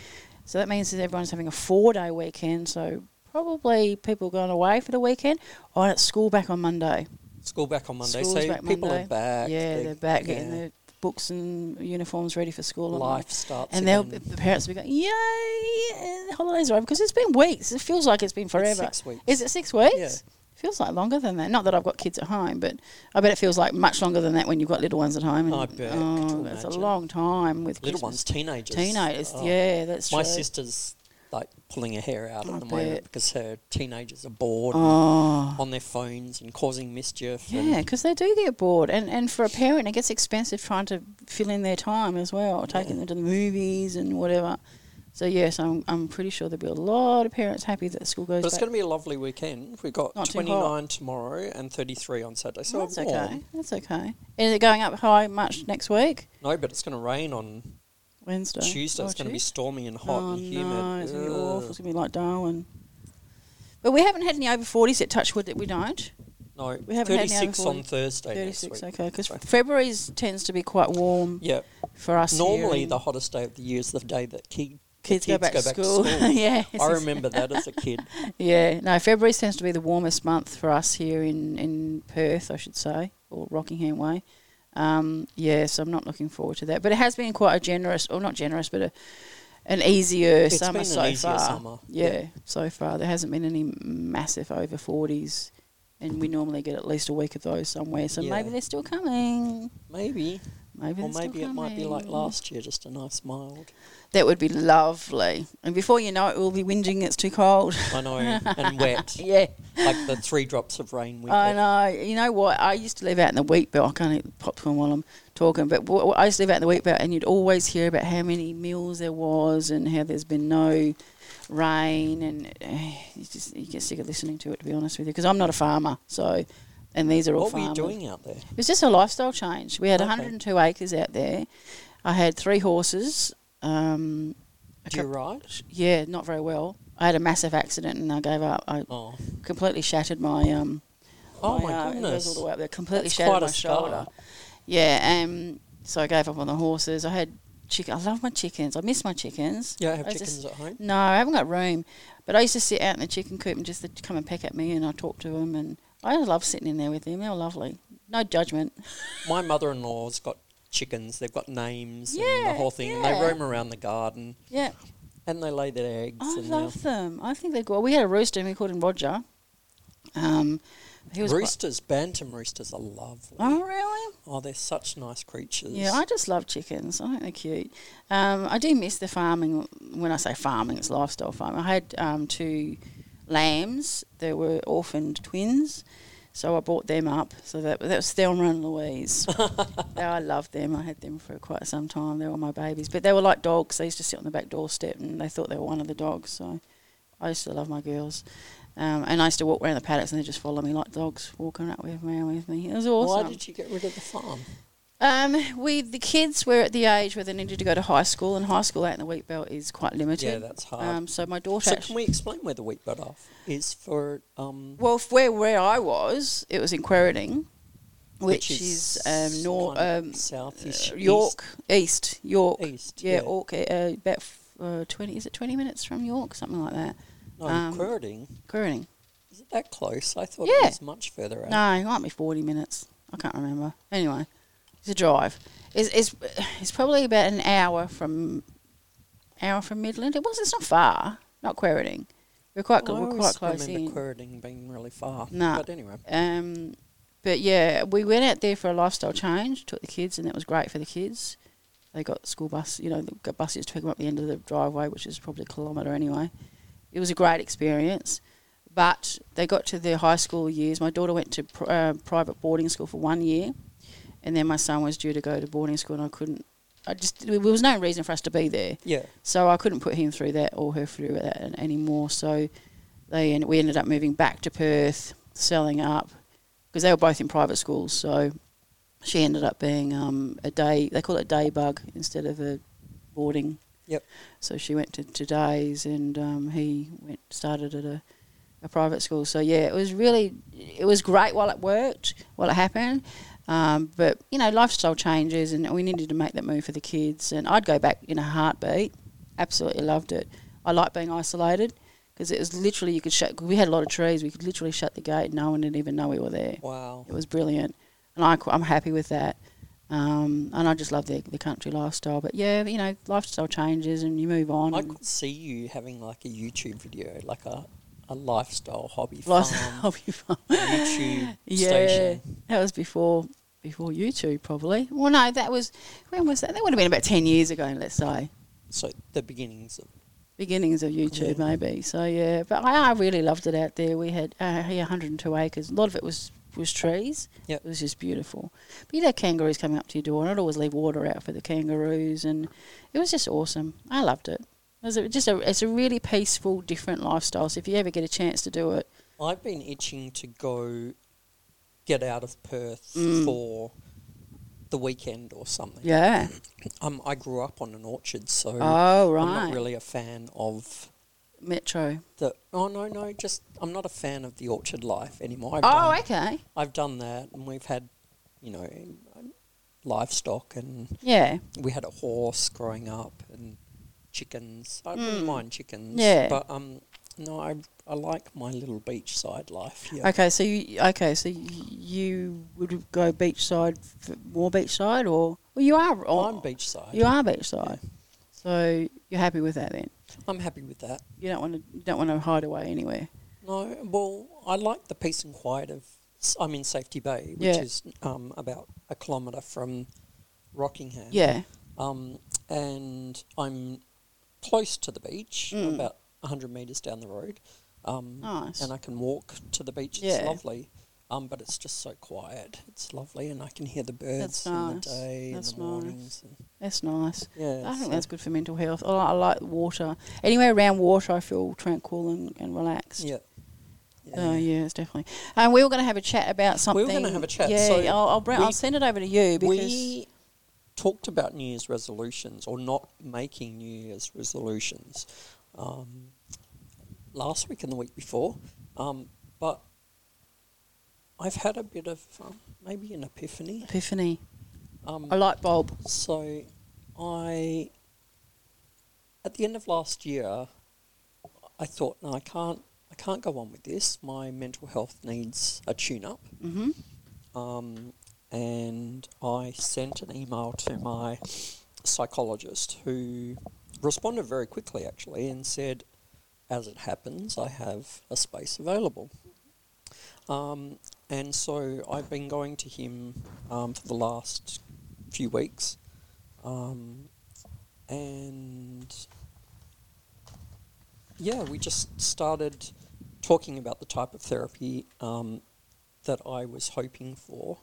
S2: so that means that everyone's having a four day weekend, so probably people going away for the weekend or at school back on Monday.
S6: School back on Monday,
S2: School's
S6: so
S2: back
S6: people
S2: Monday.
S6: are back.
S2: yeah, they're, back getting
S6: yeah,
S2: their books and uniforms ready for school. on Monday.
S6: life starts.
S2: And they'll,
S6: again.
S2: the parents will be going, yay, uh, the holidays are over because it's been weeks. It feels like it's been forever.
S6: six weeks.
S2: Is it six weeks?
S6: Yeah.
S2: Feels like longer than that. Not that I've got kids at home, but I bet it feels like much longer than that when you've got little ones at home.
S6: I bet.
S2: Oh,
S6: Could you
S2: that's a
S6: imagine?
S2: long time with
S6: Little
S2: Christmas.
S6: ones, teenagers.
S2: Teenagers,
S6: Oh.
S2: yeah, that's
S6: My
S2: true.
S6: sister's like pulling her hair out
S2: I
S6: at the moment
S2: bet.
S6: because her teenagers are bored and
S2: Oh,
S6: on their phones and causing mischief.
S2: yeah,
S6: and-
S2: because they do get bored, and and for a parent, it gets expensive trying to fill in their time as well, taking them to the movies and whatever. So yes, I'm I'm pretty sure there'll be a lot of parents happy that school goes.
S6: but it's
S2: back.
S6: going to be a lovely weekend. We've got
S2: Not too hot.
S6: 29 tomorrow and 33 on Saturday. So
S2: that's
S6: warm.
S2: okay. That's okay. Is it going up high much next week?
S6: No, but it's going to rain on
S2: Wednesday.
S6: Tuesday.
S2: Oh,
S6: It's going to be
S2: Tues-
S6: stormy and hot
S2: oh,
S6: and humid.
S2: No, it's going to be awful.
S6: Ugh.
S2: It's going to be like Darwin. But we haven't had any over 40s at Touchwood that we don't.
S6: No,
S2: We haven't had any
S6: 36
S2: over
S6: on Thursday
S2: 36,
S6: next week.
S2: okay. Because
S6: So-
S2: February tends to be quite warm
S6: Yeah,
S2: for us. here
S6: normally
S2: in-
S6: the hottest day of the year is the day that ki- the
S2: kids, go back to school. [LAUGHS] yeah.
S6: I remember that as
S2: [LAUGHS]
S6: a kid.
S2: Yeah. No, February tends to be the warmest month for us here in, in Perth, I should say, or Rockingham Way. Um, yeah, so I'm not looking forward to that. But it has been quite a generous, or not generous, but a, an easier
S6: It's
S2: summer
S6: been an
S2: so
S6: easier
S2: far.
S6: summer,
S2: Yeah,
S6: yeah.
S2: so far there hasn't been any massive over 40s, and we normally get at least a week of those somewhere. So
S6: Yeah.
S2: maybe they're still coming.
S6: Maybe,
S2: Maybe
S6: or
S2: they're still
S6: maybe it might be like
S2: coming.
S6: last year, just a nice mild.
S2: That would be lovely. And before you know it, we'll be whinging it's too cold.
S6: I know,
S2: [LAUGHS]
S6: and wet,
S2: yeah.
S6: like the three drops of rain we
S2: I
S6: get.
S2: know. uh, You know what? I used to live out in the wheat belt. I can't eat popcorn while I'm talking, but w- w- I used to live out in the wheat belt, and you'd always hear about how many meals there was and how there's been no rain, and eh, you just you get sick of listening to it. To be honest with you, because I'm not a farmer, so and these are all
S6: What were
S2: farmers.
S6: you doing out there?
S2: It was just a lifestyle change. We had
S6: Okay.
S2: 102 acres out there. I had three horses. Um, a
S6: Do you
S2: coup-
S6: ride?
S2: yeah, not very well. I had a massive accident and I gave up. I
S6: Oh,
S2: completely shattered my um.
S6: oh my
S2: uh, it goes
S6: goodness!
S2: all the way up there. Completely
S6: That's
S2: shattered
S6: quite a
S2: my shoulder.
S6: scar.
S2: Yeah, um. So I gave up on the horses. I had chicken. I love my chickens. I miss my chickens.
S6: Yeah, I have
S2: I
S6: chickens
S2: just-
S6: at home.
S2: No, I haven't got room. But I used to sit out in the chicken coop and just they'd come and peck at me and I talked to them and I love sitting in there with them. They were lovely. No judgment.
S6: My mother-in-law's got chickens. They've got names and the
S2: Yeah,
S6: whole thing, and
S2: yeah.
S6: they roam around the garden
S2: Yeah,
S6: and they lay their eggs.
S2: Oh, I
S6: and they're-
S2: love them. I think they're good. We had a rooster and we called him Roger. Um, he was quite-
S6: roosters, bantam roosters, are lovely.
S2: Oh really?
S6: Oh, they're such nice creatures.
S2: Yeah, I just love chickens. I think they're cute. Um, I do miss the farming. When I say farming, it's lifestyle farming. I had um, two lambs. They were orphaned twins, so I bought them up. So that, that was Thelma and
S6: [LAUGHS]
S2: Louise. they, I loved them. I had them for quite some time. They were my babies, but they were like dogs. They used to sit on the back doorstep, and they thought they were one of the dogs. So I used to love my girls. Um, and I used to walk around the paddocks, and they just follow me like dogs, walking around with me. With me. It was awesome.
S6: Why did you get rid of the farm?
S2: Um, we the kids were at the age where they needed to go to high school, and high school out in the wheat belt is quite limited.
S6: Yeah, that's hard.
S2: Um, so my daughter.
S6: so
S2: actu-
S6: can we explain where the wheat butt off is for? Um,
S2: well, f- where where I was, it was in Queriding, which, is, um, nor,
S6: kind of
S2: um,
S6: southish
S2: uh, York East, York
S6: East,
S2: yeah,
S6: yeah.
S2: York, uh, about f- uh, twenty. Is it twenty minutes from York, something like that?
S6: east. No,
S2: um,
S6: Querding.
S2: Queriding.
S6: Is it that close? I thought it
S2: Yeah.
S6: was much further out.
S2: No, it might be 40 minutes. I can't remember. Anyway, it's a drive. It's, it's, it's probably about an hour from hour from Midland. It was. It's not far. Not Queriding. We're quite good.
S6: I
S2: We're quite
S6: always
S2: close
S6: remember
S2: in.
S6: Querding being really far.
S2: Nah.
S6: But anyway,
S2: Um, but yeah, we went out there for a lifestyle change. Took the kids, and that was great for the kids. They got school bus, you know, they got buses to pick them up at the end of the driveway, which is probably a kilometre anyway. It was a great experience. But they got to their high school years. My daughter went to pr- uh, private boarding school for one year, and then my son was due to go to boarding school, and I couldn't. I just there was no reason for us to be there.
S6: yeah.
S2: So I couldn't put him through that or her through that an- anymore. So they en- we ended up moving back to Perth, selling up because they were both in private schools. So she ended up being um, a day they call it day bug instead of a boarding.
S6: Yep.
S2: So she went to, to days, and um, he went started at a a private school. So yeah, it was really it was great while it worked, while it happened. Um, but you know, lifestyle changes, and we needed to make that move for the kids. And I'd go back in a heartbeat. Absolutely loved it. I like being isolated because it was literally you could shut. 'cause we had a lot of trees. We could literally shut the gate. No one didn't even know we were there.
S6: Wow.
S2: It was brilliant, and I, qu- I'm happy with that. Um, and I just love the, the country lifestyle. But yeah, you know, lifestyle changes, and you move on.
S6: I
S2: and-
S6: could see you having like a YouTube video, like a a lifestyle hobby
S2: Lost [LAUGHS]
S6: farm,
S2: hobby farm.
S6: YouTube
S2: [LAUGHS] Yeah,
S6: station.
S2: that was before before YouTube probably. Well, no, that was when was that? That would have been about ten years ago, let's say.
S6: So the beginnings of
S2: beginnings of YouTube,
S6: Yeah.
S2: maybe. So yeah, but I, I really loved it out there. We had uh, here 102 acres. A lot of it was was trees.
S6: Yep.
S2: It was just beautiful. But you'd have kangaroos coming up to your door, and I'd always leave water out for the kangaroos, and it was just awesome. I loved it. It was a, just a, it's a really peaceful, different lifestyle. So if you ever get a chance to do it,
S6: I've been itching to go get out of Perth
S2: Mm.
S6: for the weekend or something.
S2: yeah.
S6: Um, I grew up on an orchard, so
S2: Oh
S6: I'm
S2: right,
S6: not really a fan of
S2: metro.
S6: the. Oh no, no, just I'm not a fan of the orchard life anymore. I've
S2: Oh
S6: done,
S2: okay,
S6: I've done that, and we've had, you know, livestock, and
S2: yeah.
S6: we had a horse growing up, and chickens. I wouldn't
S2: Mm.
S6: mind chickens,
S2: Yeah.
S6: but um, no, I I like my little beachside life. Yeah.
S2: Okay, so you okay, so y- you would go beachside, f- more beachside, or well, you are.
S6: I'm
S2: on-
S6: beachside.
S2: You are beachside, so you're happy with that then.
S6: I'm happy with that.
S2: You don't want to. You don't want to hide away anywhere.
S6: No, well, I like the peace and quiet of. s- I'm in Safety Bay, which
S2: Yeah.
S6: is um, about a kilometre from Rockingham.
S2: Yeah.
S6: Um, and I'm close to the beach,
S2: Mm. Oh,
S6: about 100 metres down the road. Um,
S2: Nice.
S6: And I can walk to the beach. It's
S2: Yeah.
S6: lovely. Um, but it's just so quiet. It's lovely, and I can hear the birds
S2: That's
S6: in the
S2: nice.
S6: day
S2: That's nice.
S6: in the mornings. And
S2: That's nice.
S6: yeah,
S2: I think
S6: so-
S2: that's good for mental health. I, li- I like water. Anywhere around water, I feel tranquil and, and relaxed.
S6: Yeah.
S2: So yeah, it's definitely. Um, we were going to have a chat about
S6: We
S2: something.
S6: were gonna have a chat,
S2: Yeah,
S6: so
S2: I'll I'll, bring,
S6: we-
S2: I'll send it over to you because
S6: we talked about New Year's resolutions or not making New Year's resolutions um, last week and the week before, um, but I've had a bit of um, maybe an epiphany.
S2: epiphany,
S6: Um,
S2: a light bulb.
S6: so I, at the end of last year, I thought, no, I can't, I can't go on with this. My mental health needs a tune up
S2: Mm-hmm.
S6: um, and I sent an email to my psychologist who responded very quickly actually and said, as it happens, I have a space available. Um, and so I've been going to him um, for the last few weeks. Um, and yeah, we just started talking about the type of therapy um, that I was hoping for,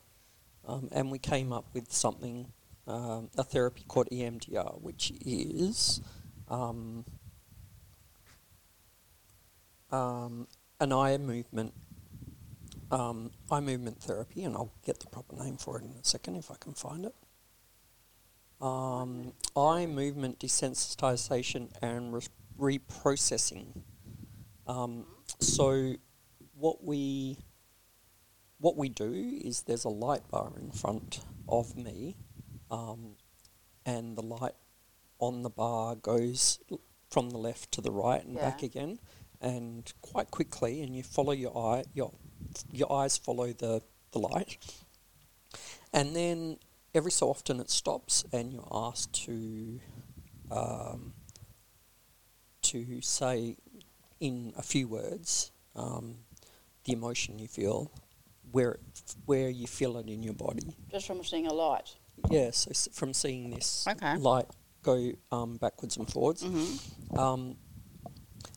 S6: um, and we came up with something, um, a therapy called EMDR, which is um, um, an eye movement, um, eye movement therapy, and I'll get the proper name for it in a second if I can find it. Um, eye movement desensitization and re- reprocessing. Um, so, what we what we do is there's a light bar in front of me, um, and the light on the bar goes l- from the left to the right and back
S2: Yeah.
S6: again, and quite quickly. And you follow your eye, your your eyes follow the the light, and then every so often it stops, and you're asked to um, to say in a few words um, the emotion you feel, where where you feel it in your body.
S2: Just from seeing a light.
S6: Yeah, so s- from seeing this
S2: Okay.
S6: light go um, backwards and forwards,
S2: Mm-hmm.
S6: um,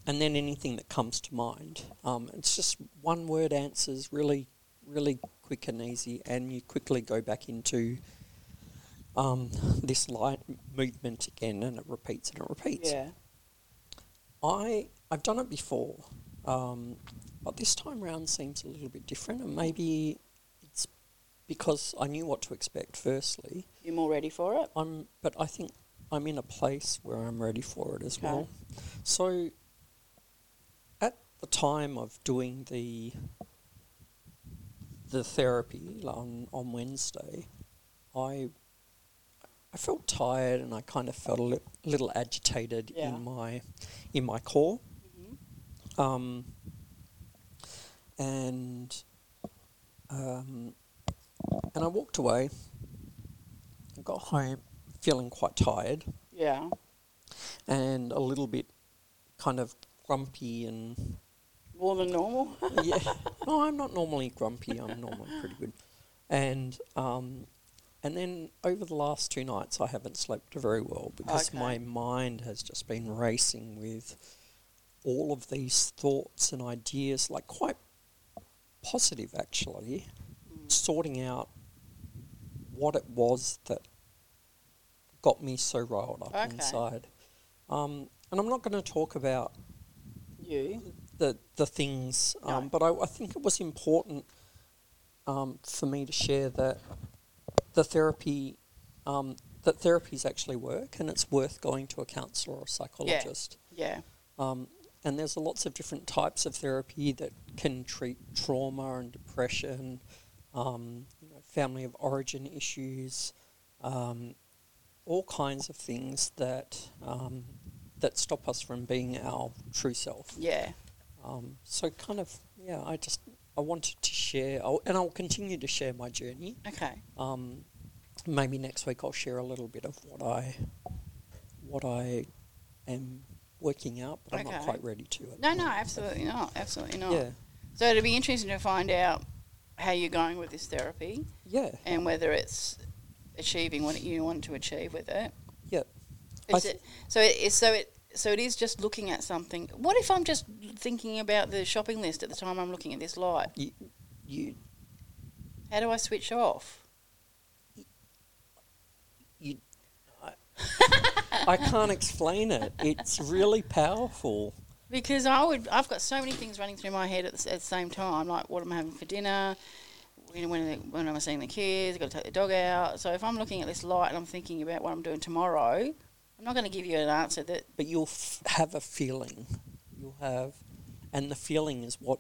S6: and then anything that comes to mind. Um, it's just one word answers, really, really quick and easy, and you quickly go back into um, this light m- movement again, and it repeats and it repeats.
S2: Yeah.
S6: I I've done it before, um, but this time round seems a little bit different, and maybe it's because I knew what to expect. Firstly,
S2: You're more ready for it.
S6: I'm, but I think I'm in a place where I'm ready for it as
S2: Okay.
S6: well. So, at the time of doing the the therapy on on Wednesday, I I felt tired and I kind of felt a li- little agitated
S2: Yeah.
S6: in my in my core. Um, and um, and I walked away and got home feeling quite tired
S2: Yeah.
S6: and a little bit kind of grumpy and
S2: more than normal. [LAUGHS]
S6: yeah. No, I'm not normally grumpy. I'm normally pretty good. And um, and then over the last two nights, I haven't slept very well because
S5: Okay.
S6: my mind has just been racing with all of these thoughts and ideas, like quite positive actually,
S5: Mm.
S6: sorting out what it was that got me so riled up
S5: Okay.
S6: inside. Um, and I'm not going to talk about
S5: You.
S6: the the things. Um,
S5: No.
S6: But I, I think it was important um, for me to share that the therapy um, that therapies actually work, and it's worth going to a counsellor or psychologist.
S2: Yeah.
S6: Um, and there's lots of different types of therapy that can treat trauma and depression, um, you know, family of origin issues, um, all kinds of things that um, that stop us from being our true self.
S2: Yeah.
S6: Um, so kind of, yeah, I just, I wanted to share, I'll, and I'll continue to share my journey.
S2: Okay.
S6: Um, maybe next week I'll share a little bit of what I, what I am working out, but I'm not
S2: Okay.
S6: quite ready to. at the
S2: No, no,
S6: moment.
S2: absolutely not. Absolutely not.
S6: Yeah,
S2: So it'd be interesting to find out how you're going with this therapy
S6: yeah,
S2: and whether it's achieving what you want to achieve with it.
S6: yeah. I
S2: Is
S6: th-
S2: it so? It is so it. So it is just looking at something. What if I'm just thinking about the shopping list at the time I'm looking at this light?
S6: You, you,
S2: How do I switch off?
S6: you, I, I can't
S2: [LAUGHS]
S6: explain it. It's really powerful.
S2: Because I would, I've got so many things running through my head at the, s- at the same time. Like, what am I having for dinner? You know, when, are they- when am I seeing the kids? I've got to take the dog out. So if I'm looking at this light and I'm thinking about what I'm doing tomorrow, I'm not going to give you an answer that.
S6: but you'll f- have a feeling. You'll have, and the feeling is what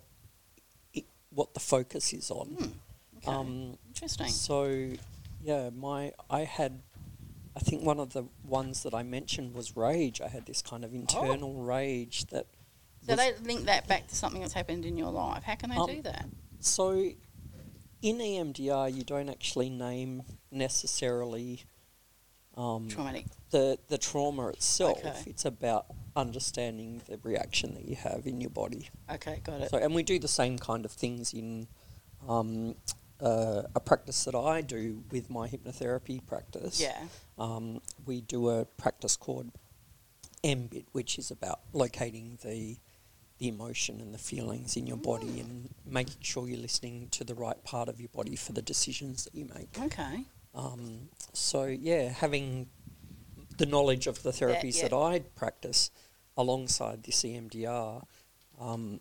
S6: it, what the focus is on.
S2: Hmm, Okay,
S6: Um,
S2: interesting.
S6: so, yeah, my I had, I think one of the ones that I mentioned was rage. I had this kind of internal rage that.
S2: Oh. So
S6: was-
S2: they link that back to something that's happened in your life. How can they
S6: Um,
S2: do that?
S6: so, in E EMDR, you don't actually name necessarily. Um,
S2: Traumatic.
S6: the the trauma itself.
S2: Okay.
S6: It's about understanding the reaction that you have in your body.
S2: Okay, got it.
S6: So, and we do the same kind of things in um, uh, a practice that I do with my hypnotherapy practice.
S2: yeah.
S6: Um, we do a practice called MBIT, which is about locating the the emotion and the feelings in your body and making sure you're listening to the right part of your body for the decisions that you make.
S2: Okay.
S6: Um, so yeah, having the knowledge of the therapies
S2: yeah.
S6: that I practice alongside this E EMDR, um,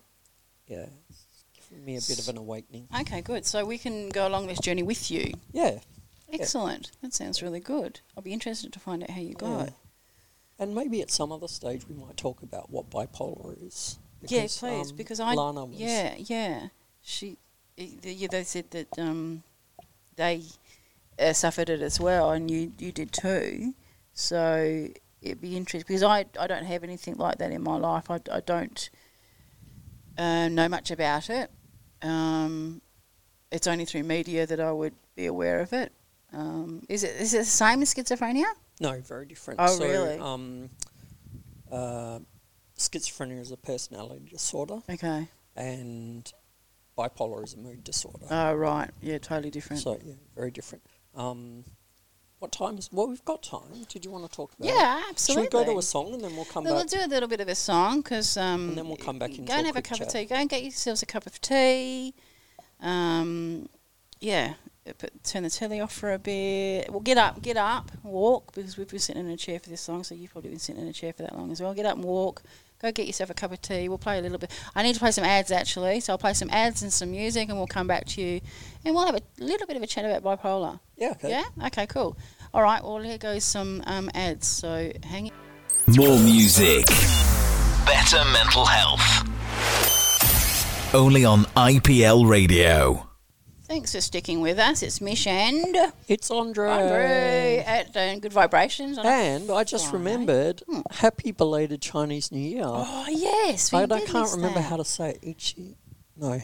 S6: yeah, it's given me a bit of an awakening.
S2: Okay, good. So we can go along this journey with you.
S6: Yeah, Yeah.
S2: Excellent. That sounds really good. I'll be interested to find out how you go.
S6: yeah. And maybe at some other stage we might talk about what bipolar is.
S2: Yeah, please,
S6: um,
S2: because I
S6: Lana was
S2: yeah yeah she i- the- yeah they said that um they uh, suffered it as well and you you did too so it'd be interesting because I I don't have anything like that in my life I I don't uh, know much about it um it's only through media that I would be aware of it um is it is it the same as schizophrenia
S6: no very different.
S2: Oh,
S6: so,
S2: really?
S6: Um, uh, schizophrenia is a personality disorder,
S2: okay
S6: and bipolar is a mood disorder.
S2: oh right yeah totally different
S6: So yeah, very different. Um, what time is? Well, we've got time. Did you want to talk about? it?
S2: yeah absolutely
S6: Should we go to a song and then we'll come
S2: Well,
S6: back?
S2: we'll do a little bit of a song because um,
S6: And then we'll come back
S2: Go and
S6: and talk
S2: have a
S6: quick
S2: cup of
S6: chat.
S2: tea. Go and get yourselves a cup of tea. Um, yeah, uh, put, turn the telly off for a bit. Well, get up, get up, walk because we've been sitting in a chair for this long, so you've probably been sitting in a chair for that long as well. Get up and walk. Go get yourself a cup of tea. We'll play a little bit. I need to play some ads actually, so I'll play some ads and some music, and we'll come back to you, and we'll have a little bit of a chat about bipolar.
S6: yeah. Okay.
S2: Yeah. Okay. Cool. All right. Well, here goes some um, ads. So hang
S1: More music. Better mental health. Only on IPL Radio.
S2: Thanks for sticking with us. It's Mish and
S6: It's Andre.
S2: Andre at uh, Good Vibrations. On a-
S6: And I just
S2: Friday.
S6: remembered, happy belated Chinese New Year.
S2: Hmm. oh yes, we
S6: but I
S2: did
S6: can't
S2: miss
S6: remember
S2: that.
S6: how to say it. Ichi. No,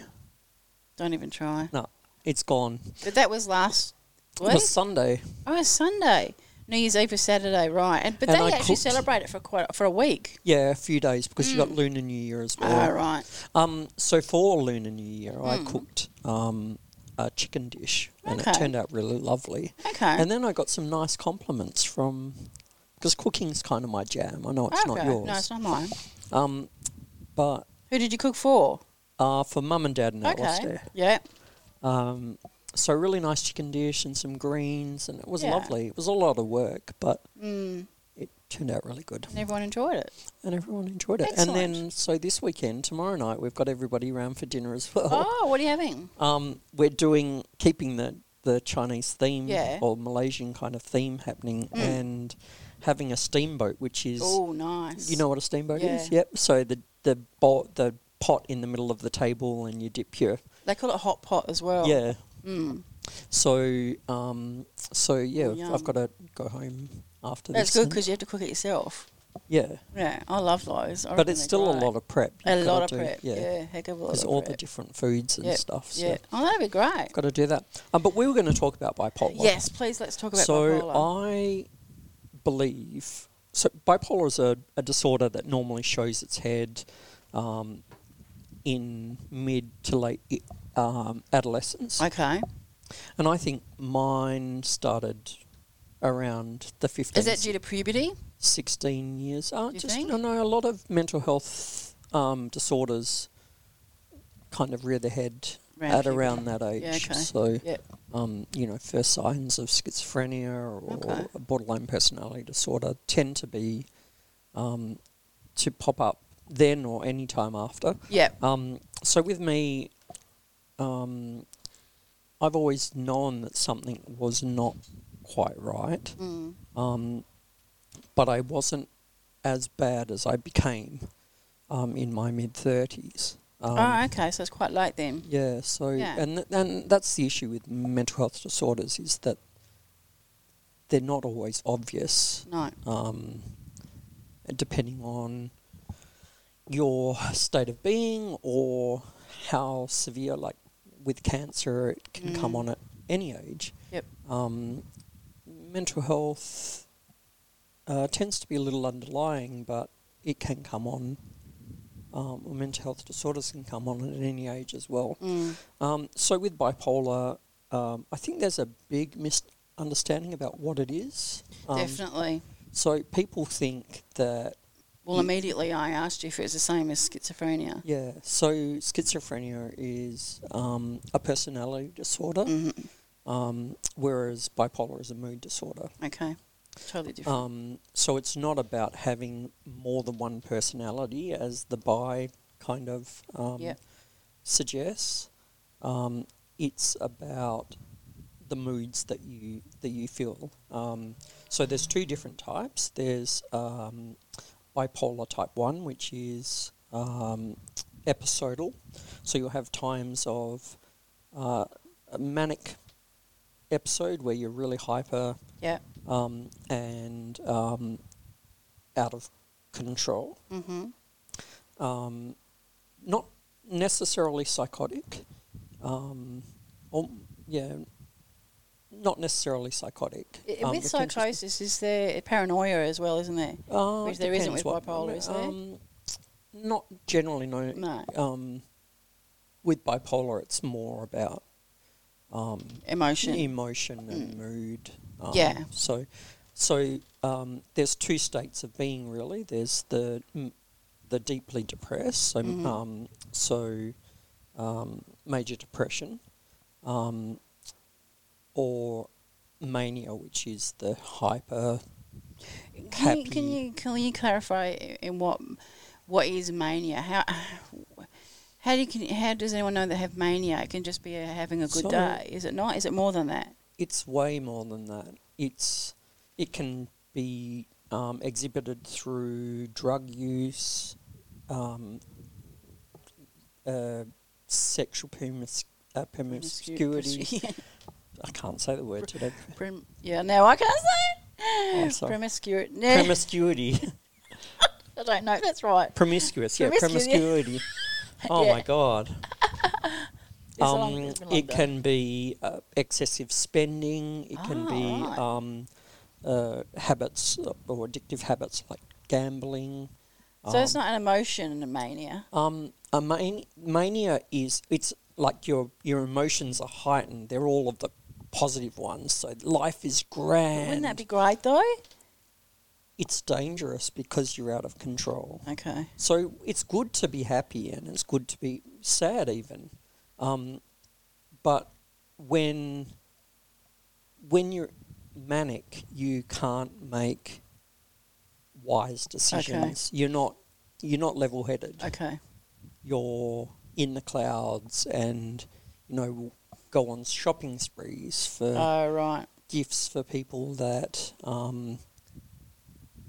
S2: Don't even try.
S6: no, it's gone.
S2: But that was last
S6: It
S2: week.
S6: was Sunday.
S2: Oh, it's Sunday. New Year's Eve was Saturday, right? And, but
S6: And
S2: they
S6: I
S2: actually
S6: cooked.
S2: celebrate it for quite for a week.
S6: Yeah, a few days because you got Lunar New Year as well.
S2: Oh, Mm. right. Mm.
S6: Um, so for Lunar New Year, I cooked um, a chicken dish, and
S2: Okay.
S6: it turned out really lovely.
S2: Okay.
S6: And then I got some nice compliments from because cooking's kind of my jam. I know it's not
S2: Okay.
S6: yours,
S2: No, it's not mine.
S6: Um, but
S2: Who did you cook for?
S6: uh, for mum and dad and that was
S2: okay.
S6: there.
S2: Yeah.
S6: Um, so really nice chicken dish and some greens, and it was
S2: Yeah.
S6: lovely. It was a lot of work, but
S2: Mm.
S6: it turned out really good.
S2: And everyone enjoyed it.
S6: and everyone enjoyed it.
S2: Excellent.
S6: And then, so this weekend, tomorrow night, we've got everybody around for dinner as well.
S2: Oh, what are you having?
S6: Um, we're doing keeping the the Chinese theme
S2: Yeah. Mm.
S6: or Malaysian kind of theme happening, and having a steamboat, which is
S2: Oh, nice.
S6: you know what a steamboat is.
S2: Yeah.
S6: Yep. So the the bo- the pot in the middle of the table, and you dip your
S2: they call it hot pot as well.
S6: yeah.
S2: Mm.
S6: So um, so yeah, I've-
S2: Oh, yum.
S6: I've got to go home after
S2: That's
S6: this.
S2: good because you have to cook it yourself.
S6: yeah,
S2: Yeah, I love those. I
S6: but it's still a lot of prep.
S2: a
S6: You've gotta
S2: lot of
S6: do-
S2: prep. Yeah, heck of a lot.
S6: because
S2: of
S6: all the
S2: prep.
S6: different foods and
S2: Yep,
S6: stuff. So
S2: Yeah. Oh, that'd be great.
S6: got to do that. Um, but we were going to talk about bipolar.
S2: Yes, please. Let's talk about
S6: so
S2: bipolar.
S6: I believe so. Bipolar is a, a disorder that normally shows its head um, in mid to late i- um, adolescence,
S2: okay.
S6: and I think mine started around the fifteen.
S2: Is that due to puberty?
S6: 16 years. Uh,
S2: you
S6: just,
S2: think?
S6: No, no, a lot of mental health um, disorders kind of rear their head
S2: Around
S6: at
S2: puberty.
S6: around that age.
S2: Yeah, okay.
S6: So,
S2: Yep.
S6: um, you know, first signs of schizophrenia or
S2: Okay.
S6: borderline personality disorder tend to be um, to pop up then or any time after.
S2: Yep.
S6: Um, so with me, um, I've always known that something was not quite right
S2: Mm.
S6: um, but I wasn't as bad as I became um, in my mid thirties. Um,
S2: oh, okay. So it's quite late then.
S6: Yeah. So
S2: Yeah.
S6: and th- and that's the issue with mental health disorders is that they're not always obvious,
S2: No.
S6: um, depending on your state of being or how severe. Like with cancer, it can come
S2: Mm.
S6: on at any age
S2: Yep.
S6: um, mental health uh, tends to be a little underlying, but it can come on. Um, or mental health disorders can come on at any age as well.
S2: Mm.
S6: Um, so with bipolar, um, I think there's a big misunderstanding about what it is. Um,
S2: Definitely.
S6: So people think that
S2: Well, immediately I asked you if it was the same as schizophrenia.
S6: yeah. So schizophrenia is um, a personality disorder,
S2: Mhm.
S6: um, whereas bipolar is a mood disorder.
S2: Okay. Totally different.
S6: Um, so it's not about having more than one personality, as the buy kind of um,
S2: Yep.
S6: suggests. Um, it's about the moods that you that you feel. Um, so there's two different types. There's um, bipolar type one, which is um, episodal. So you'll have times of uh, a manic episode where you're really hyper
S2: yeah.
S6: um, and um, out of control.
S2: Mm-hmm.
S6: Um, not necessarily psychotic. Um, or, yeah, not necessarily psychotic. Um,
S2: with
S6: it can just-
S2: psychosis, is there paranoia as well, isn't there?
S6: Uh,
S2: which there isn't
S6: depends
S2: with
S6: what-
S2: bipolar, is there?
S6: Um, not generally, no.
S2: No.
S6: Um, with bipolar, it's more about um,
S2: Emotion. Mm.
S6: emotion and mood. Um,
S2: Yeah.
S6: So, so um, there's two states of being really. There's the m- the deeply depressed, so
S2: Mhm.
S6: um, so um, major depression, um, or mania, which is the hyper.
S2: Can you, can
S6: happy.
S2: you can you clarify i- in what what is mania? How how do you, can, how does anyone know they have mania? It can just be a, having a good
S6: So-
S2: day, is it not? Is it more than that?
S6: It's way more than that. It's it can be um, exhibited through drug use, um, uh, sexual promis- uh, promiscuity.
S2: Promiscu- [LAUGHS]
S6: I can't say the word today.
S2: Prom- yeah, now I can't say.
S6: Oh,
S2: it.
S6: sorry.
S2: promiscuity. Nah,
S6: promiscuity. [LAUGHS]
S2: I don't know. if That's right.
S6: Promiscuous. Yeah,
S2: Promiscuous, yeah. [LAUGHS]
S6: promiscuity. Oh
S2: Yeah. [LAUGHS]
S6: my god.
S2: a long-
S6: Um,
S2: it's been a long
S6: it
S2: day.
S6: can be uh, excessive spending. It can
S2: Ah,
S6: be
S2: right.
S6: um, uh, habits or addictive habits like gambling.
S2: So
S6: Oh.
S2: it's not an emotion and a mania.
S6: Um, a mani- mania is it's like your your emotions are heightened. They're all of the positive ones. So life is grand.
S2: Wouldn't that be great though?
S6: it's dangerous because you're out of control.
S2: Okay.
S6: So it's good to be happy and it's good to be sad even, um, but when when you're manic, you can't make wise decisions. You're not you're not level headed.
S2: Okay.
S6: You're in the clouds and you know go on shopping sprees for
S2: Oh right.
S6: gifts for people that um,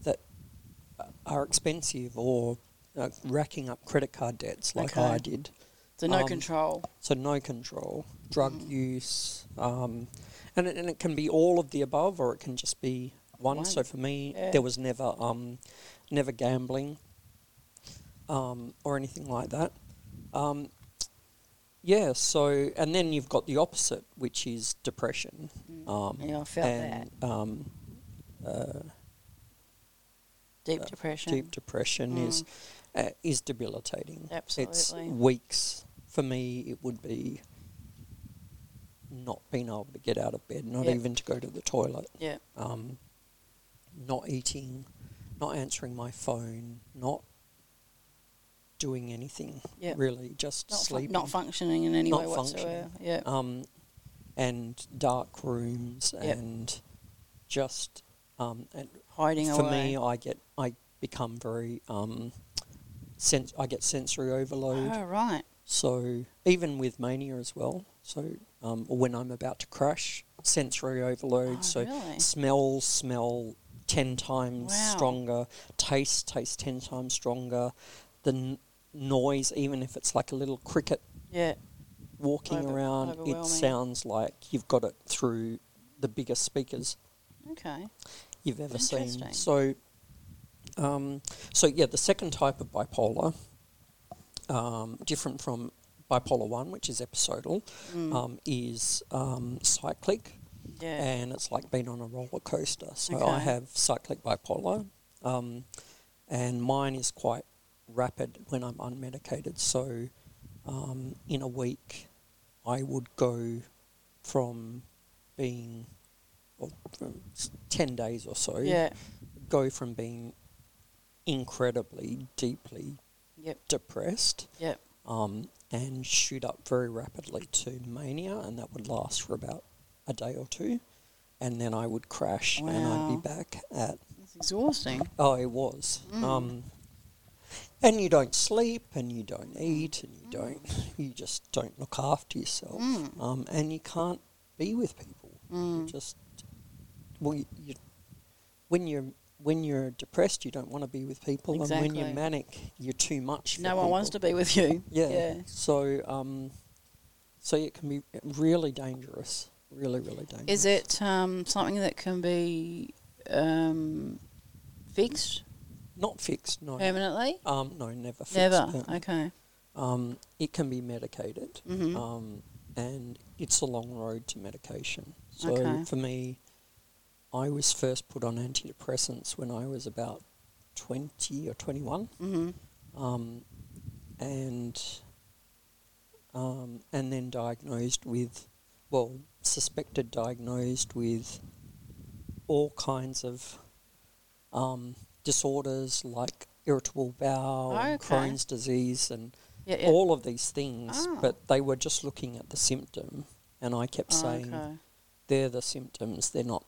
S6: that are expensive or uh, racking up credit card debts like
S2: Okay.
S6: I did.
S2: So no
S6: Um,
S2: control.
S6: So no control, drug
S2: Mm.
S6: use, um, and it, and it can be all of the above, or it can just be one.
S2: One.
S6: So for me,
S2: Yeah.
S6: there was never um, never gambling um, or anything like that. Um, yeah. So and then you've got the opposite, which is depression.
S2: Mm.
S6: Um,
S2: Yeah, I felt
S6: and, Um, uh,
S2: Deep
S6: uh,
S2: depression. Mm.
S6: Deep depression is uh, is debilitating. It's
S2: Absolutely.
S6: weeks for me. It would be not being able to get out of bed, not
S2: Yeah.
S6: even to go to the toilet,
S2: Yeah.
S6: um, not eating, not answering my phone, not doing anything.
S2: Yeah.
S6: Really, just
S2: Not, fun-
S6: sleeping.
S2: not functioning in any
S6: Not
S2: way whatsoever.
S6: functioning.
S2: Yeah.
S6: Um, and dark rooms
S2: Yep.
S6: and just um, and
S2: Hiding
S6: for
S2: away.
S6: me, I get I become very um, sen- I get sensory overload.
S2: oh right.
S6: So even with mania as well. So um, or when I'm about to crash, sensory overload.
S2: Oh,
S6: so
S2: really?
S6: smell, smell ten times
S2: Wow.
S6: stronger. Taste, taste ten times stronger. The n- noise, even if it's like a little cricket
S2: Yeah.
S6: walking
S2: Over-
S6: around, it
S2: overwhelming.
S6: sounds like you've got it through the biggest speakers
S2: Okay.
S6: you've ever seen.
S2: Interesting.
S6: So, um, so yeah, the second type of bipolar, um, different from bipolar one, which is episodal,
S2: Mm.
S6: um, is um, cyclic,
S2: yeah.
S6: and it's like being on a roller coaster. So I
S2: Okay.
S6: have cyclic bipolar, um, and mine is quite rapid when I'm unmedicated. So um, in a week, I would go from being well, from s- 10 days or so
S2: yeah.
S6: go from being incredibly deeply
S2: Yep.
S6: depressed
S2: Yep.
S6: um, and shoot up very rapidly to mania, and that would last for about a day or two. And then I would crash, and
S2: Wow.
S6: I'd be back at
S2: It's exhausting.
S6: oh, it was.
S2: Mm.
S6: Um, and you don't sleep, and you don't eat, and you don't
S2: Mm.
S6: [LAUGHS] you just don't look after yourself, um, and you can't be with people. You
S2: Mm.
S6: just well, you, you, when you're when you're depressed, you don't want to be with people, and when
S2: Exactly.
S6: you're manic, you're too much. For
S2: No one wants
S6: people.
S2: to be with you.
S6: [LAUGHS] Yeah.
S2: Yeah.
S6: So, um, so it can be really dangerous. Really, really dangerous.
S2: Is it um, something that can be um, fixed
S6: not fixed? No.
S2: permanently?
S6: Um, no, never Oh, fixed.
S2: Never.
S6: but,
S2: Okay.
S6: Um, it can be medicated,
S2: Mhm.
S6: um, and it's a long road to medication. So
S2: Okay.
S6: for me, I was first put on antidepressants when I was about twenty or twenty-one.
S2: hmm
S6: um, and um, and then diagnosed with, well, suspected diagnosed with all kinds of um, disorders like irritable bowel, and
S2: Okay.
S6: Crohn's disease, and
S2: Yeah, yeah.
S6: all of these things.
S2: Ah.
S6: But they were just looking at the symptom, and I kept
S2: Oh,
S6: saying
S2: okay.
S6: they're the symptoms, they're not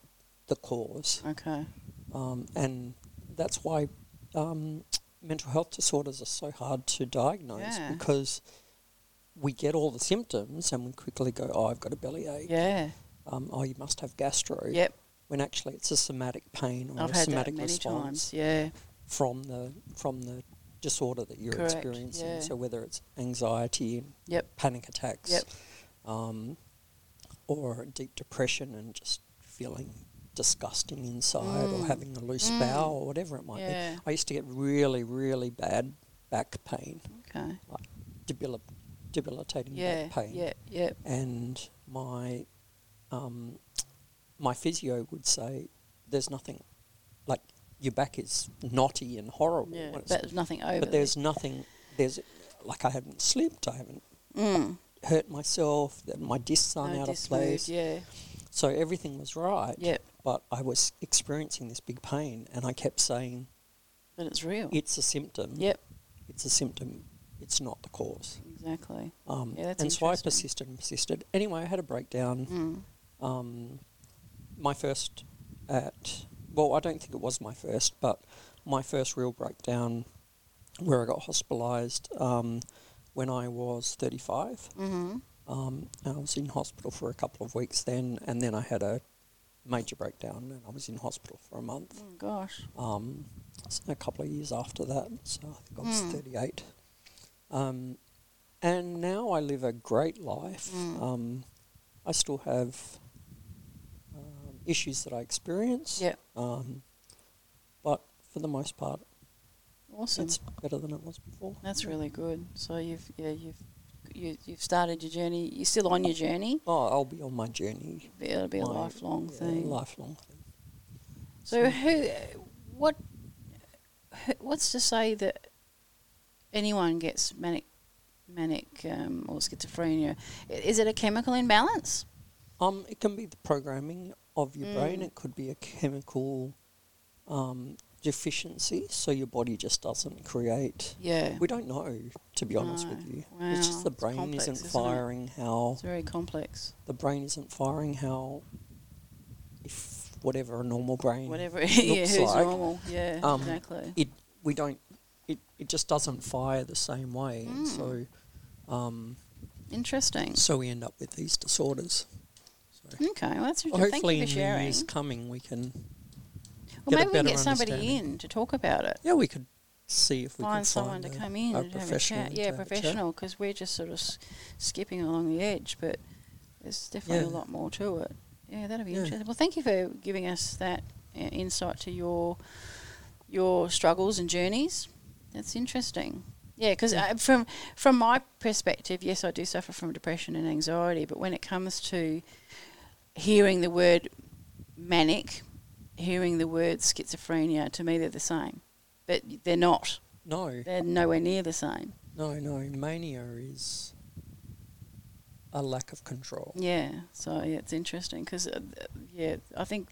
S6: the cause
S2: Okay.
S6: um, and that's why um, mental health disorders are so hard to diagnose
S2: Yeah.
S6: because we get all the symptoms and we quickly go, "Oh, I've got a bellyache.
S2: Yeah.
S6: Um, oh, you must have gastro."
S2: Yep.
S6: When actually, it's a somatic pain or
S2: I've had
S6: a
S2: that
S6: somatic
S2: many
S6: response
S2: times. Yeah.
S6: from the from the disorder that you're
S2: Correct,
S6: experiencing.
S2: yeah.
S6: So whether it's anxiety,
S2: Yep.
S6: panic attacks,
S2: Yep.
S6: um, or deep depression and just feeling disgusting inside or
S2: Mm.
S6: having a loose
S2: Mm.
S6: bowel or whatever it might
S2: Yeah.
S6: be. I used to get really, really bad back pain,
S2: Okay.
S6: like debil- debilitating
S2: Yeah.
S6: back pain.
S2: Yeah. Yeah.
S6: And my um, my physio would say, there's nothing like your back is knotty and horrible.
S2: Yeah,
S6: and it's-
S2: but nothing over.
S6: but there's nothing. There's like I haven't slipped. I haven't
S2: mm,
S6: hurt myself. that My discs aren't
S2: no
S6: out
S2: disc
S6: of
S2: moved,
S6: place.
S2: Yeah,
S6: So everything was right.
S2: Yep.
S6: But I was experiencing this big pain, and I kept saying,
S2: but it's real.
S6: "It's a symptom.
S2: Yep,
S6: It's a symptom. It's not the cause."
S2: exactly.
S6: Um,
S2: Yeah, that's
S6: and so I
S2: interesting.
S6: persisted and persisted. Anyway, I had a breakdown.
S2: Mm.
S6: um, my first at well, I don't think it was my first, but my first real breakdown where I got hospitalised um, when I was 35.
S2: Mm-hmm.
S6: Um, and I was in hospital for a couple of weeks then, and then I had a major breakdown, and I was in hospital for a month.
S2: Oh, gosh.
S6: Um, s- a couple of years after that, so I think I was
S2: Mm.
S6: 38. Um, and now I live a great life.
S2: Mm.
S6: Um, I still have um, issues that I experience,
S2: Yep.
S6: um, but for the most part,
S2: Awesome.
S6: it's better than it was before.
S2: Mm. That's really good. So you've yeah you've you, you've started your journey. You're still on your journey.
S6: Oh, I'll be on my journey,
S2: It'll be a
S6: Like,
S2: lifelong
S6: yeah,
S2: thing.
S6: lifelong thing.
S2: So who, what, who- what's to say that anyone gets manic, manic um, or schizophrenia? I- Is it a chemical imbalance?
S6: Um, it can be the programming of your brain.
S2: Mm.
S6: It could be a chemical um, deficiency, so your body just doesn't create.
S2: Yeah,
S6: We don't know, to be honest
S2: No.
S6: with you. It's
S2: Wow.
S6: just the
S2: It's
S6: brain
S2: complex,
S6: isn't
S2: isn't it?
S6: firing how
S2: it's very complex.
S6: the brain isn't firing how if whatever a normal brain
S2: Whatever, [LAUGHS] yeah,
S6: looks
S2: who's
S6: like,
S2: normal? Yeah,
S6: um,
S2: exactly.
S6: It we don't it, it just doesn't fire the same way,
S2: Mm.
S6: and so um,
S2: Interesting.
S6: so we end up with these disorders. So
S2: Okay, well, that's interesting. Thank
S6: hopefully
S2: you for
S6: in the
S2: sharing.
S6: years coming we can
S2: Well, maybe we
S6: get a
S2: can
S6: better
S2: get somebody
S6: understanding.
S2: in to talk about it.
S6: yeah we could see if we
S2: find
S6: can
S2: someone
S6: find
S2: to
S6: a-
S2: come in
S6: a
S2: and have a
S6: professional
S2: chat.
S6: to
S2: Yeah,
S6: have a chat.
S2: professional, because we're just sort of s- skipping along the edge, but there's definitely
S6: Yeah.
S2: a lot more to it. Yeah, that'll be
S6: Yeah.
S2: interesting. Well, thank you for giving us that uh, insight to your your struggles and journeys. That's interesting. Yeah, because from from my perspective, yes, I do suffer from depression and anxiety, but when it comes to hearing the word manic, hearing the word schizophrenia, to me they're the same, but they're not.
S6: no
S2: They're nowhere near the same.
S6: no no mania is a lack of control
S2: Yeah. So yeah, it's interesting because uh, yeah, I think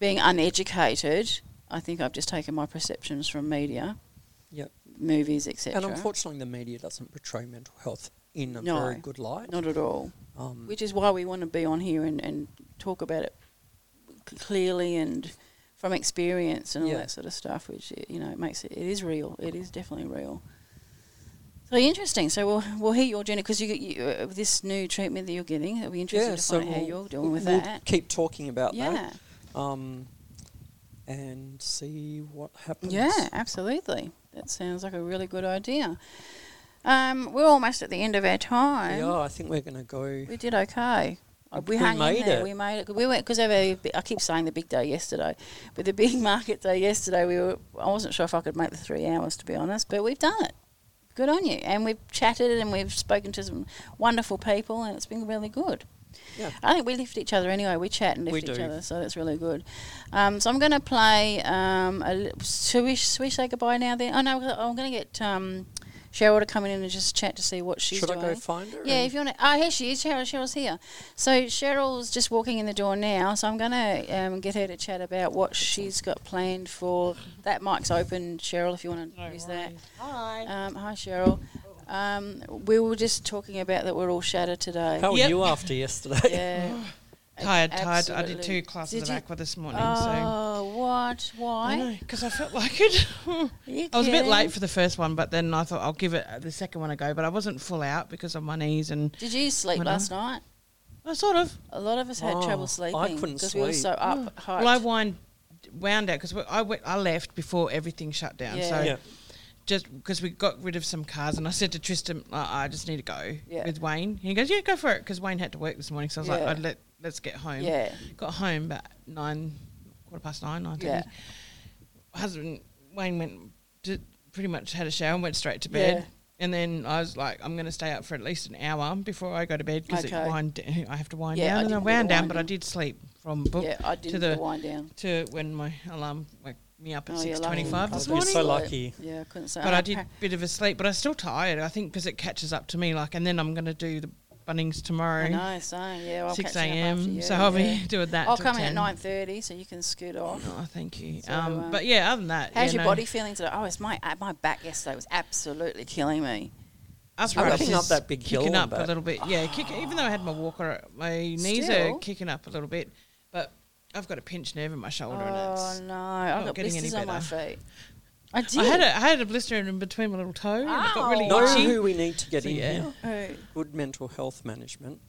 S2: being uneducated, I think I've just taken my perceptions from media,
S6: yep
S2: movies, etc.
S6: And unfortunately, the media doesn't portray mental health in a
S2: No,
S6: very good light.
S2: Not at all.
S6: um,
S2: Which is why we want to be on here and, and talk about it c- clearly and from experience and all
S6: Yeah.
S2: that sort of stuff. Which i- you know it makes it it is real. It is definitely real. So interesting. So we'll we'll hear your journey because you, you uh, this new treatment that you're getting. It'll be interesting
S6: yeah,
S2: to
S6: so
S2: find out how
S6: we'll-
S2: you're doing with
S6: we'll
S2: that.
S6: keep talking about
S2: Yeah.
S6: that um, and see what happens.
S2: Yeah, absolutely. That sounds like a really good idea. Um, we're almost at the end of our time.
S6: Yeah, I think we're going to go.
S2: We did okay. Uh, We,
S6: We
S2: hung
S6: made
S2: in there.
S6: it.
S2: We made it. 'Cause We went because I keep saying the big day yesterday, but the big [LAUGHS] market day yesterday. We were. I wasn't sure if I could make the three hours to be honest, but we've done it. Good on you. And we've chatted and we've spoken to some wonderful people, and it's been really good.
S6: Yeah.
S2: I think we lift each other anyway. We chat and lift
S6: We
S2: each
S6: do.
S2: other, so that's really good. Um, so I'm going to play. Um, a, li- should, we, should we say goodbye now? Then oh no, I'm going to get um, Cheryl to come in and just chat to see what she's
S6: Should
S2: doing.
S6: I go find her?
S2: Yeah,
S6: and-
S2: if you want to. Oh, here she is. Cheryl. Cheryl's here. So Cheryl's just walking in the door now. So I'm going to um, get her to chat about what she's got planned for. That mic's open, Cheryl, if you want to use that. Hi. Um, hi, Cheryl. Um, we were just talking about that we're all shattered today.
S6: how
S8: Yep.
S6: are you after yesterday? [LAUGHS]
S2: Yeah.
S8: [GASPS] Tired, tired. I did
S2: Absolutely.
S8: two classes
S2: Did
S8: of
S2: you-
S8: aqua this morning, so
S2: Oh, what? Why?
S8: because I, felt like it. [LAUGHS]
S2: Are you
S8: I was a bit
S2: kidding?
S8: late for the first one, but then I thought I'll give it uh, the second one a go. But I wasn't full out because of my knees and
S2: Did you sleep
S8: Went on.
S2: last night?
S8: I sort of.
S2: A lot of us had trouble
S6: Oh, I
S2: sleeping
S6: couldn't
S2: we were
S6: sleep.
S2: so up. hyped.
S8: Well, I wind wound out because I went, I left before everything shut down.
S2: Yeah.
S8: So
S6: Yeah.
S8: just because we got rid of some cars, and I said to Tristan, I, I just need to go
S2: Yeah.
S8: with Wayne. He goes, yeah, go for it, because Wayne had to work this morning. So I was
S2: Yeah.
S8: like, I'd let let's get home.
S2: Yeah.
S8: Got home about nine, quarter past nine, nine thirty.
S2: Yeah.
S8: Husband Wayne went to, pretty much had a shower and went straight to bed. And then I was like, I'm going to stay up for at least an hour before I go to bed because
S2: Okay.
S8: wind d- I have to wind
S2: Yeah, I
S8: down. and I
S2: didn't do the
S8: wound down,
S2: wind
S8: but I
S2: down.
S8: did sleep from book
S2: yeah, I
S8: to
S2: didn't
S8: the
S2: wind down.
S8: to when my alarm woke me up at
S2: Oh, you're lucky.
S8: 6.25
S2: I
S8: this
S2: was
S6: You're
S8: morning.
S6: so
S2: like-
S6: lucky.
S2: Yeah, I couldn't say.
S8: But I did
S2: pa-
S8: a bit of a sleep, but I'm still tired, I think, because it catches up to me. Like, And then I'm going to do the Bunnings tomorrow.
S2: I know, same. Yeah, I'll
S8: 6
S2: catch you up after
S8: a.m.
S2: you,
S8: So I'll
S2: yeah.
S8: be [LAUGHS] doing that.
S2: I'll
S8: till
S2: come in at
S8: 10.
S2: nine thirty, so you can scoot off.
S8: Oh, thank you.
S2: So,
S8: um,
S2: uh,
S8: but yeah, other than that,
S2: How's
S8: you
S2: your
S8: know,
S2: body feeling today? Oh, it's my uh, my back yesterday was absolutely killing me.
S8: Arthritis
S6: Kicking up
S8: is [LAUGHS]
S6: that big hill
S8: kicking
S6: and
S8: up a
S6: that.
S8: little bit. Yeah, kick, even though I had my walker, my knees
S2: Still.
S8: are kicking up a little bit, but I've got a pinched nerve in my shoulder, and
S2: Oh
S8: it's.
S2: no, I
S8: not
S2: got
S8: getting any
S2: blisters on my feet. I did. Oh,
S8: I had a I had a blister in between my little toe, and it got really
S2: Ow.
S6: Know
S8: itchy.
S6: who we need to get
S8: So,
S6: in
S8: yeah.
S6: here?
S2: Oh,
S6: Good mental health management.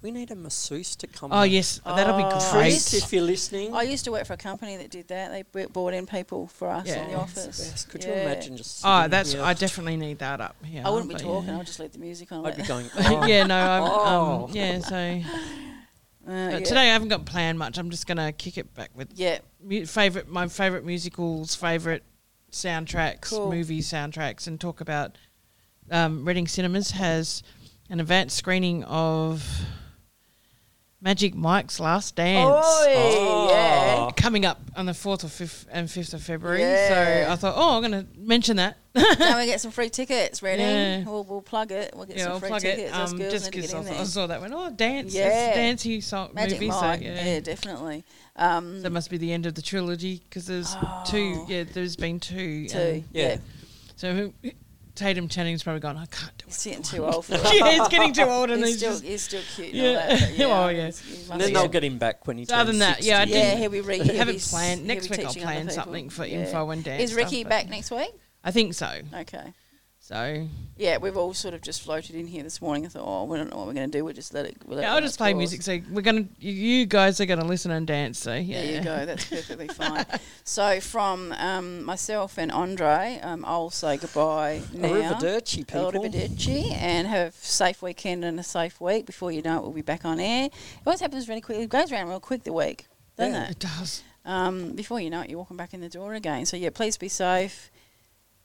S6: We need a masseuse to come.
S8: Oh
S6: in.
S8: yes, that'll be
S6: Chris,
S8: great.
S6: if you're listening.
S2: I used to work for a company that did that. They b- brought in people for us
S8: Yeah.
S2: in the
S8: Oh,
S6: It's the
S2: office.
S6: best. Could you
S2: Yeah.
S6: imagine just?
S8: Oh,
S6: sitting
S8: that's
S6: here?
S8: I definitely need that up here.
S2: I wouldn't be
S8: but
S2: talking.
S8: Yeah.
S2: I'll just leave the music on.
S6: I'd be
S2: let-
S6: going.
S8: [LAUGHS] yeah, no, I'm,
S6: Oh.
S8: um, yeah. So
S2: [LAUGHS] Uh,
S8: but
S2: yeah.
S8: today I haven't got planned much. I'm just gonna kick it back with
S2: Yeah.
S8: mu- favorite my favorite musicals, favorite soundtracks,
S2: Cool.
S8: movie soundtracks, and talk about. Um, Reading Cinemas has an advanced screening of Magic Mike's Last Dance
S2: Oh, yeah.
S8: coming up on the fourth or fifth and fifth of February.
S2: Yeah.
S8: So I thought, oh, I'm going to mention that.
S2: Can we get some free tickets, ready?
S8: Yeah.
S2: We'll, we'll plug it. We'll get
S8: yeah,
S2: some
S8: I'll
S2: free
S8: plug
S2: tickets.
S8: it
S2: Us
S8: um,
S2: girls
S8: just
S2: need to
S8: because
S2: get
S8: I,
S2: in
S8: thought-
S2: there.
S8: I saw that went. Oh, dance!
S2: Yeah.
S8: It's a dancey song
S2: Magic
S8: movie.
S2: Mike.
S8: So
S2: yeah.
S8: yeah.
S2: definitely. Um,
S8: So that must be the end of the trilogy because there's two.
S2: Oh.
S8: Yeah, there's been two.
S2: too.
S8: um,
S2: Yeah.
S6: Yeah.
S8: so Tatum Channing's probably gone. I can't do it.
S2: He's getting too old
S8: [LAUGHS]
S2: for it.
S8: yeah, he's getting too old, and
S2: He's
S8: he's
S2: still,
S8: just
S2: he's still cute.
S8: Yeah.
S2: And all that, but
S8: [LAUGHS]
S2: yeah,
S8: Oh,
S2: I mean,
S8: yeah.
S2: he's- he must
S6: And then
S2: be-
S6: they'll get him back when he.
S8: So other
S6: turns
S8: than that, yeah, I
S6: 60.
S2: yeah,
S8: didn't-
S2: he'll be re-
S8: I
S2: he'll
S8: haven't
S2: be s-
S8: planned-
S2: he'll
S8: next
S2: be
S8: week I'll
S2: teaching other
S8: plan
S2: people.
S8: something for
S2: yeah.
S8: info and dance
S2: Is
S8: stuff,
S2: Ricky
S8: but-
S2: back next week?
S8: I think so.
S2: Okay.
S8: So
S2: Yeah, we've all sort of just floated in here this morning. I thought, oh, we don't know what we're going to do. We'll just let it. We'll let it
S8: yeah, I'll
S2: run
S8: just
S2: its
S8: play
S2: course.
S8: music. So we're gonna, you- you guys are gonna listen and dance. So yeah,
S2: There you go.
S6: [LAUGHS]
S2: That's perfectly fine. So from um, myself and Andre, um, I'll say goodbye now.
S6: Arrivederci, people.
S2: Arrivederci, and have a safe weekend and a safe week. Before you know it, we'll be back on air. It always happens really quick. It goes around real quick the week, doesn't
S8: It
S2: it?
S8: does.
S2: Um, before you know it, you're walking back in the door again. So yeah, please be safe.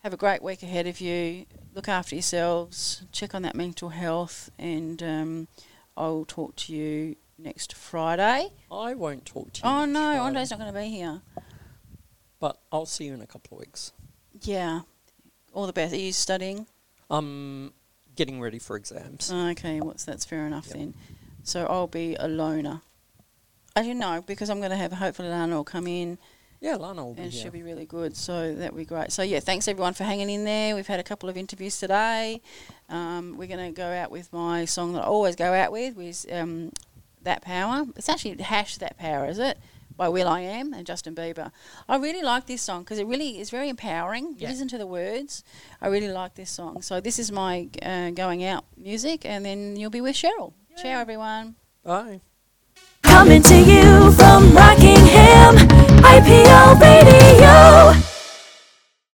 S2: Have a great week ahead of you. Look after yourselves. Check on that mental health, and um, I'll talk to you next Friday.
S6: I won't talk to you.
S2: Oh no,
S6: Friday,
S2: Andre's not going to be here.
S6: But I'll see you in a couple of weeks.
S2: Yeah. All the best. Are you studying?
S6: I'm Um, getting ready for exams.
S2: Oh, okay, what's that's fair enough
S6: Yep.
S2: then. So I'll be a loner. I don't know because I'm going to have hopefully Lana will come in
S6: Yeah, Lana will be
S2: and
S6: here.
S2: she'll be really good. So that would be great. So yeah, thanks everyone for hanging in there. We've had a couple of interviews today. Um, we're going to go out with my song that I always go out with, which is um, "That Power." It's actually "Hash That Power," is it? By Will I Am and Justin Bieber. I really like this song because it really is very empowering. You
S8: Yeah.
S2: Listen to the words. I really like this song. So this is my uh, going out music, and then you'll be with Cheryl. Ciao, everyone.
S6: Bye.
S9: Coming to you from Rockingham, IPL Radio.